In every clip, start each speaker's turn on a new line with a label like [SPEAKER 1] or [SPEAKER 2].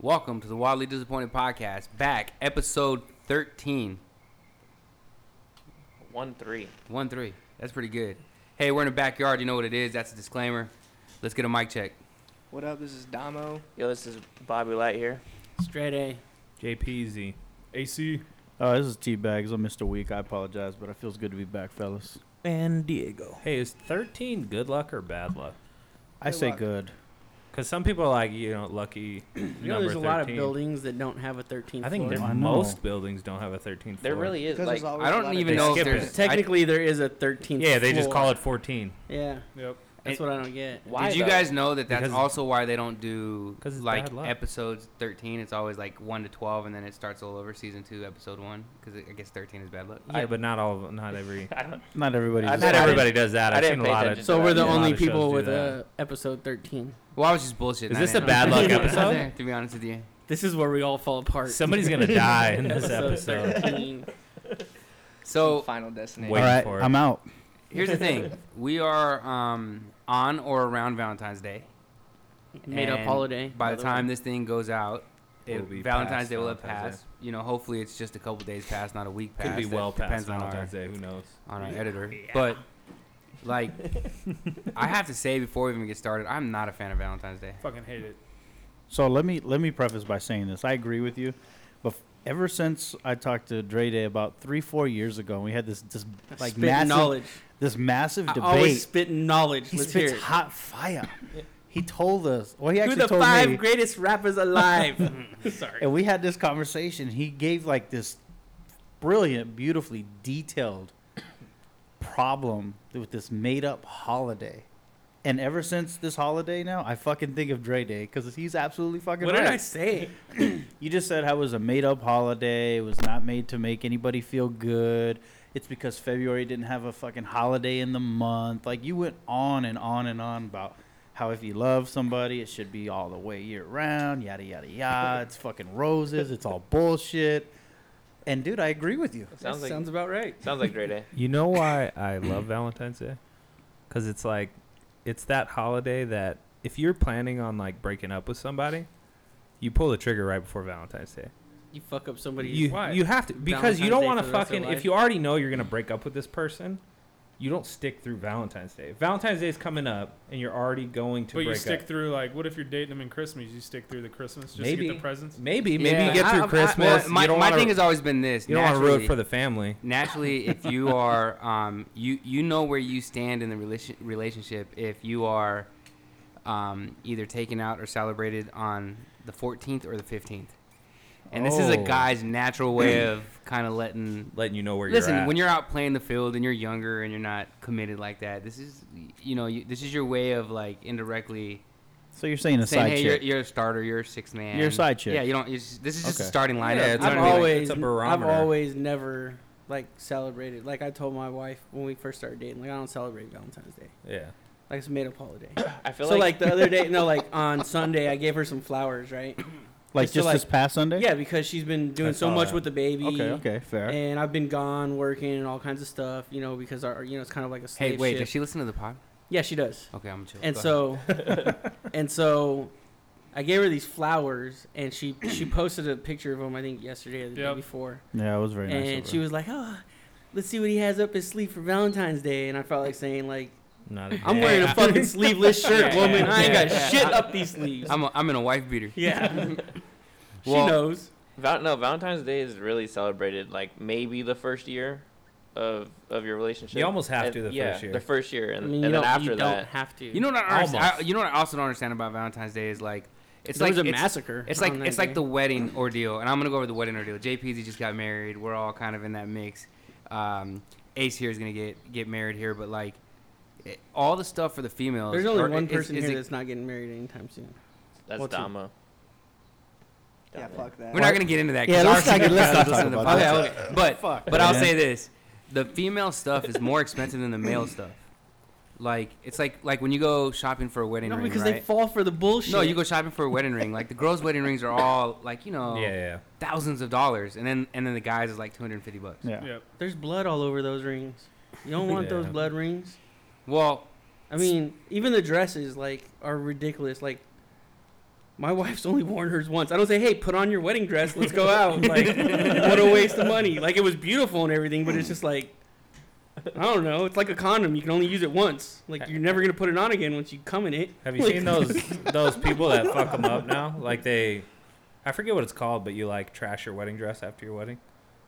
[SPEAKER 1] Welcome to the Wildly Disappointed Podcast, back episode 13.
[SPEAKER 2] One three.
[SPEAKER 1] 1 3. That's pretty good. Hey, we're in the backyard. You know what it is. That's a disclaimer. Let's get a mic check.
[SPEAKER 3] What up? This is Damo.
[SPEAKER 2] Yo, this is Bobby Light here.
[SPEAKER 4] Straight A.
[SPEAKER 5] JPZ. AC.
[SPEAKER 6] Oh, this is T Bags. I missed a week. I apologize, but it feels good to be back, fellas.
[SPEAKER 4] And Diego.
[SPEAKER 5] Hey, is 13 good luck or bad luck?
[SPEAKER 6] I
[SPEAKER 3] Good
[SPEAKER 6] say
[SPEAKER 3] luck.
[SPEAKER 6] good.
[SPEAKER 5] Because some people are like, you know, lucky
[SPEAKER 4] You know,
[SPEAKER 5] number
[SPEAKER 4] there's a
[SPEAKER 5] 13.
[SPEAKER 4] lot of buildings that don't have a 13th
[SPEAKER 5] I think
[SPEAKER 4] floor.
[SPEAKER 5] there-
[SPEAKER 6] I know.
[SPEAKER 5] most buildings don't have a 13 floor.
[SPEAKER 2] There really is like
[SPEAKER 1] I don't even know if
[SPEAKER 5] Oh, They skip
[SPEAKER 1] there's.
[SPEAKER 5] it.
[SPEAKER 4] Technically, there is a 13th
[SPEAKER 5] Yeah, they just
[SPEAKER 4] floor.
[SPEAKER 5] call it 14.
[SPEAKER 4] Yeah,
[SPEAKER 5] Yep.
[SPEAKER 4] that's what I don't get.
[SPEAKER 1] I,
[SPEAKER 2] why
[SPEAKER 1] did you
[SPEAKER 2] though?
[SPEAKER 1] guys know that that's
[SPEAKER 5] Because-
[SPEAKER 1] also why they don't do
[SPEAKER 5] 'Cause it's
[SPEAKER 1] like
[SPEAKER 5] bad luck.
[SPEAKER 1] episodes 13? It's always like 1 to 12, and then it starts all over season 2, episode 1. Because I guess 13 is bad luck.
[SPEAKER 5] Yeah, but not all, of- not every,
[SPEAKER 2] I don't.
[SPEAKER 6] Not everybody.
[SPEAKER 2] I
[SPEAKER 6] just-
[SPEAKER 5] not
[SPEAKER 2] didn't-
[SPEAKER 5] everybody does that.
[SPEAKER 2] I
[SPEAKER 5] I've
[SPEAKER 2] didn't
[SPEAKER 5] seen a
[SPEAKER 2] pay
[SPEAKER 5] lot
[SPEAKER 2] attention
[SPEAKER 5] of.
[SPEAKER 2] to
[SPEAKER 4] So we're the
[SPEAKER 5] Yeah, a lot
[SPEAKER 4] only
[SPEAKER 5] of shows
[SPEAKER 4] people
[SPEAKER 5] do
[SPEAKER 4] with
[SPEAKER 5] that.
[SPEAKER 4] uh, episode 13.
[SPEAKER 1] Well, I was just bullshitting.
[SPEAKER 5] Is
[SPEAKER 1] I
[SPEAKER 5] this
[SPEAKER 1] didn't
[SPEAKER 5] a
[SPEAKER 1] know.
[SPEAKER 5] bad luck
[SPEAKER 4] episode?
[SPEAKER 1] to be honest with you.
[SPEAKER 4] This is where we all fall apart.
[SPEAKER 5] Somebody's gonna die in this episode.
[SPEAKER 4] 13.
[SPEAKER 1] So
[SPEAKER 3] Final Destination.
[SPEAKER 6] All
[SPEAKER 5] Wait.
[SPEAKER 6] right,
[SPEAKER 5] for it.
[SPEAKER 6] I'm out.
[SPEAKER 1] here's the thing we are um, on or around Valentine's Day.
[SPEAKER 4] Made up
[SPEAKER 1] And
[SPEAKER 4] holiday.
[SPEAKER 1] By the
[SPEAKER 4] way.
[SPEAKER 1] time this thing goes out, it,
[SPEAKER 5] Will be
[SPEAKER 1] Valentine's
[SPEAKER 5] past
[SPEAKER 1] Day will have
[SPEAKER 5] Valentine's
[SPEAKER 1] passed. You know, hopefully it's just a couple days past, not a week past.
[SPEAKER 5] Could be
[SPEAKER 1] That
[SPEAKER 5] well past
[SPEAKER 1] depends on
[SPEAKER 5] Valentine's
[SPEAKER 1] our,
[SPEAKER 5] Day. Who knows?
[SPEAKER 1] on our editor. But like, I have to say before we even get started, I'm not a fan of Valentine's Day.
[SPEAKER 5] Fucking hate it.
[SPEAKER 6] So let me let me preface by saying this. I agree with you, but f- ever since I talked to Dre Day about three four years ago, we had this this like
[SPEAKER 4] spitting
[SPEAKER 6] massive
[SPEAKER 4] knowledge.
[SPEAKER 6] this massive
[SPEAKER 4] I
[SPEAKER 6] debate.
[SPEAKER 4] always spitting knowledge.
[SPEAKER 6] he
[SPEAKER 4] Let's
[SPEAKER 6] spits
[SPEAKER 4] hear it.
[SPEAKER 6] hot fire. He told us. Well, he
[SPEAKER 4] Who
[SPEAKER 6] actually
[SPEAKER 4] the
[SPEAKER 6] told
[SPEAKER 4] five
[SPEAKER 6] me.
[SPEAKER 4] greatest rappers alive? Sorry.
[SPEAKER 6] and we had this conversation. He gave like this brilliant, beautifully detailed problem with this made up holiday. And ever since this holiday now, I fucking think of Dre Day because he's absolutely fucking
[SPEAKER 4] What did I
[SPEAKER 6] right.
[SPEAKER 4] say?
[SPEAKER 6] You just said how it was a made up holiday. It was not made to make anybody feel good. It's because February didn't have a fucking holiday in the month. Like you went on and on and on about how if you love somebody, it should be all the way year round. Yada yada yada. It's fucking roses. It's all bullshit. And dude, I agree with you.
[SPEAKER 2] Sounds
[SPEAKER 4] That
[SPEAKER 2] like
[SPEAKER 4] sounds about right.
[SPEAKER 2] sounds like Dre Day.
[SPEAKER 5] You know why I love Valentine's Day? Because it's like, it's that holiday that if you're planning on like breaking up with somebody, you pull the trigger right before Valentine's Day.
[SPEAKER 4] You fuck up somebody's.
[SPEAKER 5] You
[SPEAKER 4] Why?
[SPEAKER 5] you have to because you
[SPEAKER 4] Valentine's
[SPEAKER 5] don't
[SPEAKER 4] Day
[SPEAKER 5] want
[SPEAKER 4] for
[SPEAKER 5] to
[SPEAKER 4] the rest of
[SPEAKER 5] fucking.
[SPEAKER 4] their
[SPEAKER 5] If
[SPEAKER 4] life.
[SPEAKER 5] you already know you're gonna break up with this person, you don't stick through Valentine's Day. If Valentine's Day is coming up, and you're already going to
[SPEAKER 7] But you
[SPEAKER 5] break
[SPEAKER 7] stick
[SPEAKER 5] up.
[SPEAKER 7] through like, what if you're dating them in Christmas? You stick through the Christmas just to
[SPEAKER 5] Maybe.
[SPEAKER 7] get the presents.
[SPEAKER 5] Maybe maybe
[SPEAKER 1] Yeah.
[SPEAKER 5] you get
[SPEAKER 1] I-
[SPEAKER 5] through
[SPEAKER 1] I- I-
[SPEAKER 5] Christmas.
[SPEAKER 1] well, my
[SPEAKER 5] you don't
[SPEAKER 1] my
[SPEAKER 5] wanna,
[SPEAKER 1] thing has always been this.
[SPEAKER 5] you don't want to ruin
[SPEAKER 1] naturally-
[SPEAKER 5] it for the family.
[SPEAKER 1] naturally if you are um, you you know where you stand in the relation, relationship if you are um, either taken out or celebrated on the 14th or the 15th and this is a
[SPEAKER 6] Oh.
[SPEAKER 1] guy's natural way of kind of letting
[SPEAKER 5] Letting you know where
[SPEAKER 1] listen
[SPEAKER 5] you're at.
[SPEAKER 1] when you're out playing the field and you're younger and you're not committed like that this is you know you, this is your way of like indirectly
[SPEAKER 6] So you're saying a
[SPEAKER 1] saying
[SPEAKER 6] side
[SPEAKER 1] hey you're,
[SPEAKER 6] chick?
[SPEAKER 1] you're a starter you're a sixth man
[SPEAKER 6] You're a side chick.
[SPEAKER 1] yeah you don't it's, this is just a
[SPEAKER 6] Okay.
[SPEAKER 1] starting lineup
[SPEAKER 5] Yeah, it's
[SPEAKER 1] You know
[SPEAKER 5] not
[SPEAKER 1] what I
[SPEAKER 4] I've
[SPEAKER 1] mean?
[SPEAKER 5] really-
[SPEAKER 4] always,
[SPEAKER 5] it's a
[SPEAKER 4] I've
[SPEAKER 5] barometer.
[SPEAKER 4] always never like celebrated. Like I told my wife when we first started dating, like I don't celebrate Valentine's Day.
[SPEAKER 5] yeah.
[SPEAKER 4] Like it's a made up holiday.
[SPEAKER 2] I feel
[SPEAKER 4] so
[SPEAKER 2] like,
[SPEAKER 4] like the other day, no, like on Sunday, I gave her some flowers, right?
[SPEAKER 6] like
[SPEAKER 4] just
[SPEAKER 6] just,
[SPEAKER 4] to,
[SPEAKER 6] this past Sunday?
[SPEAKER 4] Yeah, because she's been doing
[SPEAKER 5] I
[SPEAKER 4] so
[SPEAKER 5] saw
[SPEAKER 4] much
[SPEAKER 5] that.
[SPEAKER 4] with the baby.
[SPEAKER 6] Okay. Okay. Fair.
[SPEAKER 4] And I've been gone working and all kinds of stuff, you know, because our, you know, it's kind of like a slave
[SPEAKER 1] hey wait
[SPEAKER 4] ship.
[SPEAKER 1] does she listen to the pod
[SPEAKER 4] yeah, she does.
[SPEAKER 1] okay i'm chill
[SPEAKER 4] and
[SPEAKER 1] Go ahead.
[SPEAKER 4] so and so I gave her these flowers and she she posted a picture of them I think yesterday or the day
[SPEAKER 7] Yep.
[SPEAKER 4] before.
[SPEAKER 6] yeah, it was very nice.
[SPEAKER 4] and
[SPEAKER 6] of
[SPEAKER 4] she
[SPEAKER 6] her.
[SPEAKER 4] was like, "Oh, let's see what he has up his sleeve for Valentine's Day." And I felt like saying, "Like
[SPEAKER 5] Not a
[SPEAKER 4] I'm
[SPEAKER 5] day.
[SPEAKER 4] wearing
[SPEAKER 5] Yeah.
[SPEAKER 4] a fucking sleeveless shirt,
[SPEAKER 5] Yeah,
[SPEAKER 4] woman.
[SPEAKER 5] yeah,
[SPEAKER 4] I ain't
[SPEAKER 1] yeah,
[SPEAKER 4] got
[SPEAKER 1] yeah.
[SPEAKER 4] shit up these sleeves."
[SPEAKER 1] I'm, a, I'm in a wife beater.
[SPEAKER 4] yeah, she
[SPEAKER 1] Well-
[SPEAKER 4] knows.
[SPEAKER 2] Val- no Valentine's Day is really celebrated like maybe the first year of of your relationship.
[SPEAKER 5] You almost have
[SPEAKER 2] And-
[SPEAKER 5] to the
[SPEAKER 2] yeah,
[SPEAKER 5] first year.
[SPEAKER 2] The first year, and,
[SPEAKER 4] I mean, you
[SPEAKER 2] and then
[SPEAKER 4] don't, you
[SPEAKER 2] after
[SPEAKER 4] don't
[SPEAKER 2] that,
[SPEAKER 4] have to.
[SPEAKER 1] You know what I, underst- I
[SPEAKER 5] Almost.
[SPEAKER 1] you know what I also don't understand about Valentine's Day is like it's
[SPEAKER 4] there
[SPEAKER 1] like
[SPEAKER 4] was a
[SPEAKER 1] it's,
[SPEAKER 4] massacre.
[SPEAKER 1] it's like
[SPEAKER 4] on that
[SPEAKER 1] it's like
[SPEAKER 4] day.
[SPEAKER 1] the wedding ordeal, and I'm gonna go over the wedding ordeal. JPZ just got married. We're all kind of in that mix. Um, Ace here is gonna get get married here, but like it, all the stuff for the females.
[SPEAKER 4] There's only
[SPEAKER 1] or
[SPEAKER 4] one
[SPEAKER 1] is-
[SPEAKER 4] person
[SPEAKER 1] is
[SPEAKER 4] here
[SPEAKER 1] it-
[SPEAKER 4] that's not getting married anytime soon.
[SPEAKER 2] that's
[SPEAKER 4] What's it?
[SPEAKER 2] Damo.
[SPEAKER 3] Yeah,
[SPEAKER 2] Damo.
[SPEAKER 3] fuck that.
[SPEAKER 1] We're not gonna get into that. 'cause
[SPEAKER 6] Yeah, let's
[SPEAKER 1] our
[SPEAKER 6] not get- let's not
[SPEAKER 1] females listen
[SPEAKER 6] talk
[SPEAKER 1] to the
[SPEAKER 6] about
[SPEAKER 1] podcast. Okay, okay. But
[SPEAKER 6] Fuck,
[SPEAKER 1] but I'll
[SPEAKER 6] man.
[SPEAKER 1] say this: the female stuff is more expensive than the male stuff. Like it's like like when you go shopping for a wedding
[SPEAKER 4] No,
[SPEAKER 1] ring,
[SPEAKER 4] because
[SPEAKER 1] right?
[SPEAKER 4] they fall for the bullshit.
[SPEAKER 1] No, you go shopping for a wedding ring. Like the girls' wedding rings are all like you know
[SPEAKER 5] Yeah, yeah.
[SPEAKER 1] thousands of dollars, and then and then the guys is like two hundred and fifty bucks.
[SPEAKER 6] yeah.
[SPEAKER 7] Yep.
[SPEAKER 4] There's blood all over those rings. You don't want those
[SPEAKER 5] Yeah.
[SPEAKER 4] blood rings.
[SPEAKER 1] Well,
[SPEAKER 4] I mean, even the dresses like are ridiculous. Like my wife's only worn hers once. I don't say, hey, put on your wedding dress, let's go out. Like, what a waste of money. Like, it was beautiful and everything, but it's just like, I don't know. It's like a condom. You can only use it once. Like, you're never going to put it on again once you come in it.
[SPEAKER 5] Have you seen those those people that fuck them up now? Like they, I forget what it's called, but you like trash your wedding dress after your wedding.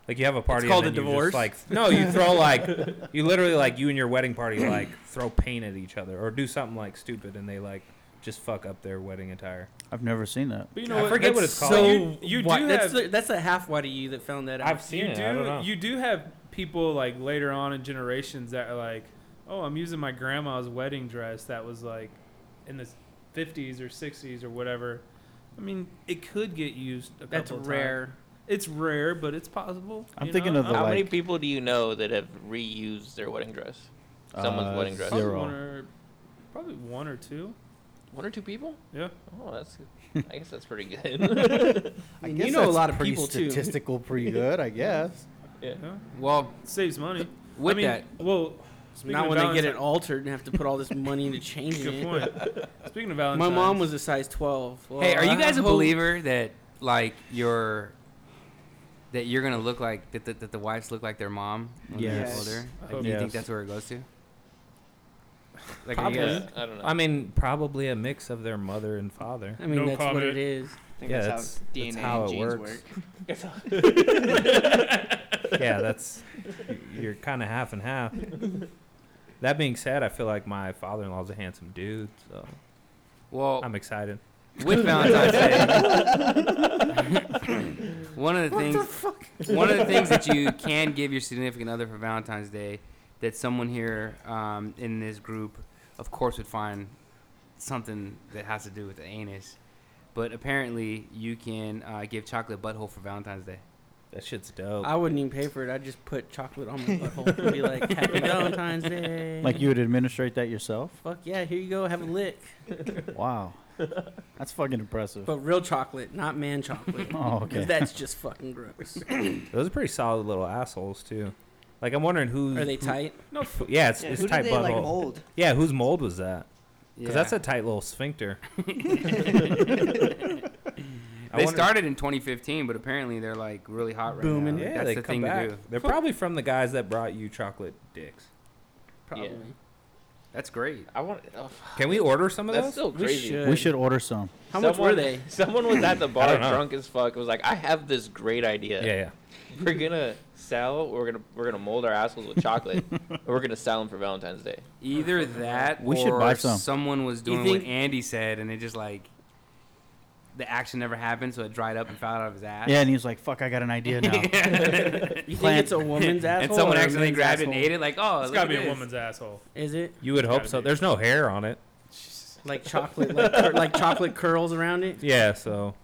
[SPEAKER 5] Like you have a party.
[SPEAKER 4] called
[SPEAKER 5] and
[SPEAKER 4] a
[SPEAKER 5] then you just,
[SPEAKER 4] divorce.
[SPEAKER 5] like no, you throw like you literally like you and your wedding party like throw paint at each other or do something like stupid, and they like just fuck up their wedding attire.
[SPEAKER 6] I've never seen that.
[SPEAKER 7] But you know
[SPEAKER 5] I
[SPEAKER 7] what?
[SPEAKER 5] forget what
[SPEAKER 7] That's
[SPEAKER 5] it's called.
[SPEAKER 4] So,
[SPEAKER 7] You, you do
[SPEAKER 4] why- that's,
[SPEAKER 7] have
[SPEAKER 4] the, that's a half white of you that found that out.
[SPEAKER 5] I've seen
[SPEAKER 7] you
[SPEAKER 5] it.
[SPEAKER 7] do
[SPEAKER 5] I don't know.
[SPEAKER 7] you do have people like later on in generations that are like, oh, I'm using my grandma's wedding dress that was like in the 50s or 60s or whatever. I mean, it could get used. A
[SPEAKER 4] That's
[SPEAKER 7] couple of times.
[SPEAKER 4] rare.
[SPEAKER 7] It's rare, but it's possible.
[SPEAKER 6] I'm
[SPEAKER 7] you
[SPEAKER 6] thinking
[SPEAKER 7] know?
[SPEAKER 6] of the
[SPEAKER 7] I-
[SPEAKER 2] How many
[SPEAKER 6] like-
[SPEAKER 2] people do you know that have reused their wedding dress? Someone's
[SPEAKER 6] Uh,
[SPEAKER 2] wedding dress.
[SPEAKER 7] probably
[SPEAKER 6] zero.
[SPEAKER 7] one or probably one or two.
[SPEAKER 2] One or two people?
[SPEAKER 7] Yeah.
[SPEAKER 2] Oh, that's. I guess that's pretty good.
[SPEAKER 6] I
[SPEAKER 4] You
[SPEAKER 6] guess
[SPEAKER 4] know a
[SPEAKER 6] that's
[SPEAKER 4] lot of
[SPEAKER 6] pretty
[SPEAKER 4] people, too.
[SPEAKER 6] statistical pretty good, I guess.
[SPEAKER 2] yeah.
[SPEAKER 7] Yeah.
[SPEAKER 1] Well,
[SPEAKER 7] Saves money.
[SPEAKER 1] with
[SPEAKER 7] I mean,
[SPEAKER 1] that,
[SPEAKER 7] well, speaking
[SPEAKER 4] Now
[SPEAKER 7] of
[SPEAKER 4] when they get it
[SPEAKER 7] Valentine's-
[SPEAKER 4] altered and have to put all this money into changing
[SPEAKER 7] Good
[SPEAKER 4] it.
[SPEAKER 7] point. Speaking of
[SPEAKER 4] My
[SPEAKER 7] Valentine's,
[SPEAKER 4] mom was a size 12. Well,
[SPEAKER 1] hey, are
[SPEAKER 4] I
[SPEAKER 1] you guys a
[SPEAKER 4] hope-
[SPEAKER 1] believer that like your that you're gonna look like that the, that the wives look like their mom when
[SPEAKER 6] Yes.
[SPEAKER 1] they're older?
[SPEAKER 7] I
[SPEAKER 1] Like,
[SPEAKER 7] hope
[SPEAKER 1] do you think
[SPEAKER 6] yes.
[SPEAKER 1] that's where it goes to? Like, are you
[SPEAKER 5] Probably.
[SPEAKER 1] guys-
[SPEAKER 2] Yeah, I don't know.
[SPEAKER 5] I mean, probably a mix of their mother and father.
[SPEAKER 4] I mean,
[SPEAKER 7] No
[SPEAKER 4] that's what
[SPEAKER 7] comment.
[SPEAKER 4] it is.
[SPEAKER 3] I think
[SPEAKER 5] Yeah, that's-
[SPEAKER 3] that's, how
[SPEAKER 5] that's
[SPEAKER 3] DNA
[SPEAKER 5] how it
[SPEAKER 3] and genes
[SPEAKER 5] works.
[SPEAKER 3] work.
[SPEAKER 5] yeah, that's you're kind of half and half. That being said, I feel like my father-in-law's a handsome dude, so
[SPEAKER 1] well,
[SPEAKER 5] I'm excited.
[SPEAKER 1] with Valentine's Day, one of the things, one of the things that you can give your significant other for Valentine's Day, that someone here um, in this group, of course, would find something that has to do with the anus, but apparently you can uh, give chocolate butthole for Valentine's Day.
[SPEAKER 5] That shit's
[SPEAKER 1] Oh.
[SPEAKER 5] dope.
[SPEAKER 4] I wouldn't even pay for it. I'd just put chocolate on my butthole and be like, Happy Valentine's Day.
[SPEAKER 6] Like you would administrate that yourself?
[SPEAKER 4] Fuck yeah, here you go, have a lick.
[SPEAKER 6] Wow. That's fucking impressive.
[SPEAKER 4] But real chocolate, not man chocolate.
[SPEAKER 6] Oh, okay.
[SPEAKER 4] Because that's just fucking gross.
[SPEAKER 5] Those are pretty solid little assholes too. Like I'm wondering who.
[SPEAKER 4] Are they tight?
[SPEAKER 5] No. Yeah, it's,
[SPEAKER 3] Yeah,
[SPEAKER 5] it's
[SPEAKER 3] who
[SPEAKER 5] tight
[SPEAKER 3] did they like
[SPEAKER 5] butthole.
[SPEAKER 3] mold?
[SPEAKER 5] yeah, whose mold was that? Because that's
[SPEAKER 1] Yeah.
[SPEAKER 5] a tight little sphincter. I
[SPEAKER 1] they
[SPEAKER 5] wonder-
[SPEAKER 1] started in 2015, but apparently they're like really hot right
[SPEAKER 4] Booming.
[SPEAKER 1] now. Like,
[SPEAKER 5] Yeah,
[SPEAKER 1] that's
[SPEAKER 5] they
[SPEAKER 1] the
[SPEAKER 5] come
[SPEAKER 1] thing
[SPEAKER 5] back.
[SPEAKER 1] to do.
[SPEAKER 5] They're probably from the guys that brought you chocolate dicks.
[SPEAKER 4] Probably.
[SPEAKER 1] That's great.
[SPEAKER 2] I want. Oh,
[SPEAKER 5] Can we order some of
[SPEAKER 2] that's
[SPEAKER 5] those?
[SPEAKER 2] still
[SPEAKER 4] We
[SPEAKER 2] crazy.
[SPEAKER 4] should.
[SPEAKER 6] we should order some.
[SPEAKER 4] How much were
[SPEAKER 2] Someone-
[SPEAKER 4] they?
[SPEAKER 2] Someone was at the bar
[SPEAKER 5] don't know.
[SPEAKER 2] drunk as fuck. and Was like, I have this great idea.
[SPEAKER 5] Yeah, yeah.
[SPEAKER 2] We're gonna sell. We're gonna we're gonna mold our assholes with chocolate. and we're gonna sell them for Valentine's Day.
[SPEAKER 1] Either that,
[SPEAKER 6] We
[SPEAKER 1] or
[SPEAKER 6] should buy some.
[SPEAKER 1] someone was doing
[SPEAKER 4] think-
[SPEAKER 1] what Andy said, and it just like the action never happened, so it dried up and fell out of his ass.
[SPEAKER 6] Yeah, and he's like, fuck, I got an idea now.
[SPEAKER 4] You think
[SPEAKER 6] Plant-
[SPEAKER 4] it's a woman's asshole?
[SPEAKER 1] and someone
[SPEAKER 4] or a
[SPEAKER 1] accidentally
[SPEAKER 4] man's
[SPEAKER 1] grabbed it
[SPEAKER 4] asshole?
[SPEAKER 1] and ate it. Like, oh,
[SPEAKER 7] It's
[SPEAKER 1] look
[SPEAKER 7] gotta
[SPEAKER 1] at
[SPEAKER 7] be a
[SPEAKER 1] this.
[SPEAKER 7] woman's asshole.
[SPEAKER 4] Is it
[SPEAKER 5] You would hope
[SPEAKER 7] gotta
[SPEAKER 5] so.
[SPEAKER 7] be.
[SPEAKER 5] There's no hair on it.
[SPEAKER 4] like chocolate, like, cur- like chocolate curls around it?
[SPEAKER 5] Yeah, so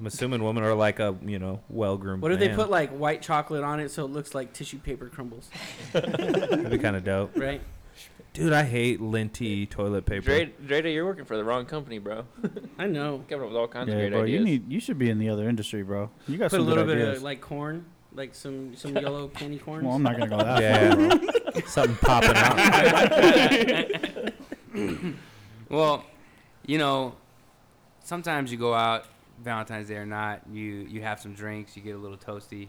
[SPEAKER 5] I'm assuming women are like a you know well groomed.
[SPEAKER 4] What if they put like white chocolate on it so it looks like tissue paper crumbles?
[SPEAKER 5] That'd be kind of dope.
[SPEAKER 4] Right?
[SPEAKER 5] Dude, I hate linty toilet paper.
[SPEAKER 2] Dre, Dreda, you're working for the wrong company, bro.
[SPEAKER 4] I know.
[SPEAKER 2] Coming up with all kinds of
[SPEAKER 6] yeah,
[SPEAKER 2] great
[SPEAKER 6] bro,
[SPEAKER 2] ideas.
[SPEAKER 6] you need you should be in the other industry, bro. You got
[SPEAKER 4] Put a
[SPEAKER 6] some
[SPEAKER 4] little
[SPEAKER 6] good
[SPEAKER 4] bit
[SPEAKER 6] ideas.
[SPEAKER 4] of like corn, like some some yellow candy corns.
[SPEAKER 6] well, I'm not gonna go that
[SPEAKER 5] Yeah.
[SPEAKER 6] far. bro.
[SPEAKER 5] Something popping out.
[SPEAKER 1] Well, you know, sometimes you go out Valentine's Day or not. You you have some drinks. You get a little toasty.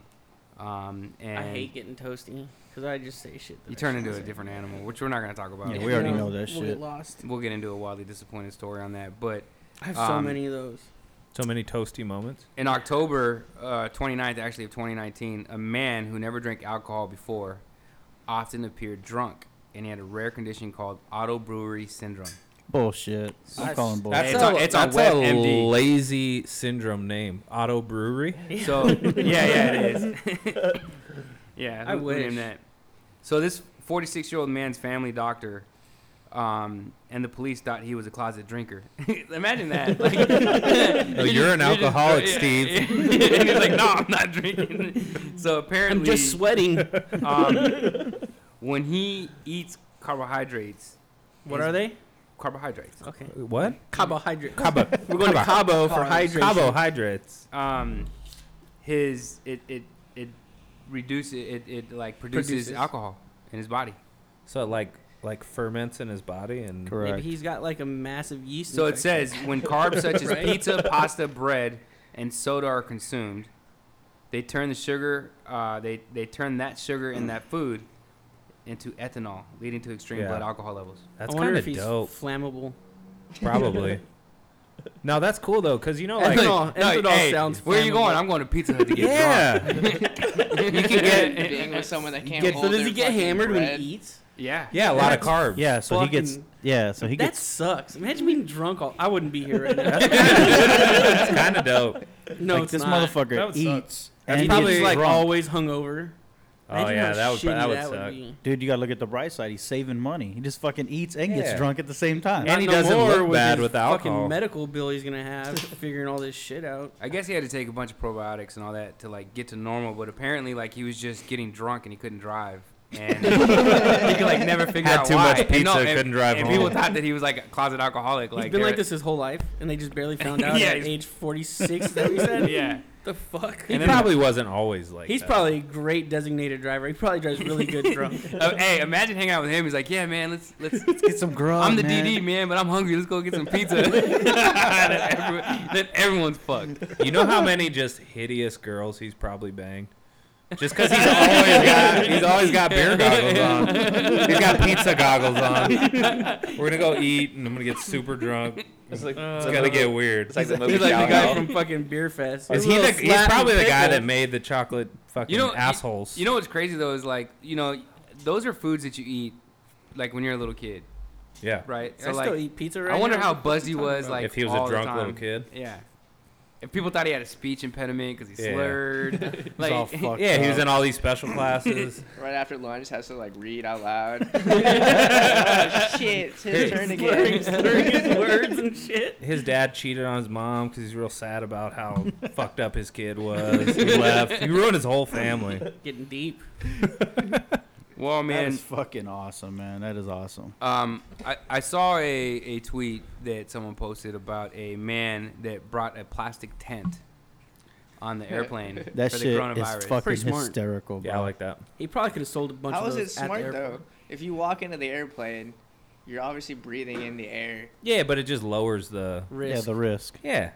[SPEAKER 1] Um, and
[SPEAKER 4] I hate getting toasty because I just say shit. that
[SPEAKER 1] you
[SPEAKER 4] I
[SPEAKER 1] turn
[SPEAKER 4] shouldn't
[SPEAKER 1] into a
[SPEAKER 4] say.
[SPEAKER 1] different animal, which we're not going to talk about.
[SPEAKER 6] Yeah, we already
[SPEAKER 4] No,
[SPEAKER 6] know that
[SPEAKER 4] we'll
[SPEAKER 6] shit.
[SPEAKER 4] Get lost.
[SPEAKER 1] We'll get into a wildly disappointed story on that, but
[SPEAKER 4] I have so
[SPEAKER 1] Um,
[SPEAKER 4] many of those.
[SPEAKER 5] So many toasty moments.
[SPEAKER 1] In October uh, 29th, actually, of 2019, a man who never drank alcohol before often appeared drunk, and he had a rare condition called auto brewery syndrome.
[SPEAKER 6] Bullshit. I'm
[SPEAKER 4] That's-
[SPEAKER 6] calling
[SPEAKER 1] that's
[SPEAKER 6] bullshit.
[SPEAKER 1] It's a- on- it's on WebMD.
[SPEAKER 5] lazy syndrome name. Auto Brewery.
[SPEAKER 1] So, yeah, yeah, it is. yeah,
[SPEAKER 4] I
[SPEAKER 1] who- who named
[SPEAKER 4] wish.
[SPEAKER 1] that? So, this 46 year old man's family doctor um, and the police thought he was a closet drinker. Imagine that. Like,
[SPEAKER 5] No, Oh, you're an alcoholic, Steve.
[SPEAKER 1] and he's like, no, I'm not drinking. So, apparently.
[SPEAKER 4] I'm just sweating.
[SPEAKER 1] um, when he eats carbohydrates,
[SPEAKER 4] what are they?
[SPEAKER 1] carbohydrates,
[SPEAKER 4] Okay.
[SPEAKER 5] What?
[SPEAKER 4] Carbohydrate.
[SPEAKER 5] Cabo.
[SPEAKER 4] We're going
[SPEAKER 5] Cabo.
[SPEAKER 4] to Cabo for hydration.
[SPEAKER 5] Carbohydrates.
[SPEAKER 1] um, his it it it reduces it, it like produces,
[SPEAKER 4] Produces.
[SPEAKER 1] alcohol in his body.
[SPEAKER 5] So it like like ferments in his body and
[SPEAKER 6] Correct.
[SPEAKER 4] Maybe he's got like a massive yeast.
[SPEAKER 1] So it
[SPEAKER 4] infection.
[SPEAKER 1] says when carbs such as
[SPEAKER 4] Right?
[SPEAKER 1] pizza, pasta, bread, and soda are consumed, they turn the sugar, uh, they they turn that sugar in that food into ethanol, leading to extreme
[SPEAKER 5] Yeah.
[SPEAKER 1] blood alcohol levels.
[SPEAKER 5] that's
[SPEAKER 4] I wonder
[SPEAKER 5] kind
[SPEAKER 4] if
[SPEAKER 5] of
[SPEAKER 4] he's
[SPEAKER 5] dope.
[SPEAKER 4] flammable.
[SPEAKER 5] Probably. no, that's cool though, because
[SPEAKER 1] Oh,
[SPEAKER 5] you know, like,
[SPEAKER 4] Ethanol- ethanol sounds
[SPEAKER 1] Where are you
[SPEAKER 4] flammable.
[SPEAKER 1] going? I'm going to Pizza Hut to get
[SPEAKER 5] yeah,
[SPEAKER 1] drunk. you can get
[SPEAKER 3] being with someone that can't
[SPEAKER 4] Get-
[SPEAKER 3] hold
[SPEAKER 4] so does
[SPEAKER 3] their
[SPEAKER 4] he get
[SPEAKER 3] fucking
[SPEAKER 4] hammered
[SPEAKER 3] bread.
[SPEAKER 4] when he eats?
[SPEAKER 1] yeah.
[SPEAKER 5] yeah, a lot of carbs.
[SPEAKER 6] Yeah, so he gets.
[SPEAKER 4] Fucking-
[SPEAKER 6] Yeah, so he
[SPEAKER 4] that
[SPEAKER 6] gets.
[SPEAKER 4] sucks. Imagine being drunk. All I wouldn't be here right now.
[SPEAKER 5] that's kind of dope.
[SPEAKER 4] no,
[SPEAKER 6] like
[SPEAKER 4] it's
[SPEAKER 6] this
[SPEAKER 4] not.
[SPEAKER 7] That
[SPEAKER 6] motherfucker
[SPEAKER 7] would
[SPEAKER 6] eats.
[SPEAKER 5] That's
[SPEAKER 6] and he
[SPEAKER 5] gets
[SPEAKER 4] He's probably like
[SPEAKER 5] drunk.
[SPEAKER 4] always hungover.
[SPEAKER 5] Oh
[SPEAKER 4] Imagine
[SPEAKER 5] yeah,
[SPEAKER 4] how
[SPEAKER 5] that would
[SPEAKER 4] shitty
[SPEAKER 5] that would suck.
[SPEAKER 4] be.
[SPEAKER 6] Dude, you gotta look at the bright side. He's saving money. He just fucking eats and
[SPEAKER 5] Yeah.
[SPEAKER 6] gets drunk at the same time.
[SPEAKER 5] And he
[SPEAKER 4] Not
[SPEAKER 5] doesn't look
[SPEAKER 4] with
[SPEAKER 5] bad
[SPEAKER 4] his
[SPEAKER 5] with alcohol.
[SPEAKER 4] Fucking medical bill he's gonna have figuring all this shit out.
[SPEAKER 1] I guess he had to take a bunch of probiotics and all that to like get to normal, but apparently like he was just getting drunk and he couldn't drive. And he could like never figure
[SPEAKER 5] Had
[SPEAKER 1] out
[SPEAKER 5] too
[SPEAKER 1] why.
[SPEAKER 5] much
[SPEAKER 1] And
[SPEAKER 5] pizza,
[SPEAKER 1] and-
[SPEAKER 5] couldn't drive
[SPEAKER 1] and people
[SPEAKER 5] home.
[SPEAKER 1] thought that he was like a closet alcoholic. Like
[SPEAKER 4] he's been
[SPEAKER 1] they're-
[SPEAKER 4] like this his whole life, and they just barely found out
[SPEAKER 1] Yeah,
[SPEAKER 4] at
[SPEAKER 1] he's-
[SPEAKER 4] age 46. That he said,
[SPEAKER 1] yeah.
[SPEAKER 4] the fuck.
[SPEAKER 5] He
[SPEAKER 1] And then-
[SPEAKER 5] probably wasn't always like.
[SPEAKER 4] he's
[SPEAKER 5] that.
[SPEAKER 4] probably a great designated driver. He probably drives really good drunk.
[SPEAKER 1] Uh, hey, imagine hanging out with him. He's like, yeah, man, let's let's.
[SPEAKER 6] Let's get some grub.
[SPEAKER 1] I'm the
[SPEAKER 6] man.
[SPEAKER 1] DD man, but I'm hungry. Let's go get some pizza. then, everyone- then everyone's fucked.
[SPEAKER 5] You know how many just hideous girls he's probably banged? Just because he's always got he's always got beer goggles on. He's got pizza goggles on. We're gonna go eat, and I'm gonna get super drunk.
[SPEAKER 2] It's like
[SPEAKER 5] It's
[SPEAKER 2] Uh, it's
[SPEAKER 5] gonna
[SPEAKER 2] like-
[SPEAKER 5] get weird.
[SPEAKER 2] It's like the movie
[SPEAKER 4] He's like the guy
[SPEAKER 2] Cowgirl.
[SPEAKER 4] from fucking Beer Fest.
[SPEAKER 5] Is
[SPEAKER 4] A
[SPEAKER 5] he the?
[SPEAKER 4] little
[SPEAKER 5] He's
[SPEAKER 4] slap
[SPEAKER 5] probably
[SPEAKER 4] and
[SPEAKER 5] the guy that
[SPEAKER 4] pickle.
[SPEAKER 5] made the chocolate fucking
[SPEAKER 1] You know-
[SPEAKER 5] assholes.
[SPEAKER 1] You know what's crazy though is like you know those are foods that you eat like when you're a little kid,
[SPEAKER 5] yeah.
[SPEAKER 1] right?
[SPEAKER 4] I
[SPEAKER 1] So like
[SPEAKER 4] still eat pizza right
[SPEAKER 1] I wonder
[SPEAKER 4] now.
[SPEAKER 1] how buzzed he was
[SPEAKER 7] about?
[SPEAKER 1] like
[SPEAKER 5] if he was
[SPEAKER 1] all
[SPEAKER 5] a
[SPEAKER 1] the
[SPEAKER 5] drunk
[SPEAKER 1] time.
[SPEAKER 5] little kid.
[SPEAKER 1] Yeah. If people thought he had a speech impediment because he
[SPEAKER 5] Yeah.
[SPEAKER 1] slurred, like
[SPEAKER 6] all fucked
[SPEAKER 5] Yeah, he was
[SPEAKER 6] up.
[SPEAKER 5] in all these special classes.
[SPEAKER 3] Right after lunch, has to like read out loud. oh, shit, it's his turn
[SPEAKER 4] Slurring,
[SPEAKER 3] again.
[SPEAKER 4] slurring his words and shit.
[SPEAKER 5] His dad cheated on his mom because he's real sad about how fucked up his kid was. He left. He ruined his whole family.
[SPEAKER 4] Getting deep.
[SPEAKER 1] well,
[SPEAKER 6] That
[SPEAKER 1] man,
[SPEAKER 6] is fucking awesome, man. That is awesome.
[SPEAKER 1] um, I, I saw a, a tweet that someone posted about a man that brought a plastic tent on the airplane
[SPEAKER 6] That
[SPEAKER 1] for the
[SPEAKER 6] shit
[SPEAKER 1] coronavirus.
[SPEAKER 6] is fucking
[SPEAKER 4] Pretty smart.
[SPEAKER 6] hysterical, bro.
[SPEAKER 5] Yeah, I like that.
[SPEAKER 4] He probably could have sold a bunch
[SPEAKER 3] How
[SPEAKER 4] of
[SPEAKER 3] is
[SPEAKER 4] those
[SPEAKER 3] it
[SPEAKER 4] at the
[SPEAKER 3] smart
[SPEAKER 4] airport.
[SPEAKER 3] though? If you walk into the airplane, you're obviously breathing in the air.
[SPEAKER 5] Yeah, but it just lowers the.
[SPEAKER 4] Risk.
[SPEAKER 6] Yeah, the risk.
[SPEAKER 5] Yeah.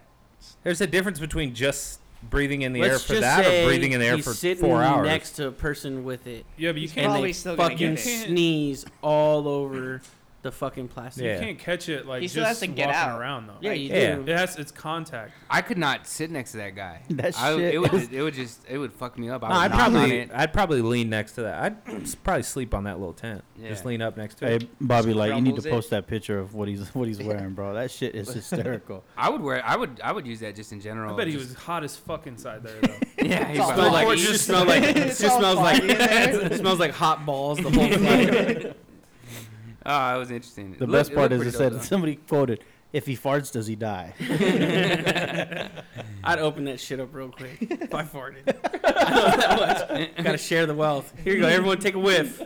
[SPEAKER 5] There's a difference between just breathing in the
[SPEAKER 4] Let's
[SPEAKER 5] air for
[SPEAKER 4] just
[SPEAKER 5] that
[SPEAKER 4] say
[SPEAKER 5] or breathing in the air
[SPEAKER 4] he's
[SPEAKER 5] for
[SPEAKER 4] sitting
[SPEAKER 5] four hours.
[SPEAKER 4] next to a person with it,
[SPEAKER 7] Yeah, but you
[SPEAKER 3] He's
[SPEAKER 7] can't.
[SPEAKER 4] and they
[SPEAKER 3] Probably still gonna
[SPEAKER 4] fucking
[SPEAKER 3] get
[SPEAKER 7] it.
[SPEAKER 4] sneeze all over the fucking plastic.
[SPEAKER 5] Yeah.
[SPEAKER 7] You can't catch it like
[SPEAKER 3] He
[SPEAKER 7] just
[SPEAKER 3] still has to
[SPEAKER 7] walking
[SPEAKER 3] get out.
[SPEAKER 7] around though.
[SPEAKER 4] Yeah, you
[SPEAKER 5] Yeah.
[SPEAKER 4] do.
[SPEAKER 7] It has it's contact.
[SPEAKER 1] I could not sit next to that guy.
[SPEAKER 6] That
[SPEAKER 1] I,
[SPEAKER 6] shit
[SPEAKER 1] it would
[SPEAKER 6] is-
[SPEAKER 1] it would just it would fuck me up. I
[SPEAKER 5] No,
[SPEAKER 1] would
[SPEAKER 5] I'd
[SPEAKER 1] knock on
[SPEAKER 5] probably
[SPEAKER 1] it.
[SPEAKER 5] I'd probably lean next to that. I'd s- probably sleep on that little tent. Just
[SPEAKER 1] Yeah.
[SPEAKER 5] lean up next to
[SPEAKER 6] Hey,
[SPEAKER 5] it.
[SPEAKER 6] Bobby, like you need
[SPEAKER 3] Crumbles
[SPEAKER 6] to
[SPEAKER 3] it.
[SPEAKER 6] post that picture of what he's what he's wearing, bro. That shit is hysterical.
[SPEAKER 1] I would wear I would I would use that just in general.
[SPEAKER 7] I bet he
[SPEAKER 1] just-
[SPEAKER 7] was hot as fuck inside there though.
[SPEAKER 1] Yeah, he
[SPEAKER 3] It's
[SPEAKER 1] was
[SPEAKER 3] all
[SPEAKER 1] like,
[SPEAKER 3] like-
[SPEAKER 4] it just smelled like it
[SPEAKER 3] It's
[SPEAKER 4] just
[SPEAKER 3] all
[SPEAKER 4] smells like
[SPEAKER 3] foggy in there.
[SPEAKER 4] it smells like hot balls the whole flight.
[SPEAKER 1] oh, it was interesting.
[SPEAKER 6] The
[SPEAKER 1] It
[SPEAKER 6] best
[SPEAKER 1] looked-
[SPEAKER 6] part
[SPEAKER 1] it
[SPEAKER 6] is
[SPEAKER 1] looked
[SPEAKER 6] it
[SPEAKER 1] pretty dope,
[SPEAKER 6] said somebody quoted, "If he farts, does he die?"
[SPEAKER 4] I'd open that shit up real quick if I farted. I know that much. Gotta share the wealth. Here you go, everyone take a whiff.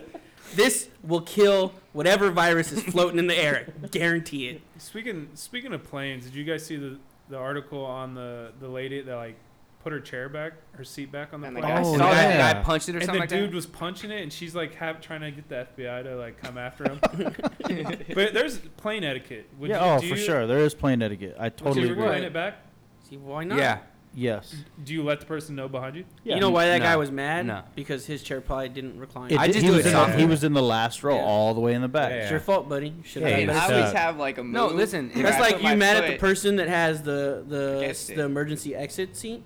[SPEAKER 4] This will kill whatever virus is floating in the air. Guarantee it.
[SPEAKER 7] Speaking speaking of planes, did you guys see the the article on the the lady that like put her chair back, her seat back on the
[SPEAKER 3] And the
[SPEAKER 7] plane?
[SPEAKER 1] though. I
[SPEAKER 6] Oh,
[SPEAKER 1] saw that
[SPEAKER 6] yeah.
[SPEAKER 1] guy punched it or
[SPEAKER 7] and
[SPEAKER 1] something
[SPEAKER 7] the
[SPEAKER 1] like
[SPEAKER 7] dude
[SPEAKER 1] that.
[SPEAKER 7] was punching it, and she's like have, trying to get the FBI to like come after him. but there's plane etiquette. Would
[SPEAKER 6] yeah,
[SPEAKER 7] you,
[SPEAKER 6] oh
[SPEAKER 7] do
[SPEAKER 6] for
[SPEAKER 7] you-
[SPEAKER 6] sure. There is plane etiquette. I
[SPEAKER 7] Would
[SPEAKER 6] totally
[SPEAKER 7] you
[SPEAKER 6] agree.
[SPEAKER 7] recline it back?
[SPEAKER 4] See why not?
[SPEAKER 1] Yeah,
[SPEAKER 6] Yes.
[SPEAKER 7] Do you let the person know behind you?
[SPEAKER 4] You know why that
[SPEAKER 1] No.
[SPEAKER 4] guy was mad?
[SPEAKER 1] No.
[SPEAKER 4] Because his chair probably didn't recline.
[SPEAKER 6] It
[SPEAKER 1] I
[SPEAKER 6] did-
[SPEAKER 1] just
[SPEAKER 6] he
[SPEAKER 1] do
[SPEAKER 6] was
[SPEAKER 1] it
[SPEAKER 6] in the-
[SPEAKER 1] soft.
[SPEAKER 6] he was in the last row
[SPEAKER 4] Yeah.
[SPEAKER 6] all the way in the back.
[SPEAKER 5] Yeah.
[SPEAKER 4] It's your fault, buddy. Should
[SPEAKER 5] Yeah,
[SPEAKER 4] have
[SPEAKER 5] you
[SPEAKER 4] done
[SPEAKER 3] I
[SPEAKER 5] just,
[SPEAKER 4] better.
[SPEAKER 5] uh,
[SPEAKER 3] always have like a move.
[SPEAKER 1] no, listen, if
[SPEAKER 4] That's
[SPEAKER 1] I
[SPEAKER 3] Right.
[SPEAKER 4] like
[SPEAKER 3] Put
[SPEAKER 4] you
[SPEAKER 3] my
[SPEAKER 4] mad at the
[SPEAKER 3] foot-
[SPEAKER 4] person that has the the
[SPEAKER 3] Against
[SPEAKER 4] the
[SPEAKER 3] it.
[SPEAKER 4] emergency exit seat.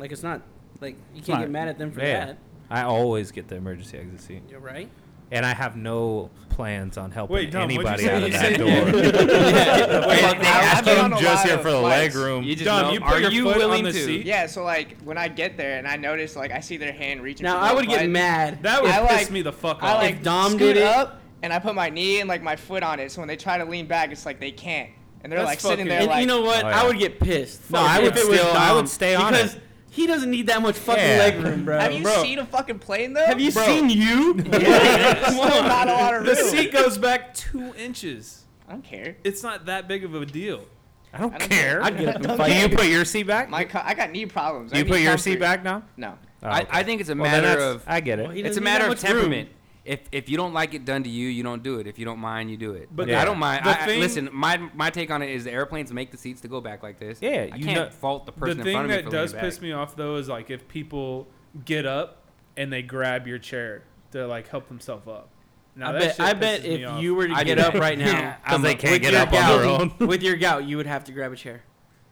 [SPEAKER 4] Like it's not like you can't
[SPEAKER 6] not-
[SPEAKER 4] get mad at them for
[SPEAKER 5] Yeah.
[SPEAKER 4] that.
[SPEAKER 5] I always get the emergency exit seat.
[SPEAKER 4] You're right.
[SPEAKER 5] And I have no plans on helping
[SPEAKER 7] Wait, Dom, what'd
[SPEAKER 5] anybody
[SPEAKER 7] you
[SPEAKER 5] out
[SPEAKER 7] say?
[SPEAKER 5] of
[SPEAKER 7] You
[SPEAKER 5] that
[SPEAKER 7] said-
[SPEAKER 5] door.
[SPEAKER 3] Like,
[SPEAKER 1] they
[SPEAKER 3] I- I've
[SPEAKER 5] asked
[SPEAKER 3] been
[SPEAKER 5] him
[SPEAKER 3] on a
[SPEAKER 5] just
[SPEAKER 3] lot
[SPEAKER 5] here
[SPEAKER 3] of
[SPEAKER 5] for the
[SPEAKER 3] flights.
[SPEAKER 5] leg room.
[SPEAKER 1] you just
[SPEAKER 7] Dom,
[SPEAKER 1] know,
[SPEAKER 7] you put
[SPEAKER 1] are
[SPEAKER 7] your
[SPEAKER 1] you
[SPEAKER 7] foot on
[SPEAKER 1] willing
[SPEAKER 7] the
[SPEAKER 1] to?
[SPEAKER 7] seat?
[SPEAKER 3] Yeah, so like when I get there and I notice like I see their hand reaching.
[SPEAKER 4] Now
[SPEAKER 3] for
[SPEAKER 4] I
[SPEAKER 3] my
[SPEAKER 4] would get
[SPEAKER 3] butt,
[SPEAKER 4] mad.
[SPEAKER 7] That would
[SPEAKER 3] I
[SPEAKER 7] piss
[SPEAKER 3] like-
[SPEAKER 7] me the fuck
[SPEAKER 3] I
[SPEAKER 7] off.
[SPEAKER 3] like
[SPEAKER 4] If Dom
[SPEAKER 3] scoot
[SPEAKER 4] did it-
[SPEAKER 3] up and I put my knee and like my foot on it. So when they try to lean back, it's like they can't, and they're
[SPEAKER 7] That's
[SPEAKER 3] like sitting
[SPEAKER 7] fucking-
[SPEAKER 3] there
[SPEAKER 4] And
[SPEAKER 3] like.
[SPEAKER 4] you know what?
[SPEAKER 5] Oh, yeah.
[SPEAKER 4] I would get pissed.
[SPEAKER 5] No,
[SPEAKER 4] Fuck
[SPEAKER 5] I
[SPEAKER 4] it.
[SPEAKER 5] would
[SPEAKER 4] If it was
[SPEAKER 5] still- I would
[SPEAKER 4] Dom,
[SPEAKER 5] stay on
[SPEAKER 4] because
[SPEAKER 5] it.
[SPEAKER 4] he doesn't need that much fucking
[SPEAKER 5] Yeah.
[SPEAKER 4] leg room, bro.
[SPEAKER 3] have you
[SPEAKER 7] bro.
[SPEAKER 3] seen a fucking plane though?
[SPEAKER 4] Have you
[SPEAKER 7] Bro.
[SPEAKER 4] seen you?
[SPEAKER 3] Yeah, still not a lot of
[SPEAKER 7] the
[SPEAKER 3] room.
[SPEAKER 7] seat goes back two inches.
[SPEAKER 3] I don't care.
[SPEAKER 7] It's not that big of a deal.
[SPEAKER 5] I don't
[SPEAKER 3] I don't
[SPEAKER 5] care.
[SPEAKER 4] I'd get up and
[SPEAKER 5] Do
[SPEAKER 4] fight.
[SPEAKER 5] you put your seat back?
[SPEAKER 3] My co- I got knee problems. I
[SPEAKER 5] Do you
[SPEAKER 3] need
[SPEAKER 5] put your
[SPEAKER 3] comfort.
[SPEAKER 5] seat back now?
[SPEAKER 3] No.
[SPEAKER 5] Oh,
[SPEAKER 1] I,
[SPEAKER 5] okay.
[SPEAKER 1] I think it's a
[SPEAKER 5] Well, then
[SPEAKER 1] matter
[SPEAKER 5] that's-
[SPEAKER 1] of
[SPEAKER 5] I get
[SPEAKER 4] Well, he
[SPEAKER 5] it.
[SPEAKER 1] it's a
[SPEAKER 4] doesn't need
[SPEAKER 1] matter
[SPEAKER 4] that
[SPEAKER 1] of
[SPEAKER 4] much room.
[SPEAKER 1] temperament. if if you don't like it done to you, you don't do it. If you don't mind, you do it.
[SPEAKER 7] But
[SPEAKER 1] But
[SPEAKER 5] Yeah.
[SPEAKER 1] I don't mind.
[SPEAKER 7] the
[SPEAKER 1] I, I-
[SPEAKER 7] thing-
[SPEAKER 1] listen, my my take on it is the airplanes make the seats to go back like this.
[SPEAKER 5] Yeah,
[SPEAKER 1] I
[SPEAKER 5] you
[SPEAKER 1] can't
[SPEAKER 5] know-
[SPEAKER 1] fault the
[SPEAKER 7] The
[SPEAKER 1] person in
[SPEAKER 7] thing
[SPEAKER 1] front of me
[SPEAKER 7] that
[SPEAKER 1] for
[SPEAKER 7] does
[SPEAKER 1] leaning
[SPEAKER 7] piss
[SPEAKER 1] back.
[SPEAKER 7] me off though is like if people get up and they grab your chair to like help themselves up. Now,
[SPEAKER 4] I
[SPEAKER 7] that
[SPEAKER 4] bet.
[SPEAKER 7] shit
[SPEAKER 4] I bet
[SPEAKER 7] pisses me
[SPEAKER 4] if
[SPEAKER 7] off.
[SPEAKER 4] you were to
[SPEAKER 1] I
[SPEAKER 4] get
[SPEAKER 1] do
[SPEAKER 4] up right now,
[SPEAKER 5] Yeah, 'cause
[SPEAKER 4] I'm
[SPEAKER 5] they
[SPEAKER 4] up.
[SPEAKER 5] can't
[SPEAKER 4] With
[SPEAKER 5] get
[SPEAKER 4] your
[SPEAKER 5] up on their
[SPEAKER 4] gout- with your gout, you would have to grab a chair.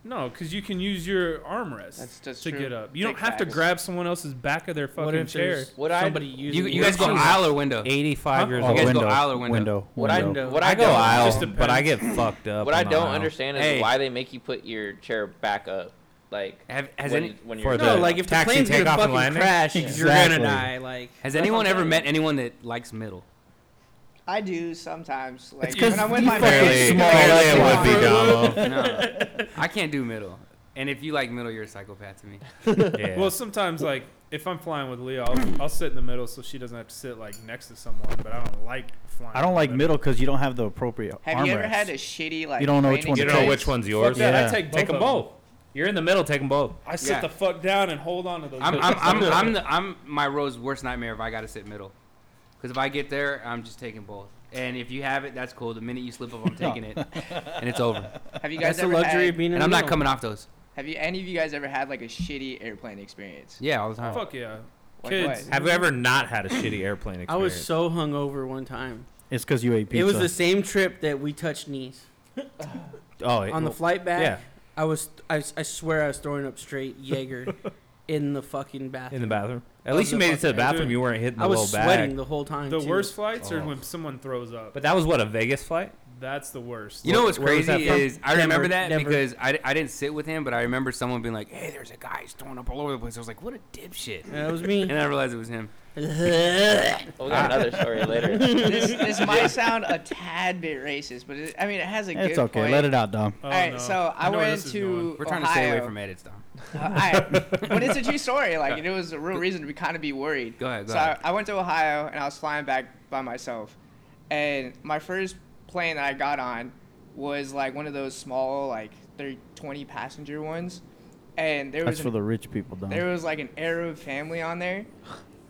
[SPEAKER 7] no, because you can use your armrest
[SPEAKER 3] That's- that's
[SPEAKER 7] to
[SPEAKER 3] true.
[SPEAKER 7] get up. You
[SPEAKER 3] Big
[SPEAKER 7] don't have to
[SPEAKER 3] facts.
[SPEAKER 7] grab someone else's back of their
[SPEAKER 4] what
[SPEAKER 7] fucking
[SPEAKER 4] if
[SPEAKER 7] chair.
[SPEAKER 4] there's
[SPEAKER 2] What I-
[SPEAKER 4] somebody using
[SPEAKER 1] You, you
[SPEAKER 4] your
[SPEAKER 1] guys go
[SPEAKER 4] chair?
[SPEAKER 1] aisle or window.
[SPEAKER 5] 85 years
[SPEAKER 1] Or
[SPEAKER 5] old.
[SPEAKER 1] you guys go aisle or window?
[SPEAKER 6] window.
[SPEAKER 2] What I
[SPEAKER 6] window.
[SPEAKER 2] what
[SPEAKER 5] I go
[SPEAKER 2] don't-
[SPEAKER 7] just
[SPEAKER 5] aisle,
[SPEAKER 7] depends.
[SPEAKER 5] but I get fucked up.
[SPEAKER 2] What I
[SPEAKER 5] on the
[SPEAKER 2] don't
[SPEAKER 5] aisle.
[SPEAKER 2] understand is
[SPEAKER 1] Hey.
[SPEAKER 2] why they make you put your chair back up, like
[SPEAKER 1] Have, has
[SPEAKER 2] when,
[SPEAKER 1] any
[SPEAKER 2] when
[SPEAKER 5] for
[SPEAKER 2] you're
[SPEAKER 5] the-
[SPEAKER 4] No, like if the
[SPEAKER 5] taxi
[SPEAKER 4] plane's gonna
[SPEAKER 5] takeoff and
[SPEAKER 4] fucking
[SPEAKER 5] landing?
[SPEAKER 4] crash, you're
[SPEAKER 6] Exactly.
[SPEAKER 4] gonna die. Like
[SPEAKER 1] has
[SPEAKER 3] That's
[SPEAKER 1] anyone
[SPEAKER 3] what I'm
[SPEAKER 1] ever
[SPEAKER 3] saying.
[SPEAKER 1] met anyone that likes middle?
[SPEAKER 3] I do sometimes. Like
[SPEAKER 6] 'cause
[SPEAKER 3] when I'm with
[SPEAKER 6] you
[SPEAKER 3] my
[SPEAKER 6] fucking
[SPEAKER 3] parents,
[SPEAKER 5] Clearly,
[SPEAKER 6] small.
[SPEAKER 3] like,
[SPEAKER 5] clearly it
[SPEAKER 3] I'm
[SPEAKER 5] would be Damo.
[SPEAKER 1] No, I can't do middle. And if you like middle, you're a psychopath to me.
[SPEAKER 5] Yeah.
[SPEAKER 7] Well, sometimes like if I'm flying with Leah, I'll, I'll sit in the middle so she doesn't have to sit like next to someone. But I don't like flying.
[SPEAKER 6] I don't
[SPEAKER 7] in
[SPEAKER 6] like
[SPEAKER 7] the
[SPEAKER 6] middle because you don't have the appropriate
[SPEAKER 3] Have you ever had a shitty like?
[SPEAKER 6] You don't know which
[SPEAKER 3] plane
[SPEAKER 6] one
[SPEAKER 5] you
[SPEAKER 6] to
[SPEAKER 5] don't know
[SPEAKER 6] take.
[SPEAKER 5] which one's
[SPEAKER 7] Fuck
[SPEAKER 5] yours.
[SPEAKER 7] that,
[SPEAKER 6] Yeah.
[SPEAKER 7] I take both.
[SPEAKER 5] Take them
[SPEAKER 7] of
[SPEAKER 5] both. You're in the middle. Take them both.
[SPEAKER 7] I sit
[SPEAKER 1] Yeah.
[SPEAKER 7] the fuck down and hold on to those.
[SPEAKER 1] I'm I'm I'm, I'm, the, I'm my road's worst nightmare if I gotta sit middle, because if I get there, I'm just taking both. And if you have it, that's cool. The minute you slip up, I'm taking it, and it's over.
[SPEAKER 3] Have you guys
[SPEAKER 4] that's the
[SPEAKER 3] ever
[SPEAKER 4] luxury of
[SPEAKER 3] had?
[SPEAKER 4] being. in
[SPEAKER 1] And
[SPEAKER 4] the
[SPEAKER 1] I'm not
[SPEAKER 4] middle.
[SPEAKER 1] coming off those.
[SPEAKER 3] Have you any of you guys ever had like a shitty airplane experience?
[SPEAKER 1] Yeah, all the time.
[SPEAKER 7] Fuck yeah,
[SPEAKER 3] Like
[SPEAKER 7] kids.
[SPEAKER 3] what?
[SPEAKER 5] Have you ever not had a shitty airplane experience?
[SPEAKER 4] I was so hungover one time.
[SPEAKER 6] It's because you ate pizza.
[SPEAKER 4] It was the same trip that we touched knees
[SPEAKER 5] oh, it-
[SPEAKER 4] on the flight back.
[SPEAKER 5] yeah,
[SPEAKER 4] I was. I, s- I swear I was throwing up straight Jaeger in the fucking bathroom.
[SPEAKER 5] in the bathroom. At
[SPEAKER 4] On
[SPEAKER 5] least you
[SPEAKER 4] the
[SPEAKER 5] made it to the
[SPEAKER 4] fucking-
[SPEAKER 5] bathroom.
[SPEAKER 7] Dude,
[SPEAKER 5] You weren't hitting the
[SPEAKER 4] I was
[SPEAKER 5] little
[SPEAKER 4] sweating
[SPEAKER 5] bag.
[SPEAKER 4] the whole time.
[SPEAKER 7] The
[SPEAKER 4] too.
[SPEAKER 7] worst flights are
[SPEAKER 5] Oh.
[SPEAKER 7] when someone throws up.
[SPEAKER 5] But that was what a Vegas flight.
[SPEAKER 7] That's the worst.
[SPEAKER 1] You know what's
[SPEAKER 5] Where was
[SPEAKER 1] crazy
[SPEAKER 5] that from?
[SPEAKER 1] is I
[SPEAKER 4] Denver,
[SPEAKER 1] remember that
[SPEAKER 4] Denver.
[SPEAKER 1] because I, I didn't sit with him, but I remember someone being like, "Hey, there's a guy he's throwing up all over the place." I was like, "What a dipshit!"
[SPEAKER 4] That was me.
[SPEAKER 1] And I realized it was him.
[SPEAKER 2] Oh, we got another story later.
[SPEAKER 3] this, this might sound a tad bit racist, but it, I mean it has a good
[SPEAKER 6] It's okay.
[SPEAKER 3] point.
[SPEAKER 6] Let it out, Dom.
[SPEAKER 7] Oh,
[SPEAKER 3] All right,
[SPEAKER 7] no.
[SPEAKER 3] so I,
[SPEAKER 7] know where
[SPEAKER 3] went
[SPEAKER 7] this is
[SPEAKER 3] to
[SPEAKER 7] going.
[SPEAKER 1] We're trying to stay
[SPEAKER 3] Ohio.
[SPEAKER 1] away from edits, Dom.
[SPEAKER 3] Uh, I, but it's a true story. Like, and it was a real reason to be kind of be worried.
[SPEAKER 1] Go ahead, go
[SPEAKER 3] so
[SPEAKER 1] ahead.
[SPEAKER 3] I, I went to Ohio and I was flying back by myself, and my first plane that I got on was like one of those small, like 30, 20 passenger ones, and there was
[SPEAKER 6] That's
[SPEAKER 3] an
[SPEAKER 6] for the rich people, Dom.
[SPEAKER 3] there was like an Arab family on there.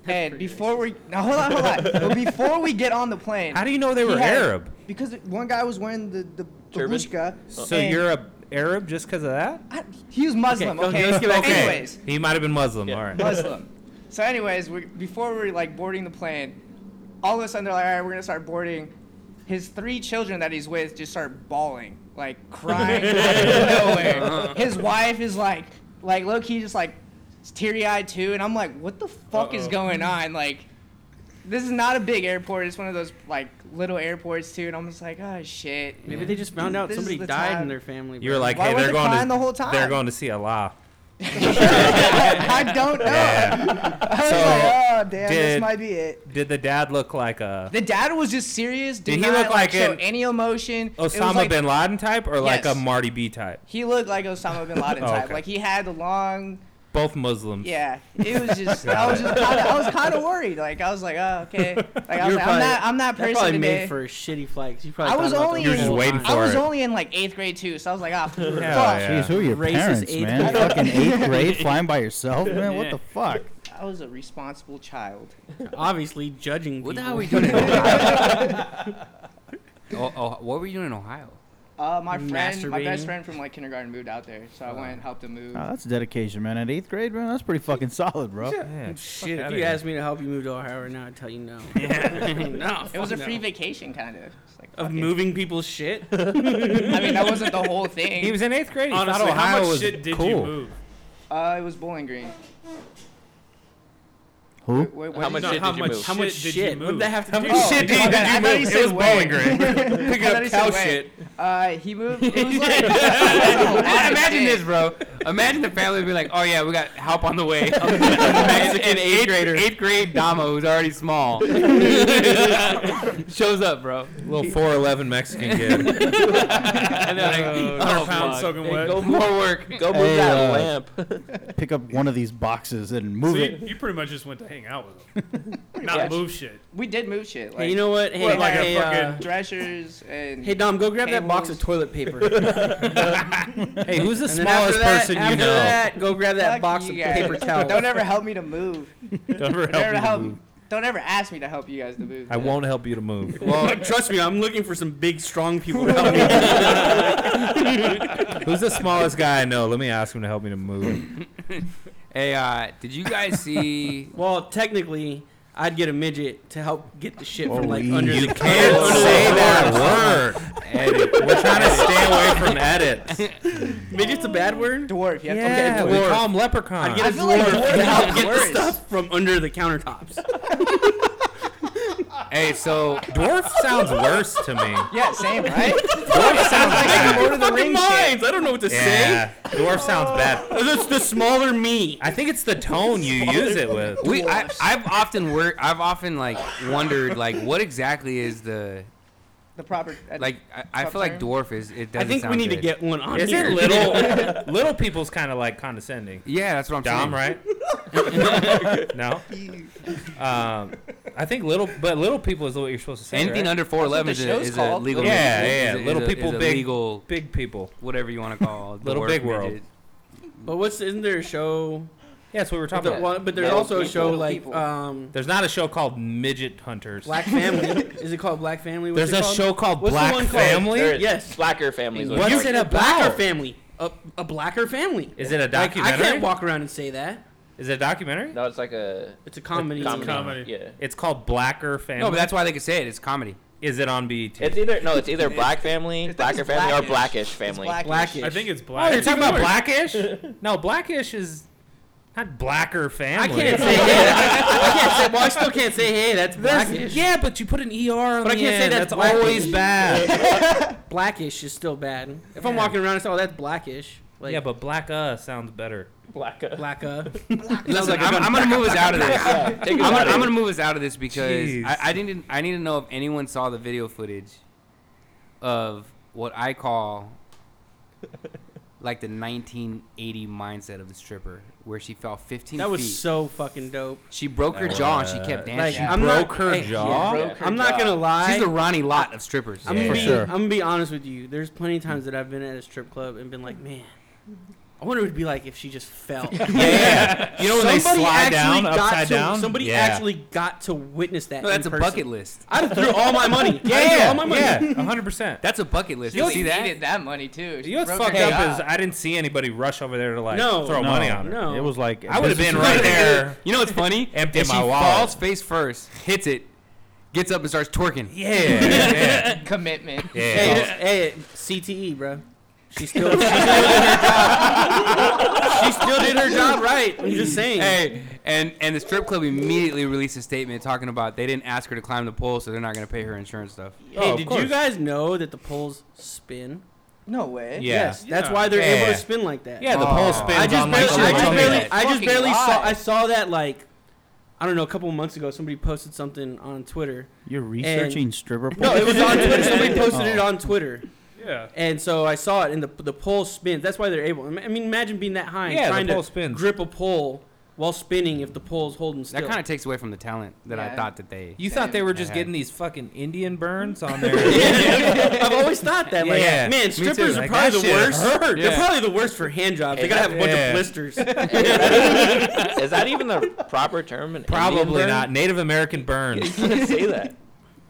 [SPEAKER 3] And before we now hold on, hold on. But before we get on the plane,
[SPEAKER 5] How do you know they
[SPEAKER 3] he
[SPEAKER 5] were
[SPEAKER 3] had-
[SPEAKER 5] Arab?
[SPEAKER 3] Because one guy was wearing the the
[SPEAKER 2] Turban?
[SPEAKER 3] babushka.
[SPEAKER 5] So
[SPEAKER 3] and
[SPEAKER 5] you're a Arab just because of that?
[SPEAKER 3] I- he was Muslim.
[SPEAKER 4] Okay,
[SPEAKER 3] Okay.
[SPEAKER 4] let's get back to
[SPEAKER 5] Okay.
[SPEAKER 3] Anyways,
[SPEAKER 5] He might have been Muslim.
[SPEAKER 2] Yeah.
[SPEAKER 5] All right.
[SPEAKER 3] Muslim. So, anyways, we, before we were like boarding the plane, all of a sudden they're like, all right, we're gonna start boarding. His three children that he's with just start bawling, like crying out of nowhere. His wife is like, like low key, just like teary eyed too. And I'm like, what the fuck is
[SPEAKER 7] Uh-oh.
[SPEAKER 3] going on? Like, this is not a big airport. It's one of those like little airports too. And I'm just like, oh shit.
[SPEAKER 4] Maybe they just found out
[SPEAKER 3] This is
[SPEAKER 4] somebody
[SPEAKER 3] the
[SPEAKER 4] died
[SPEAKER 3] time.
[SPEAKER 4] in their family.
[SPEAKER 5] You were like,
[SPEAKER 3] Why
[SPEAKER 5] hey,
[SPEAKER 3] were
[SPEAKER 5] they're
[SPEAKER 3] they
[SPEAKER 5] going to
[SPEAKER 3] crying the whole time?
[SPEAKER 5] they're going to see Allah.
[SPEAKER 3] I don't know. I was
[SPEAKER 5] So,
[SPEAKER 3] like, oh damn,
[SPEAKER 5] did-
[SPEAKER 3] this might be it.
[SPEAKER 5] Did the dad look like a
[SPEAKER 3] The dad was just serious. Did,
[SPEAKER 5] Did he
[SPEAKER 3] not,
[SPEAKER 5] look
[SPEAKER 3] like,
[SPEAKER 5] like
[SPEAKER 3] show
[SPEAKER 5] an-
[SPEAKER 3] any emotion? It was
[SPEAKER 5] Osama
[SPEAKER 3] like-
[SPEAKER 5] bin Laden type or like a
[SPEAKER 3] Yes.
[SPEAKER 5] Marty B type?
[SPEAKER 3] He looked like Osama bin Laden
[SPEAKER 5] Oh,
[SPEAKER 3] type.
[SPEAKER 5] okay.
[SPEAKER 3] Like he had the long.
[SPEAKER 5] Both Muslims.
[SPEAKER 3] Yeah, it was just. I was just. Kinda, I was kind of worried. Like I was like, oh okay. Like I was
[SPEAKER 4] You're
[SPEAKER 3] like,
[SPEAKER 4] probably-
[SPEAKER 3] I'm not. I'm that
[SPEAKER 4] that probably
[SPEAKER 3] person
[SPEAKER 4] made
[SPEAKER 3] today.
[SPEAKER 4] for a shitty flight. 'cause You probably
[SPEAKER 3] I
[SPEAKER 4] thought
[SPEAKER 3] was
[SPEAKER 4] about the
[SPEAKER 3] only in-
[SPEAKER 4] whole
[SPEAKER 5] You're just waiting
[SPEAKER 4] time.
[SPEAKER 3] I was
[SPEAKER 5] for it.
[SPEAKER 3] only in like eighth grade too, so I was like, ah, fuck.
[SPEAKER 5] Hell
[SPEAKER 6] Jeez, who are your
[SPEAKER 4] Racist
[SPEAKER 6] parents,
[SPEAKER 4] eighth
[SPEAKER 6] man?
[SPEAKER 4] grade.
[SPEAKER 6] Fucking eighth grade, flying by yourself, man. What the fuck?
[SPEAKER 3] I was a responsible child.
[SPEAKER 4] obviously judging.
[SPEAKER 1] What the
[SPEAKER 4] people.
[SPEAKER 1] hell were you doing in Ohio? oh, oh, what were you doing in Ohio?
[SPEAKER 3] Uh, my friend, my
[SPEAKER 4] Masturbating.
[SPEAKER 3] best friend from like kindergarten moved out there, so
[SPEAKER 5] Uh,
[SPEAKER 3] I went and helped him move.
[SPEAKER 6] Oh, that's dedication, man. At eighth grade, man, that's pretty fucking solid, bro.
[SPEAKER 5] Yeah,
[SPEAKER 4] Shit,
[SPEAKER 5] fuck
[SPEAKER 4] if
[SPEAKER 5] outta
[SPEAKER 4] you
[SPEAKER 5] here.
[SPEAKER 4] asked me to help you move to Ohio right now, I'd tell you no. no,
[SPEAKER 3] it was a
[SPEAKER 4] fuck
[SPEAKER 3] free
[SPEAKER 4] no.
[SPEAKER 3] vacation, kind of. It's Like,
[SPEAKER 4] of
[SPEAKER 3] fuck it.
[SPEAKER 4] moving people's shit.
[SPEAKER 3] I mean, that wasn't the whole thing.
[SPEAKER 5] He was in eighth grade. He
[SPEAKER 7] Honestly,
[SPEAKER 5] thought Ohio
[SPEAKER 7] how much
[SPEAKER 5] was
[SPEAKER 7] shit did
[SPEAKER 5] cool.
[SPEAKER 7] you move?
[SPEAKER 3] uh, it was Bowling Green.
[SPEAKER 6] Who?
[SPEAKER 3] Wait, what
[SPEAKER 2] How
[SPEAKER 3] did
[SPEAKER 2] much
[SPEAKER 3] you-
[SPEAKER 7] No,
[SPEAKER 2] shit
[SPEAKER 7] how
[SPEAKER 2] did you
[SPEAKER 7] much
[SPEAKER 2] move?
[SPEAKER 4] How much shit?
[SPEAKER 7] shit did you
[SPEAKER 4] What did
[SPEAKER 7] move?
[SPEAKER 4] that have to
[SPEAKER 5] How
[SPEAKER 4] do?
[SPEAKER 5] much
[SPEAKER 3] Oh,
[SPEAKER 5] shit did,
[SPEAKER 3] my
[SPEAKER 5] did
[SPEAKER 3] bad. I
[SPEAKER 5] you
[SPEAKER 3] thought
[SPEAKER 5] move?
[SPEAKER 3] he
[SPEAKER 5] It
[SPEAKER 3] said
[SPEAKER 5] was
[SPEAKER 3] way.
[SPEAKER 5] Bowling Green. Pick
[SPEAKER 3] thought
[SPEAKER 5] up
[SPEAKER 3] he said
[SPEAKER 5] cow
[SPEAKER 3] way.
[SPEAKER 5] shit.
[SPEAKER 3] Uh, he moved. It was like that's a lot of
[SPEAKER 1] Imagine
[SPEAKER 3] shit.
[SPEAKER 1] this, bro. Imagine the family would be like, "Oh yeah, we got help on the way." Mexican eighth grader, eighth grade Damo, who's already small, shows up, bro.
[SPEAKER 5] Little four eleven Mexican kid.
[SPEAKER 1] And they're like,
[SPEAKER 7] Hundred
[SPEAKER 1] "Oh,
[SPEAKER 7] pounds
[SPEAKER 1] fuck.
[SPEAKER 7] soaking
[SPEAKER 2] Hey,
[SPEAKER 7] wet.
[SPEAKER 2] go
[SPEAKER 7] So
[SPEAKER 1] more work."
[SPEAKER 2] Go move
[SPEAKER 6] Hey,
[SPEAKER 2] that
[SPEAKER 6] uh,
[SPEAKER 2] lamp.
[SPEAKER 6] Pick up one of these boxes and move
[SPEAKER 7] you,
[SPEAKER 6] it.
[SPEAKER 7] you pretty much just went to hang out with them, not
[SPEAKER 3] much.
[SPEAKER 7] move shit.
[SPEAKER 3] We did move shit. Like,
[SPEAKER 4] Hey, you know what? Hey,
[SPEAKER 3] What, like
[SPEAKER 7] a
[SPEAKER 4] hey, uh,
[SPEAKER 7] fucking-
[SPEAKER 3] dressers and
[SPEAKER 4] hey, Dom, go grab that box of toilet paper. and
[SPEAKER 5] hey, who's the
[SPEAKER 4] then after
[SPEAKER 5] smallest
[SPEAKER 4] that,
[SPEAKER 5] person
[SPEAKER 4] after
[SPEAKER 5] you know?
[SPEAKER 4] that, go grab that
[SPEAKER 3] Fuck
[SPEAKER 4] box
[SPEAKER 3] you
[SPEAKER 4] of
[SPEAKER 3] guys.
[SPEAKER 4] paper towels.
[SPEAKER 3] Don't ever help me to move.
[SPEAKER 5] Don't ever
[SPEAKER 3] Don't ever
[SPEAKER 5] help
[SPEAKER 3] help.
[SPEAKER 5] me move.
[SPEAKER 3] Don't ever ask me to help you guys to move.
[SPEAKER 5] I won't help you to move.
[SPEAKER 4] Well, trust me, I'm looking for some big, strong people to help me.
[SPEAKER 5] Who's the smallest guy I know? Let me ask him to help me to move.
[SPEAKER 1] Hey, uh, did you guys see?
[SPEAKER 4] well, technically, I'd get a midget to help get the shit from like
[SPEAKER 3] Oh,
[SPEAKER 5] Holy-
[SPEAKER 4] under
[SPEAKER 5] you
[SPEAKER 4] the
[SPEAKER 5] can't
[SPEAKER 4] under the-
[SPEAKER 5] say that word.
[SPEAKER 1] Edit.
[SPEAKER 5] We're trying to stay away from edits.
[SPEAKER 4] Midget's a bad word.
[SPEAKER 3] Dwarf. You have
[SPEAKER 5] Yeah,
[SPEAKER 3] to
[SPEAKER 5] we call him
[SPEAKER 4] I'd
[SPEAKER 5] leprechaun.
[SPEAKER 4] get a
[SPEAKER 3] I feel like
[SPEAKER 4] dwarf
[SPEAKER 3] dwarf
[SPEAKER 4] to help
[SPEAKER 3] is
[SPEAKER 4] get
[SPEAKER 3] worse.
[SPEAKER 4] the stuff from under the countertops.
[SPEAKER 1] Hey, so
[SPEAKER 5] Dwarf sounds worse to me.
[SPEAKER 3] Yeah, same, right?
[SPEAKER 5] Dwarf sounds
[SPEAKER 3] like the
[SPEAKER 5] bad.
[SPEAKER 3] Lord of the
[SPEAKER 4] Fucking
[SPEAKER 3] Rings shit.
[SPEAKER 4] minds. I don't know what to say.
[SPEAKER 5] Yeah, dwarf sounds bad.
[SPEAKER 4] That's the smaller me.
[SPEAKER 5] I think it's the tone you use it with.
[SPEAKER 1] we, I,
[SPEAKER 3] Dwarfs.
[SPEAKER 1] I've often wor- I've often like wondered like what exactly is the
[SPEAKER 3] The proper. uh,
[SPEAKER 1] like I, I feel like
[SPEAKER 3] Subterm?
[SPEAKER 1] dwarf is it
[SPEAKER 4] I
[SPEAKER 1] doesn't.
[SPEAKER 4] think we
[SPEAKER 1] sound
[SPEAKER 4] need to
[SPEAKER 1] good.
[SPEAKER 4] get one on
[SPEAKER 5] Is
[SPEAKER 4] here.
[SPEAKER 5] it little? Little people's kind of like condescending.
[SPEAKER 1] Yeah, that's what I'm saying.
[SPEAKER 5] Dom, right? no. Um, I think little, but little people is what you're supposed to say.
[SPEAKER 1] Anything
[SPEAKER 5] right?
[SPEAKER 1] under four eleven is, a-
[SPEAKER 3] show's
[SPEAKER 1] is a
[SPEAKER 3] called.
[SPEAKER 1] legal.
[SPEAKER 5] Yeah,
[SPEAKER 1] is a-
[SPEAKER 5] yeah,
[SPEAKER 1] is a-
[SPEAKER 5] little
[SPEAKER 1] is a- is
[SPEAKER 5] people,
[SPEAKER 1] a
[SPEAKER 5] big-
[SPEAKER 1] legal,
[SPEAKER 5] big people.
[SPEAKER 1] whatever you want to call it,
[SPEAKER 5] Little
[SPEAKER 1] dwarf,
[SPEAKER 5] big world.
[SPEAKER 1] midget.
[SPEAKER 4] But what's isn't there a show?
[SPEAKER 5] Yeah, that's what we were
[SPEAKER 4] But,
[SPEAKER 5] talking
[SPEAKER 4] the
[SPEAKER 5] about.
[SPEAKER 4] one- but there's
[SPEAKER 3] Little
[SPEAKER 4] also a
[SPEAKER 3] people,
[SPEAKER 4] show
[SPEAKER 3] little
[SPEAKER 4] like
[SPEAKER 3] people.
[SPEAKER 4] um,
[SPEAKER 5] There's not a show called Midget Hunters.
[SPEAKER 4] Black Family. is it called Black Family? What's
[SPEAKER 5] There's
[SPEAKER 4] it
[SPEAKER 5] a
[SPEAKER 4] called?
[SPEAKER 5] show called
[SPEAKER 4] What's the
[SPEAKER 5] Black
[SPEAKER 4] one called?
[SPEAKER 5] Family.
[SPEAKER 2] There is
[SPEAKER 4] Yes.
[SPEAKER 2] Blacker families. was
[SPEAKER 5] What's
[SPEAKER 2] great.
[SPEAKER 5] it
[SPEAKER 4] a blacker
[SPEAKER 5] about?
[SPEAKER 4] family. A, a blacker family.
[SPEAKER 5] Is it a
[SPEAKER 4] Like, I
[SPEAKER 5] documentary?
[SPEAKER 4] can't walk around and say that.
[SPEAKER 5] Is it a documentary?
[SPEAKER 2] No, it's like a
[SPEAKER 4] It's a comedy.
[SPEAKER 2] comedy.
[SPEAKER 7] Comedy.
[SPEAKER 2] Yeah.
[SPEAKER 5] It's called Blacker Family.
[SPEAKER 1] No, but that's why they could say it. It's comedy.
[SPEAKER 5] Is it on BET?
[SPEAKER 2] It's either no, it's either black family,
[SPEAKER 3] It's
[SPEAKER 2] blacker
[SPEAKER 3] just
[SPEAKER 2] family, or blackish
[SPEAKER 3] blackish.
[SPEAKER 2] family.
[SPEAKER 3] It's
[SPEAKER 4] Blackish.
[SPEAKER 7] I think it's
[SPEAKER 5] oh,
[SPEAKER 7] black.
[SPEAKER 5] you're talking about Blackish? no, Blackish is not Blacker Family.
[SPEAKER 4] I can't say hey. I can't say. Well, I still can't say hey. That's
[SPEAKER 5] There's-
[SPEAKER 4] blackish.
[SPEAKER 5] Yeah, but you put an ER on
[SPEAKER 4] But I
[SPEAKER 5] the
[SPEAKER 4] can't say
[SPEAKER 5] end.
[SPEAKER 4] that's
[SPEAKER 5] that's always
[SPEAKER 4] Blackish.
[SPEAKER 5] bad.
[SPEAKER 4] Blackish is still bad. If I'm walking around and say, "Oh, that's blackish," like
[SPEAKER 5] yeah, but Black Uh sounds better.
[SPEAKER 2] Blacker.
[SPEAKER 4] blacka.
[SPEAKER 1] Listen, I'm, I'm gonna move us out of this.
[SPEAKER 2] Take it
[SPEAKER 1] I'm
[SPEAKER 2] out
[SPEAKER 1] gonna, I'm
[SPEAKER 2] of it.
[SPEAKER 1] gonna move us out of this because
[SPEAKER 5] Jeez.
[SPEAKER 1] I, I didn't. I need to know if anyone saw the video footage of what I call like the 1980 mindset of the stripper, where she fell 15
[SPEAKER 4] That
[SPEAKER 1] feet.
[SPEAKER 4] was so fucking dope.
[SPEAKER 1] she broke her jaw and she kept dancing.
[SPEAKER 4] Like
[SPEAKER 1] She
[SPEAKER 4] I'm
[SPEAKER 5] broke
[SPEAKER 4] not,
[SPEAKER 5] her
[SPEAKER 4] hey,
[SPEAKER 5] jaw?
[SPEAKER 4] yeah,
[SPEAKER 2] Broke her
[SPEAKER 4] I'm not
[SPEAKER 2] jaw.
[SPEAKER 4] gonna lie.
[SPEAKER 1] She's the Ronnie Lott of strippers.
[SPEAKER 4] I'm gonna
[SPEAKER 5] Yeah, for
[SPEAKER 4] be,
[SPEAKER 5] sure.
[SPEAKER 4] I'm gonna be honest with you. There's plenty of times that I've been at a strip club and been like, man, I wonder what it'd be like if she just fell. Oh,
[SPEAKER 5] You know when they
[SPEAKER 4] Somebody
[SPEAKER 5] slide down,
[SPEAKER 4] actually got
[SPEAKER 5] upside
[SPEAKER 4] to,
[SPEAKER 5] down?
[SPEAKER 4] Somebody
[SPEAKER 5] Yeah.
[SPEAKER 4] actually got to witness that.
[SPEAKER 1] No, that's a
[SPEAKER 4] in
[SPEAKER 1] bucket
[SPEAKER 4] person.
[SPEAKER 1] list.
[SPEAKER 4] I'd have threw all my money. I'd threw all my money.
[SPEAKER 5] yeah, 100%.
[SPEAKER 1] That's a bucket list. You
[SPEAKER 3] You
[SPEAKER 1] see that?
[SPEAKER 3] needed that money too.
[SPEAKER 5] You know what's fucked up is I didn't see anybody rush over there to like
[SPEAKER 4] No,
[SPEAKER 5] throw
[SPEAKER 4] no,
[SPEAKER 5] money on her.
[SPEAKER 4] No.
[SPEAKER 6] It was like
[SPEAKER 5] I would have
[SPEAKER 6] this
[SPEAKER 5] been
[SPEAKER 6] is-
[SPEAKER 5] right there.
[SPEAKER 1] You know what's funny?
[SPEAKER 5] Empty
[SPEAKER 1] If
[SPEAKER 5] my
[SPEAKER 1] she
[SPEAKER 5] wallet.
[SPEAKER 1] falls face first, hits it, gets up and starts twerking.
[SPEAKER 5] Yeah, yeah,
[SPEAKER 3] commitment.
[SPEAKER 5] yeah.
[SPEAKER 4] Hey, hey, CTE, bro. She still, she still did her job. She still did her job right. I'm just saying.
[SPEAKER 1] Hey, and and the strip club immediately released a statement talking about they didn't ask her to climb the pole, so they're not gonna pay her insurance stuff.
[SPEAKER 4] Hey,
[SPEAKER 5] Oh, of
[SPEAKER 4] did
[SPEAKER 5] course.
[SPEAKER 4] you guys know that the poles spin?
[SPEAKER 3] No way.
[SPEAKER 5] Yeah.
[SPEAKER 4] Yes, that's
[SPEAKER 7] Yeah.
[SPEAKER 4] why they're
[SPEAKER 5] Yeah.
[SPEAKER 4] able to spin like that.
[SPEAKER 5] Yeah, the pole spins
[SPEAKER 4] I just
[SPEAKER 5] on like
[SPEAKER 4] barely,
[SPEAKER 5] the
[SPEAKER 4] I just
[SPEAKER 5] roller
[SPEAKER 4] barely,
[SPEAKER 5] coaster.
[SPEAKER 4] I just
[SPEAKER 3] Fucking
[SPEAKER 4] barely saw.
[SPEAKER 3] lie.
[SPEAKER 4] I saw that like, I don't know, a couple months ago. Somebody posted something on Twitter.
[SPEAKER 6] You're researching stripper porn.
[SPEAKER 4] No, it was on Twitter. Somebody posted it
[SPEAKER 6] Oh.
[SPEAKER 4] on Twitter,
[SPEAKER 7] Yeah.
[SPEAKER 4] and so I saw it. And the the pole spins. That's why they're able. I mean, imagine being that high and
[SPEAKER 5] Yeah, the
[SPEAKER 4] trying
[SPEAKER 5] pole
[SPEAKER 4] to
[SPEAKER 5] spins.
[SPEAKER 4] grip a pole while spinning if the pole's holding still.
[SPEAKER 1] That kind of takes away from the talent that I
[SPEAKER 3] Yeah.
[SPEAKER 1] thought that they.
[SPEAKER 5] You thought they were just
[SPEAKER 1] Yeah.
[SPEAKER 5] getting these fucking Indian burns on their.
[SPEAKER 4] I've always thought that. Like,
[SPEAKER 5] Yeah, me
[SPEAKER 4] man, strippers
[SPEAKER 5] too.
[SPEAKER 4] are
[SPEAKER 5] Like,
[SPEAKER 4] probably
[SPEAKER 5] that
[SPEAKER 4] the
[SPEAKER 5] shit
[SPEAKER 4] worst.
[SPEAKER 5] hurt.
[SPEAKER 4] They're
[SPEAKER 5] Yeah.
[SPEAKER 4] probably the worst for hand jobs. They gotta have a bunch
[SPEAKER 5] Yeah.
[SPEAKER 4] of blisters.
[SPEAKER 2] Is that even the proper term? An
[SPEAKER 5] Probably
[SPEAKER 2] Indian
[SPEAKER 5] not Native American burns.
[SPEAKER 2] burn? You say that.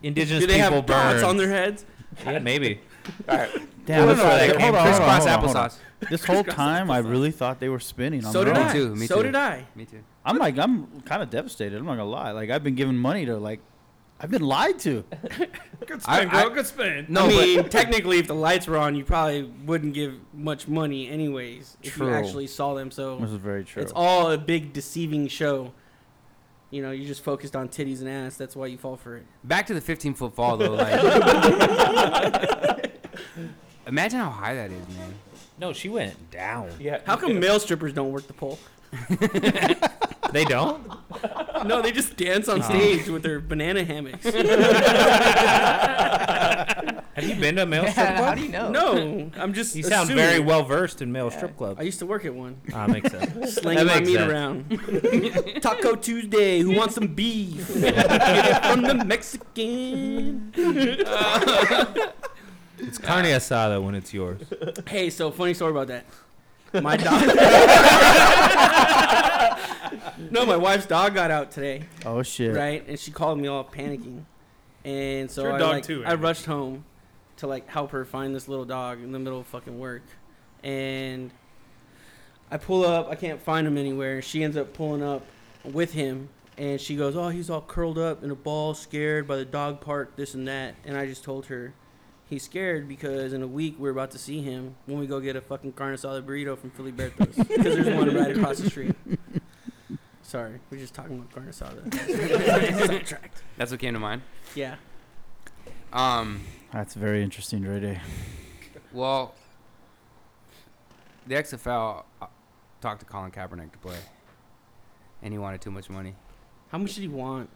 [SPEAKER 5] Indigenous
[SPEAKER 4] Do they
[SPEAKER 5] people
[SPEAKER 4] have dots
[SPEAKER 5] burns
[SPEAKER 4] on their heads?
[SPEAKER 5] Yeah, maybe.
[SPEAKER 2] All right.
[SPEAKER 6] Damn,
[SPEAKER 5] I don't
[SPEAKER 6] this,
[SPEAKER 5] know where that
[SPEAKER 6] hold
[SPEAKER 5] came from.
[SPEAKER 6] on, hold on,
[SPEAKER 1] crisscross
[SPEAKER 6] hold on, hold on.
[SPEAKER 1] applesauce.
[SPEAKER 6] This whole time, I really thought they were spinning. On
[SPEAKER 4] So
[SPEAKER 6] their
[SPEAKER 4] did
[SPEAKER 6] own.
[SPEAKER 4] I.
[SPEAKER 1] Me too, me
[SPEAKER 4] so
[SPEAKER 1] too.
[SPEAKER 4] did I.
[SPEAKER 1] Me too.
[SPEAKER 6] I'm like, I'm kind of devastated. I'm not gonna lie. Like, I've been giving money to like, I've been lied to.
[SPEAKER 7] Good
[SPEAKER 1] I-
[SPEAKER 7] spin, girl.
[SPEAKER 1] I-
[SPEAKER 7] Good spin.
[SPEAKER 1] No,
[SPEAKER 4] I
[SPEAKER 1] but-
[SPEAKER 4] mean, technically, if the lights were on, you probably wouldn't give much money, anyways, if
[SPEAKER 6] True.
[SPEAKER 4] you actually saw them.
[SPEAKER 6] This
[SPEAKER 4] So
[SPEAKER 6] is very true.
[SPEAKER 4] it's all a big deceiving show. You know, you just focused on titties and ass. That's why you fall for it.
[SPEAKER 1] Back to the 15 foot fall though. Like, imagine how high that is, man.
[SPEAKER 5] No, she went down.
[SPEAKER 2] Yeah.
[SPEAKER 4] How come male strippers don't work the pole?
[SPEAKER 5] They don't.
[SPEAKER 4] No, they just dance on stage with their banana hammocks.
[SPEAKER 5] Have you been to a male
[SPEAKER 3] Man,
[SPEAKER 5] strip club?
[SPEAKER 3] how do you know?
[SPEAKER 4] no, I'm just.
[SPEAKER 5] You sound
[SPEAKER 4] assuming.
[SPEAKER 5] very well versed in male strip
[SPEAKER 4] I
[SPEAKER 5] club.
[SPEAKER 4] used to work at one.
[SPEAKER 5] Ah, makes sense.
[SPEAKER 4] Sling
[SPEAKER 5] That
[SPEAKER 4] my
[SPEAKER 5] makes
[SPEAKER 4] meat
[SPEAKER 5] sense.
[SPEAKER 4] around. Taco Tuesday. Who wants some beef? Get it from the Mexican.
[SPEAKER 5] It's carne asada when it's yours.
[SPEAKER 4] Hey, so funny story about that. My doctor. no, my wife's dog got out today,
[SPEAKER 6] Oh shit.
[SPEAKER 4] right? And she called me all panicking, and so
[SPEAKER 7] your
[SPEAKER 4] I
[SPEAKER 7] dog
[SPEAKER 4] like,
[SPEAKER 7] too,
[SPEAKER 4] I
[SPEAKER 7] Andrew.
[SPEAKER 4] rushed home to like help her find this little dog in the middle of fucking work, and I pull up. I can't find him anywhere. She ends up pulling up with him, and she goes, "Oh, he's all curled up in a ball, scared by the dog park, this and that." And I just told her. He's scared because in a week we're about to see him when we go get a fucking carne asada burrito from Filiberto's because there's one right across the street. Sorry, we're just talking about carne asada. Sidetracked.
[SPEAKER 1] That's what came to mind.
[SPEAKER 4] Yeah.
[SPEAKER 1] Um,
[SPEAKER 6] That's very interesting, Ray Day.
[SPEAKER 1] well, the XFL uh, talked to Colin Kaepernick to play, and he wanted too much money.
[SPEAKER 4] How much did he want?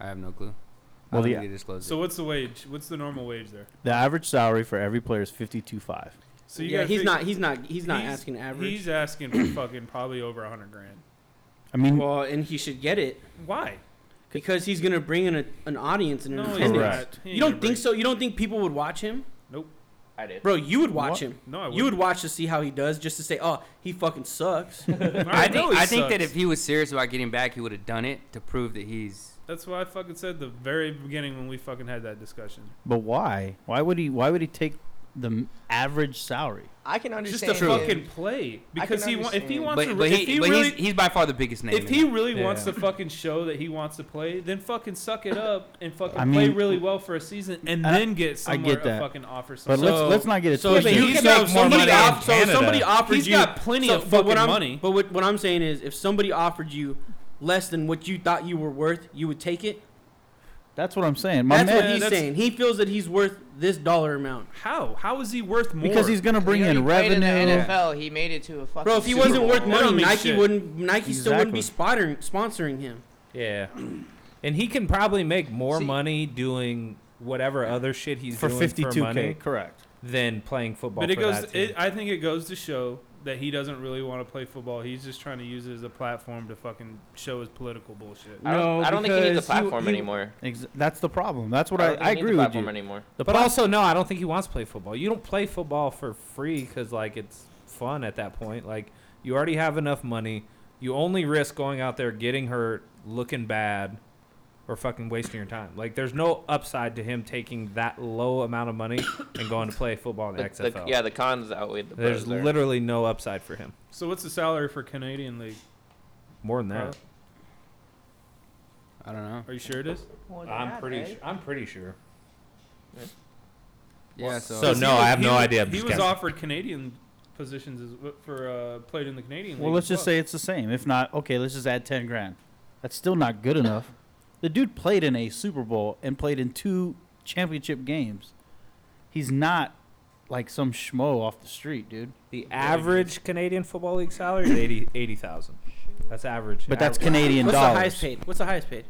[SPEAKER 1] I have no clue.
[SPEAKER 6] Well,
[SPEAKER 1] I don't
[SPEAKER 6] the-
[SPEAKER 1] think they disclosed
[SPEAKER 7] So
[SPEAKER 1] it.
[SPEAKER 7] what's the wage? What's the normal wage there?
[SPEAKER 6] The average salary for every player is fifty-two five.
[SPEAKER 7] So you
[SPEAKER 4] yeah,
[SPEAKER 7] gotta
[SPEAKER 4] he's
[SPEAKER 7] fig-
[SPEAKER 4] not. He's not. He's not
[SPEAKER 7] he's-
[SPEAKER 4] asking average.
[SPEAKER 7] He's asking for fucking probably over a hundred grand.
[SPEAKER 6] I mean,
[SPEAKER 4] well, and he should get it
[SPEAKER 7] Why?
[SPEAKER 4] because he's gonna bring in a, an audience and an
[SPEAKER 7] No, he's
[SPEAKER 4] attendance.
[SPEAKER 6] Correct.
[SPEAKER 7] not. He ain't
[SPEAKER 4] You
[SPEAKER 7] gonna
[SPEAKER 4] don't
[SPEAKER 7] bring-
[SPEAKER 4] think so? You don't think people would watch him,
[SPEAKER 2] I did.
[SPEAKER 4] bro? You would watch
[SPEAKER 6] What?
[SPEAKER 4] him.
[SPEAKER 7] No, I
[SPEAKER 4] You would watch to see how he does, just to say, "Oh, he fucking sucks."
[SPEAKER 1] I think I think that if he was serious about getting back, he would have done it to prove that he's.
[SPEAKER 7] that's why I fucking said the very beginning when we fucking had that discussion.
[SPEAKER 6] but why? Why would he? Why would he take the m- average salary?
[SPEAKER 3] I can
[SPEAKER 7] Just
[SPEAKER 3] understand.
[SPEAKER 7] to
[SPEAKER 1] True.
[SPEAKER 7] fucking play because he wa- if he
[SPEAKER 3] understand.
[SPEAKER 7] wants to
[SPEAKER 1] But, but,
[SPEAKER 7] re-
[SPEAKER 1] he,
[SPEAKER 7] if he
[SPEAKER 1] but
[SPEAKER 7] really
[SPEAKER 1] he's, he's by far the biggest name.
[SPEAKER 7] if
[SPEAKER 1] in
[SPEAKER 7] he
[SPEAKER 1] it.
[SPEAKER 7] really wants
[SPEAKER 5] Yeah.
[SPEAKER 7] to fucking show that he wants to play, then fucking suck it up and fucking
[SPEAKER 6] I
[SPEAKER 7] play
[SPEAKER 6] mean-
[SPEAKER 7] really well for a season, and
[SPEAKER 6] I-
[SPEAKER 7] then get
[SPEAKER 6] I
[SPEAKER 7] somewhere
[SPEAKER 6] get that.
[SPEAKER 7] a fucking offer.
[SPEAKER 6] But
[SPEAKER 7] somewhere.
[SPEAKER 6] let's let's not get it
[SPEAKER 4] So
[SPEAKER 6] twisted.
[SPEAKER 4] if you
[SPEAKER 5] He's
[SPEAKER 4] can
[SPEAKER 5] got
[SPEAKER 4] make
[SPEAKER 5] more
[SPEAKER 4] somebody
[SPEAKER 5] money in
[SPEAKER 4] off, so if
[SPEAKER 5] Canada.
[SPEAKER 4] somebody offered
[SPEAKER 7] He's
[SPEAKER 4] you,
[SPEAKER 7] got plenty
[SPEAKER 4] so-
[SPEAKER 7] of
[SPEAKER 4] but what
[SPEAKER 7] fucking
[SPEAKER 4] I'm-
[SPEAKER 7] money.
[SPEAKER 4] But what, what I'm saying is, if somebody offered you less than what you thought you were worth, you would take it.
[SPEAKER 6] That's what I'm saying. My
[SPEAKER 4] that's
[SPEAKER 6] man,
[SPEAKER 4] what he's
[SPEAKER 7] that's-
[SPEAKER 4] saying. He feels that he's worth this dollar amount.
[SPEAKER 7] how how is he worth more?
[SPEAKER 6] because he's gonna bring
[SPEAKER 3] He
[SPEAKER 6] in
[SPEAKER 3] already played
[SPEAKER 6] revenue.
[SPEAKER 3] In the NFL, he made it to a fucking.
[SPEAKER 4] Bro, if he
[SPEAKER 3] Super
[SPEAKER 4] wasn't
[SPEAKER 3] Bowl.
[SPEAKER 4] worth
[SPEAKER 7] That
[SPEAKER 4] money,
[SPEAKER 7] don't mean
[SPEAKER 4] Nike
[SPEAKER 7] shit.
[SPEAKER 4] wouldn't. Nike still wouldn't be spottering, sponsoring him.
[SPEAKER 5] Yeah. And he can probably make more
[SPEAKER 3] See-
[SPEAKER 5] money doing whatever other shit he's
[SPEAKER 6] for
[SPEAKER 5] doing
[SPEAKER 6] fifty-two
[SPEAKER 5] for money
[SPEAKER 6] k, correct?
[SPEAKER 5] than playing football.
[SPEAKER 7] But it
[SPEAKER 5] for
[SPEAKER 7] goes.
[SPEAKER 5] that team.
[SPEAKER 7] It, I think it goes to show that he doesn't really want to play football. He's just trying to use it as a platform to fucking show his political bullshit.
[SPEAKER 2] I don't,
[SPEAKER 6] No,
[SPEAKER 2] I don't think he needs a
[SPEAKER 6] because he-
[SPEAKER 2] platform
[SPEAKER 6] he-
[SPEAKER 2] anymore.
[SPEAKER 6] Ex- that's the problem. That's what
[SPEAKER 2] I
[SPEAKER 6] I,
[SPEAKER 2] don't think
[SPEAKER 6] I
[SPEAKER 2] he needs
[SPEAKER 6] agree
[SPEAKER 2] a
[SPEAKER 6] with
[SPEAKER 2] platform
[SPEAKER 6] you.
[SPEAKER 2] anymore.
[SPEAKER 5] but also, no, I don't think he wants to play football. You don't play football for free because like it's fun at that point. Like you already have enough money. You only risk going out there getting hurt, looking bad, or fucking wasting your time. Like there's no upside to him taking that low amount of money and going to play football in
[SPEAKER 2] The, the,
[SPEAKER 5] XFL.
[SPEAKER 2] yeah, the cons outweighed the pros
[SPEAKER 5] there's
[SPEAKER 2] there.
[SPEAKER 5] literally no upside for him.
[SPEAKER 7] So what's the salary for Canadian league?
[SPEAKER 5] More than that.
[SPEAKER 7] Probably.
[SPEAKER 1] I don't know.
[SPEAKER 7] Are you sure it is?
[SPEAKER 3] More than
[SPEAKER 5] I'm
[SPEAKER 3] that,
[SPEAKER 5] pretty.
[SPEAKER 6] eh?
[SPEAKER 3] right?
[SPEAKER 5] Su- I'm pretty sure.
[SPEAKER 1] Yeah. So,
[SPEAKER 5] So no, I have
[SPEAKER 7] he
[SPEAKER 5] no
[SPEAKER 7] was-
[SPEAKER 5] idea. I'm
[SPEAKER 7] He
[SPEAKER 5] just
[SPEAKER 7] was
[SPEAKER 5] guessing.
[SPEAKER 7] offered Canadian positions as, for uh, played in the Canadian league.
[SPEAKER 6] Well, let's
[SPEAKER 7] as
[SPEAKER 6] just say it's the same. If not, okay, let's just add ten grand. That's still not good enough. The dude played in a Super Bowl and played in two championship games. He's not like some schmo off the street, dude.
[SPEAKER 5] The average Canadian Football League salary is 80 80,000. that's average.
[SPEAKER 6] But that's
[SPEAKER 5] Average.
[SPEAKER 6] Canadian
[SPEAKER 4] What's the highest
[SPEAKER 6] dollars.
[SPEAKER 4] paid? What's the highest paid?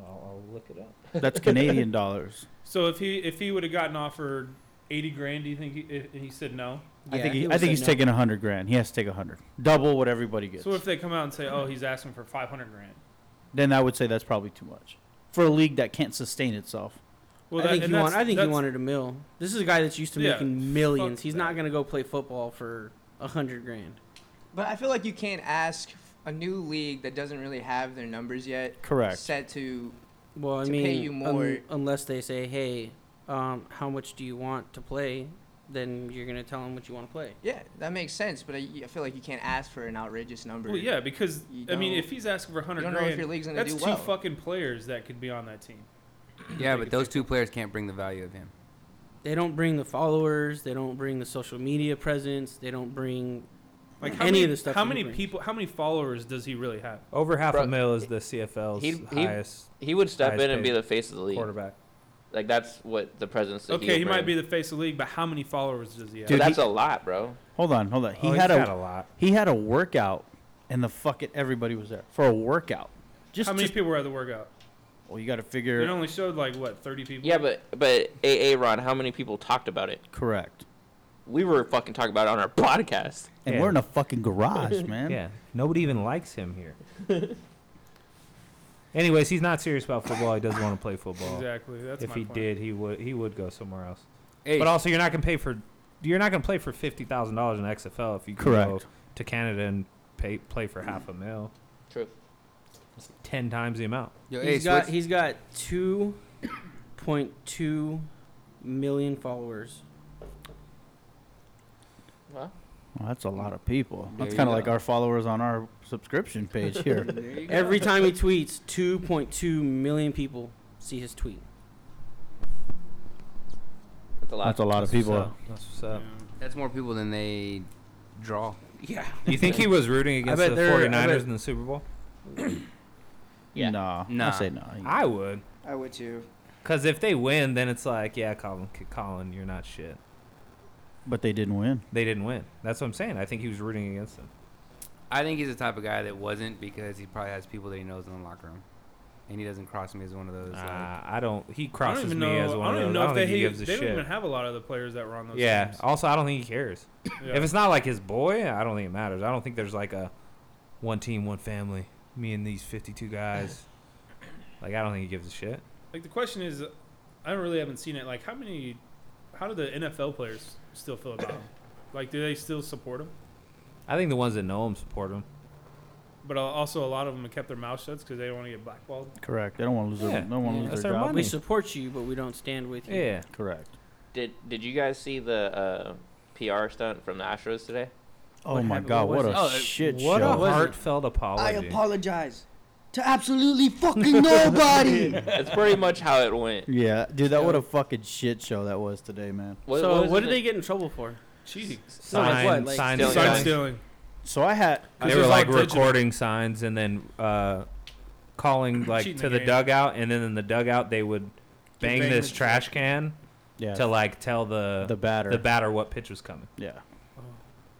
[SPEAKER 5] I'll, I'll look it up.
[SPEAKER 6] That's Canadian dollars.
[SPEAKER 7] So if he if he would have gotten offered eighty grand, do you think he, if, and he said no?
[SPEAKER 6] I think he, I
[SPEAKER 4] would say
[SPEAKER 6] think he's
[SPEAKER 4] no.
[SPEAKER 6] taking a hundred grand. He has to take a hundred, double what everybody gets.
[SPEAKER 7] So if they come out and say, oh, he's asking for five hundred grand,
[SPEAKER 6] then I would say that's probably too much for a league that can't sustain itself.
[SPEAKER 7] well,
[SPEAKER 4] I think, he, want, I think he
[SPEAKER 7] that's-
[SPEAKER 4] wanted a mill. This is a guy that's used to
[SPEAKER 7] Yeah,
[SPEAKER 4] making millions. He's
[SPEAKER 7] that.
[SPEAKER 4] not gonna go play football for a hundred grand.
[SPEAKER 3] But I feel like you can't ask a new league that doesn't really have their numbers yet
[SPEAKER 6] Correct.
[SPEAKER 3] set to.
[SPEAKER 4] Well, I
[SPEAKER 3] To
[SPEAKER 4] mean,
[SPEAKER 3] pay you
[SPEAKER 4] un-
[SPEAKER 3] more.
[SPEAKER 4] unless they say, "Hey, um, how much do you want to play?" Then you're gonna tell them what you want to play.
[SPEAKER 3] Yeah, that makes sense. But I, I feel like you can't ask for an outrageous number.
[SPEAKER 7] Well, yeah, because
[SPEAKER 3] You
[SPEAKER 7] I mean,
[SPEAKER 3] don't-
[SPEAKER 7] if he's asking for hundred
[SPEAKER 3] you don't know if
[SPEAKER 7] grand,
[SPEAKER 3] your league's gonna
[SPEAKER 7] that's
[SPEAKER 3] do
[SPEAKER 7] two
[SPEAKER 3] well.
[SPEAKER 7] fucking players that could be on that team.
[SPEAKER 1] yeah, but those two players can't bring the value of him.
[SPEAKER 4] They don't bring the followers. They don't bring the social media presence. They don't bring
[SPEAKER 7] Like how
[SPEAKER 4] Any
[SPEAKER 7] many,
[SPEAKER 4] of the stuff
[SPEAKER 7] How
[SPEAKER 4] he
[SPEAKER 7] many
[SPEAKER 4] brings.
[SPEAKER 7] people? How many followers does he really have?
[SPEAKER 5] Over half
[SPEAKER 2] Bro,
[SPEAKER 5] a mil is the CFL's
[SPEAKER 2] he- he-
[SPEAKER 5] highest
[SPEAKER 2] He would step
[SPEAKER 5] Highest
[SPEAKER 2] in and be
[SPEAKER 5] paid.
[SPEAKER 2] the face of the league.
[SPEAKER 5] quarterback.
[SPEAKER 2] Like that's what the presence. That
[SPEAKER 7] Okay, he
[SPEAKER 2] would
[SPEAKER 7] might be
[SPEAKER 2] bring.
[SPEAKER 7] the face of the league, but how many followers does he have?
[SPEAKER 2] But
[SPEAKER 6] Dude,
[SPEAKER 2] that's
[SPEAKER 6] he-
[SPEAKER 2] a lot, bro.
[SPEAKER 6] Hold on, hold on. He
[SPEAKER 5] Oh, he's
[SPEAKER 6] had
[SPEAKER 5] got
[SPEAKER 6] a,
[SPEAKER 5] a lot.
[SPEAKER 6] he had a workout, and the fucking everybody was there for a workout. Just,
[SPEAKER 7] how many
[SPEAKER 6] just
[SPEAKER 7] people were at the workout?
[SPEAKER 6] well, you got to
[SPEAKER 7] It
[SPEAKER 6] figure
[SPEAKER 7] only showed like what thirty people.
[SPEAKER 2] Yeah, but but AA Ron, how many people talked about it?
[SPEAKER 6] correct.
[SPEAKER 2] We were fucking talking about it on our podcast.
[SPEAKER 6] And
[SPEAKER 5] Yeah.
[SPEAKER 6] we're in a fucking garage, man.
[SPEAKER 5] Yeah, nobody even likes him here. Anyways, he's not serious about football. He doesn't want to play football.
[SPEAKER 7] exactly. That's
[SPEAKER 5] if
[SPEAKER 7] my
[SPEAKER 5] he
[SPEAKER 7] point.
[SPEAKER 5] did, he would he would go somewhere else.
[SPEAKER 1] Hey,
[SPEAKER 5] But also, you're not gonna pay for you're not gonna play for fifty thousand dollars in XFL if you can
[SPEAKER 6] Correct.
[SPEAKER 5] go to Canada and pay play for half a mil.
[SPEAKER 2] True.
[SPEAKER 5] It's ten times the amount.
[SPEAKER 1] Yo,
[SPEAKER 4] He's
[SPEAKER 1] Ace,
[SPEAKER 4] got
[SPEAKER 1] what's-
[SPEAKER 4] he's got two point two million followers.
[SPEAKER 2] Well,
[SPEAKER 6] Well, that's a lot of people.
[SPEAKER 1] There
[SPEAKER 6] That's
[SPEAKER 1] you
[SPEAKER 6] kind of
[SPEAKER 1] go.
[SPEAKER 6] like our followers on our subscription page here.
[SPEAKER 4] Every time he tweets, two point two million people see his tweet.
[SPEAKER 2] that's a lot.
[SPEAKER 6] that's a lot of people.
[SPEAKER 5] So, that's what's up.
[SPEAKER 1] That's more people than they draw.
[SPEAKER 4] Yeah.
[SPEAKER 5] You think he was rooting against
[SPEAKER 4] bet
[SPEAKER 5] the
[SPEAKER 4] they're- I
[SPEAKER 5] 49ers
[SPEAKER 4] bet-
[SPEAKER 5] in the Super Bowl?
[SPEAKER 6] Yeah. Nah.
[SPEAKER 1] Nah.
[SPEAKER 6] I say no.
[SPEAKER 5] I would.
[SPEAKER 3] I would too.
[SPEAKER 5] Because if they win, then it's like, yeah, Colin, Colin, you're not shit.
[SPEAKER 6] But they didn't win.
[SPEAKER 5] They didn't win. That's what I'm saying. I think he was rooting against them.
[SPEAKER 1] I think he's the type of guy that wasn't because he probably has people that he knows in the locker room, and he doesn't cross me as one of those. Like,
[SPEAKER 5] Uh, I don't. He
[SPEAKER 7] Ah. I don't
[SPEAKER 5] crosses
[SPEAKER 7] even
[SPEAKER 5] me as
[SPEAKER 7] know.
[SPEAKER 5] one
[SPEAKER 7] I don't
[SPEAKER 5] of those.
[SPEAKER 7] even know
[SPEAKER 5] I
[SPEAKER 7] if
[SPEAKER 5] don't
[SPEAKER 7] they
[SPEAKER 5] think he
[SPEAKER 7] hate-
[SPEAKER 5] gives a
[SPEAKER 7] they don't even
[SPEAKER 5] shit.
[SPEAKER 7] have a lot of the players that were on those.
[SPEAKER 5] Yeah.
[SPEAKER 7] teams.
[SPEAKER 5] Also, I don't think he cares.
[SPEAKER 7] Yeah.
[SPEAKER 5] If it's not like his boy, I don't think it matters. I don't think there's like a one team, one family. Me and these 52 guys. like I don't think he gives a shit.
[SPEAKER 7] Like the question is, I don't really haven't seen it. Like how many, how do the NFL players still feel about him? Like do they still support him?
[SPEAKER 5] I think the ones that know him support him.
[SPEAKER 7] But al- also a lot of them have kept their mouth shut because they don't want to get blackballed.
[SPEAKER 6] Correct. They don't want to lose.
[SPEAKER 5] Yeah.
[SPEAKER 6] Their, they don't want
[SPEAKER 5] Yeah.
[SPEAKER 6] to
[SPEAKER 5] That's
[SPEAKER 6] lose their
[SPEAKER 5] their
[SPEAKER 6] job.
[SPEAKER 5] money.
[SPEAKER 4] We support you, but we don't stand with you.
[SPEAKER 5] Yeah.
[SPEAKER 6] Correct.
[SPEAKER 2] Did Did you guys see the uh, PR stunt from the Astros today?
[SPEAKER 6] Oh
[SPEAKER 4] What
[SPEAKER 6] my
[SPEAKER 4] happened-
[SPEAKER 6] God!
[SPEAKER 4] what
[SPEAKER 6] What,
[SPEAKER 4] was
[SPEAKER 6] a
[SPEAKER 1] it? Oh, it-
[SPEAKER 6] shit
[SPEAKER 5] What
[SPEAKER 6] show.
[SPEAKER 5] a heartfelt apology.
[SPEAKER 3] apologize to absolutely fucking nobody.
[SPEAKER 2] That's pretty much how it went.
[SPEAKER 6] yeah, dude, that what a fucking shit show that was today, man.
[SPEAKER 4] so
[SPEAKER 2] was
[SPEAKER 4] what
[SPEAKER 2] it
[SPEAKER 4] did they get in trouble for?
[SPEAKER 7] Cheating,
[SPEAKER 5] Sign,
[SPEAKER 4] Like what, like-
[SPEAKER 5] sign,
[SPEAKER 2] Stealing
[SPEAKER 5] sign.
[SPEAKER 7] sign
[SPEAKER 2] guys.
[SPEAKER 7] stealing.
[SPEAKER 6] So I had
[SPEAKER 5] They
[SPEAKER 7] It
[SPEAKER 5] were
[SPEAKER 7] was
[SPEAKER 5] like
[SPEAKER 7] all digital.
[SPEAKER 5] recording signs and then uh, calling like
[SPEAKER 7] Cheating
[SPEAKER 5] to
[SPEAKER 7] the
[SPEAKER 5] the
[SPEAKER 7] game.
[SPEAKER 5] dugout, and then in the dugout they would bang
[SPEAKER 7] bang
[SPEAKER 5] this
[SPEAKER 7] the-
[SPEAKER 5] trash can
[SPEAKER 6] yeah
[SPEAKER 5] to like tell the
[SPEAKER 6] the batter.
[SPEAKER 5] the batter what pitch was coming.
[SPEAKER 6] yeah,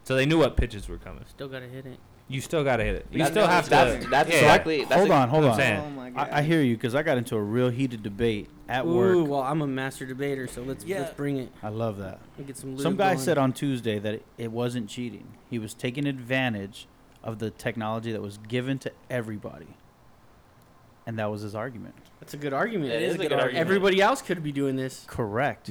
[SPEAKER 5] So they knew what pitches were coming.
[SPEAKER 4] Still gotta hit it.
[SPEAKER 5] You still gotta hit it. You
[SPEAKER 2] That's-
[SPEAKER 5] still have to.
[SPEAKER 2] That's, that's
[SPEAKER 5] yeah.
[SPEAKER 2] exactly. That's
[SPEAKER 6] hold
[SPEAKER 2] ex-
[SPEAKER 6] on, hold
[SPEAKER 5] I'm
[SPEAKER 6] on.
[SPEAKER 5] saying.
[SPEAKER 3] Oh my god.
[SPEAKER 6] I, I hear you because I got into a real heated debate at
[SPEAKER 4] Ooh,
[SPEAKER 6] work.
[SPEAKER 4] well, I'm a master debater, so let's let's
[SPEAKER 3] Yeah.
[SPEAKER 4] bring it.
[SPEAKER 6] I love that.
[SPEAKER 4] and get some.
[SPEAKER 6] Some
[SPEAKER 4] lube
[SPEAKER 6] guy
[SPEAKER 4] going.
[SPEAKER 6] said uh, on Tuesday that it wasn't cheating. He was taking advantage of the technology that was given to everybody, and that was his argument.
[SPEAKER 4] that's a good argument.
[SPEAKER 2] That is a good argument.
[SPEAKER 4] Everybody else could be doing this.
[SPEAKER 6] Correct.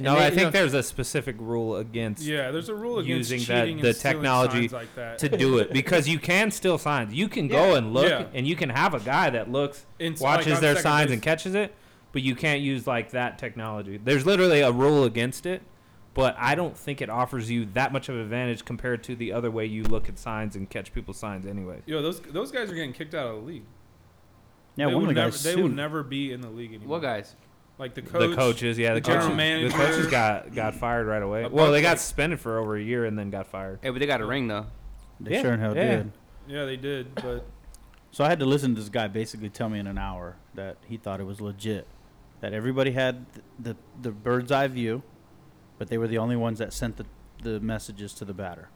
[SPEAKER 5] No,
[SPEAKER 4] And they-
[SPEAKER 5] I think
[SPEAKER 4] no.
[SPEAKER 5] there's a specific rule against
[SPEAKER 7] Yeah, there's a rule against
[SPEAKER 5] Using that-
[SPEAKER 7] cheating
[SPEAKER 5] the
[SPEAKER 7] and stealing
[SPEAKER 5] technology
[SPEAKER 7] signs like that.
[SPEAKER 5] to do it because you can steal signs. You can go and look,
[SPEAKER 7] Yeah.
[SPEAKER 5] and you can have a guy that looks,
[SPEAKER 7] It's like
[SPEAKER 5] watches
[SPEAKER 7] on
[SPEAKER 5] their
[SPEAKER 7] second
[SPEAKER 5] signs
[SPEAKER 7] base.
[SPEAKER 5] and catches it, but you can't use like that technology. There's literally a rule against it, but I don't think it offers you that much of an advantage compared to the other way you look at signs and catch people's signs anyway.
[SPEAKER 7] Yo, those those guys are getting kicked out of the league.
[SPEAKER 6] Yeah,
[SPEAKER 7] they
[SPEAKER 6] one of
[SPEAKER 7] will
[SPEAKER 6] the
[SPEAKER 7] never,
[SPEAKER 6] guys
[SPEAKER 7] they will
[SPEAKER 6] sued.
[SPEAKER 7] never be in the league anymore.
[SPEAKER 1] what guys?
[SPEAKER 7] Like the coach.
[SPEAKER 5] the coaches, yeah, the,
[SPEAKER 7] the general
[SPEAKER 5] coaches, the
[SPEAKER 7] manager.
[SPEAKER 5] coaches got got fired right away.
[SPEAKER 7] A
[SPEAKER 5] Well,
[SPEAKER 7] bunch
[SPEAKER 5] they
[SPEAKER 7] of-
[SPEAKER 5] got suspended for over a year and then got fired.
[SPEAKER 1] Hey, but they got a ring though.
[SPEAKER 6] They
[SPEAKER 5] Yeah,
[SPEAKER 6] sure in hell
[SPEAKER 5] yeah.
[SPEAKER 6] did.
[SPEAKER 7] Yeah, they did, but
[SPEAKER 6] So I had to listen to this guy basically tell me in an hour that he thought it was legit, that everybody had th- the the bird's eye view, but they were the only ones that sent the, the messages to the batter.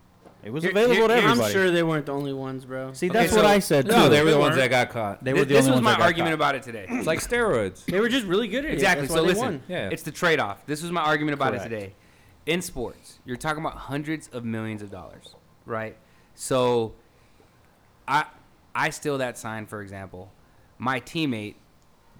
[SPEAKER 6] It was
[SPEAKER 1] Here-
[SPEAKER 6] available
[SPEAKER 1] here-
[SPEAKER 6] to
[SPEAKER 1] here-
[SPEAKER 6] everybody.
[SPEAKER 4] I'm sure they weren't the only ones, bro.
[SPEAKER 6] See,
[SPEAKER 1] Okay,
[SPEAKER 6] that's
[SPEAKER 1] so-
[SPEAKER 6] what I said too.
[SPEAKER 5] No, they were the
[SPEAKER 7] They
[SPEAKER 5] ones that
[SPEAKER 7] weren't.
[SPEAKER 5] got caught.
[SPEAKER 6] They were the
[SPEAKER 1] this
[SPEAKER 6] only
[SPEAKER 1] was
[SPEAKER 6] ones
[SPEAKER 1] my
[SPEAKER 6] that got
[SPEAKER 1] argument
[SPEAKER 6] caught.
[SPEAKER 1] about it today.
[SPEAKER 5] It's like steroids.
[SPEAKER 4] They were just really good at it.
[SPEAKER 1] Exactly.
[SPEAKER 4] That's
[SPEAKER 1] So
[SPEAKER 4] why they
[SPEAKER 1] listen,
[SPEAKER 4] won.
[SPEAKER 5] Yeah.
[SPEAKER 1] It's the trade off. This was my argument about
[SPEAKER 6] Correct.
[SPEAKER 1] it today. In sports, you're talking about hundreds of millions of dollars, right? So I I steal that sign, for example. My teammate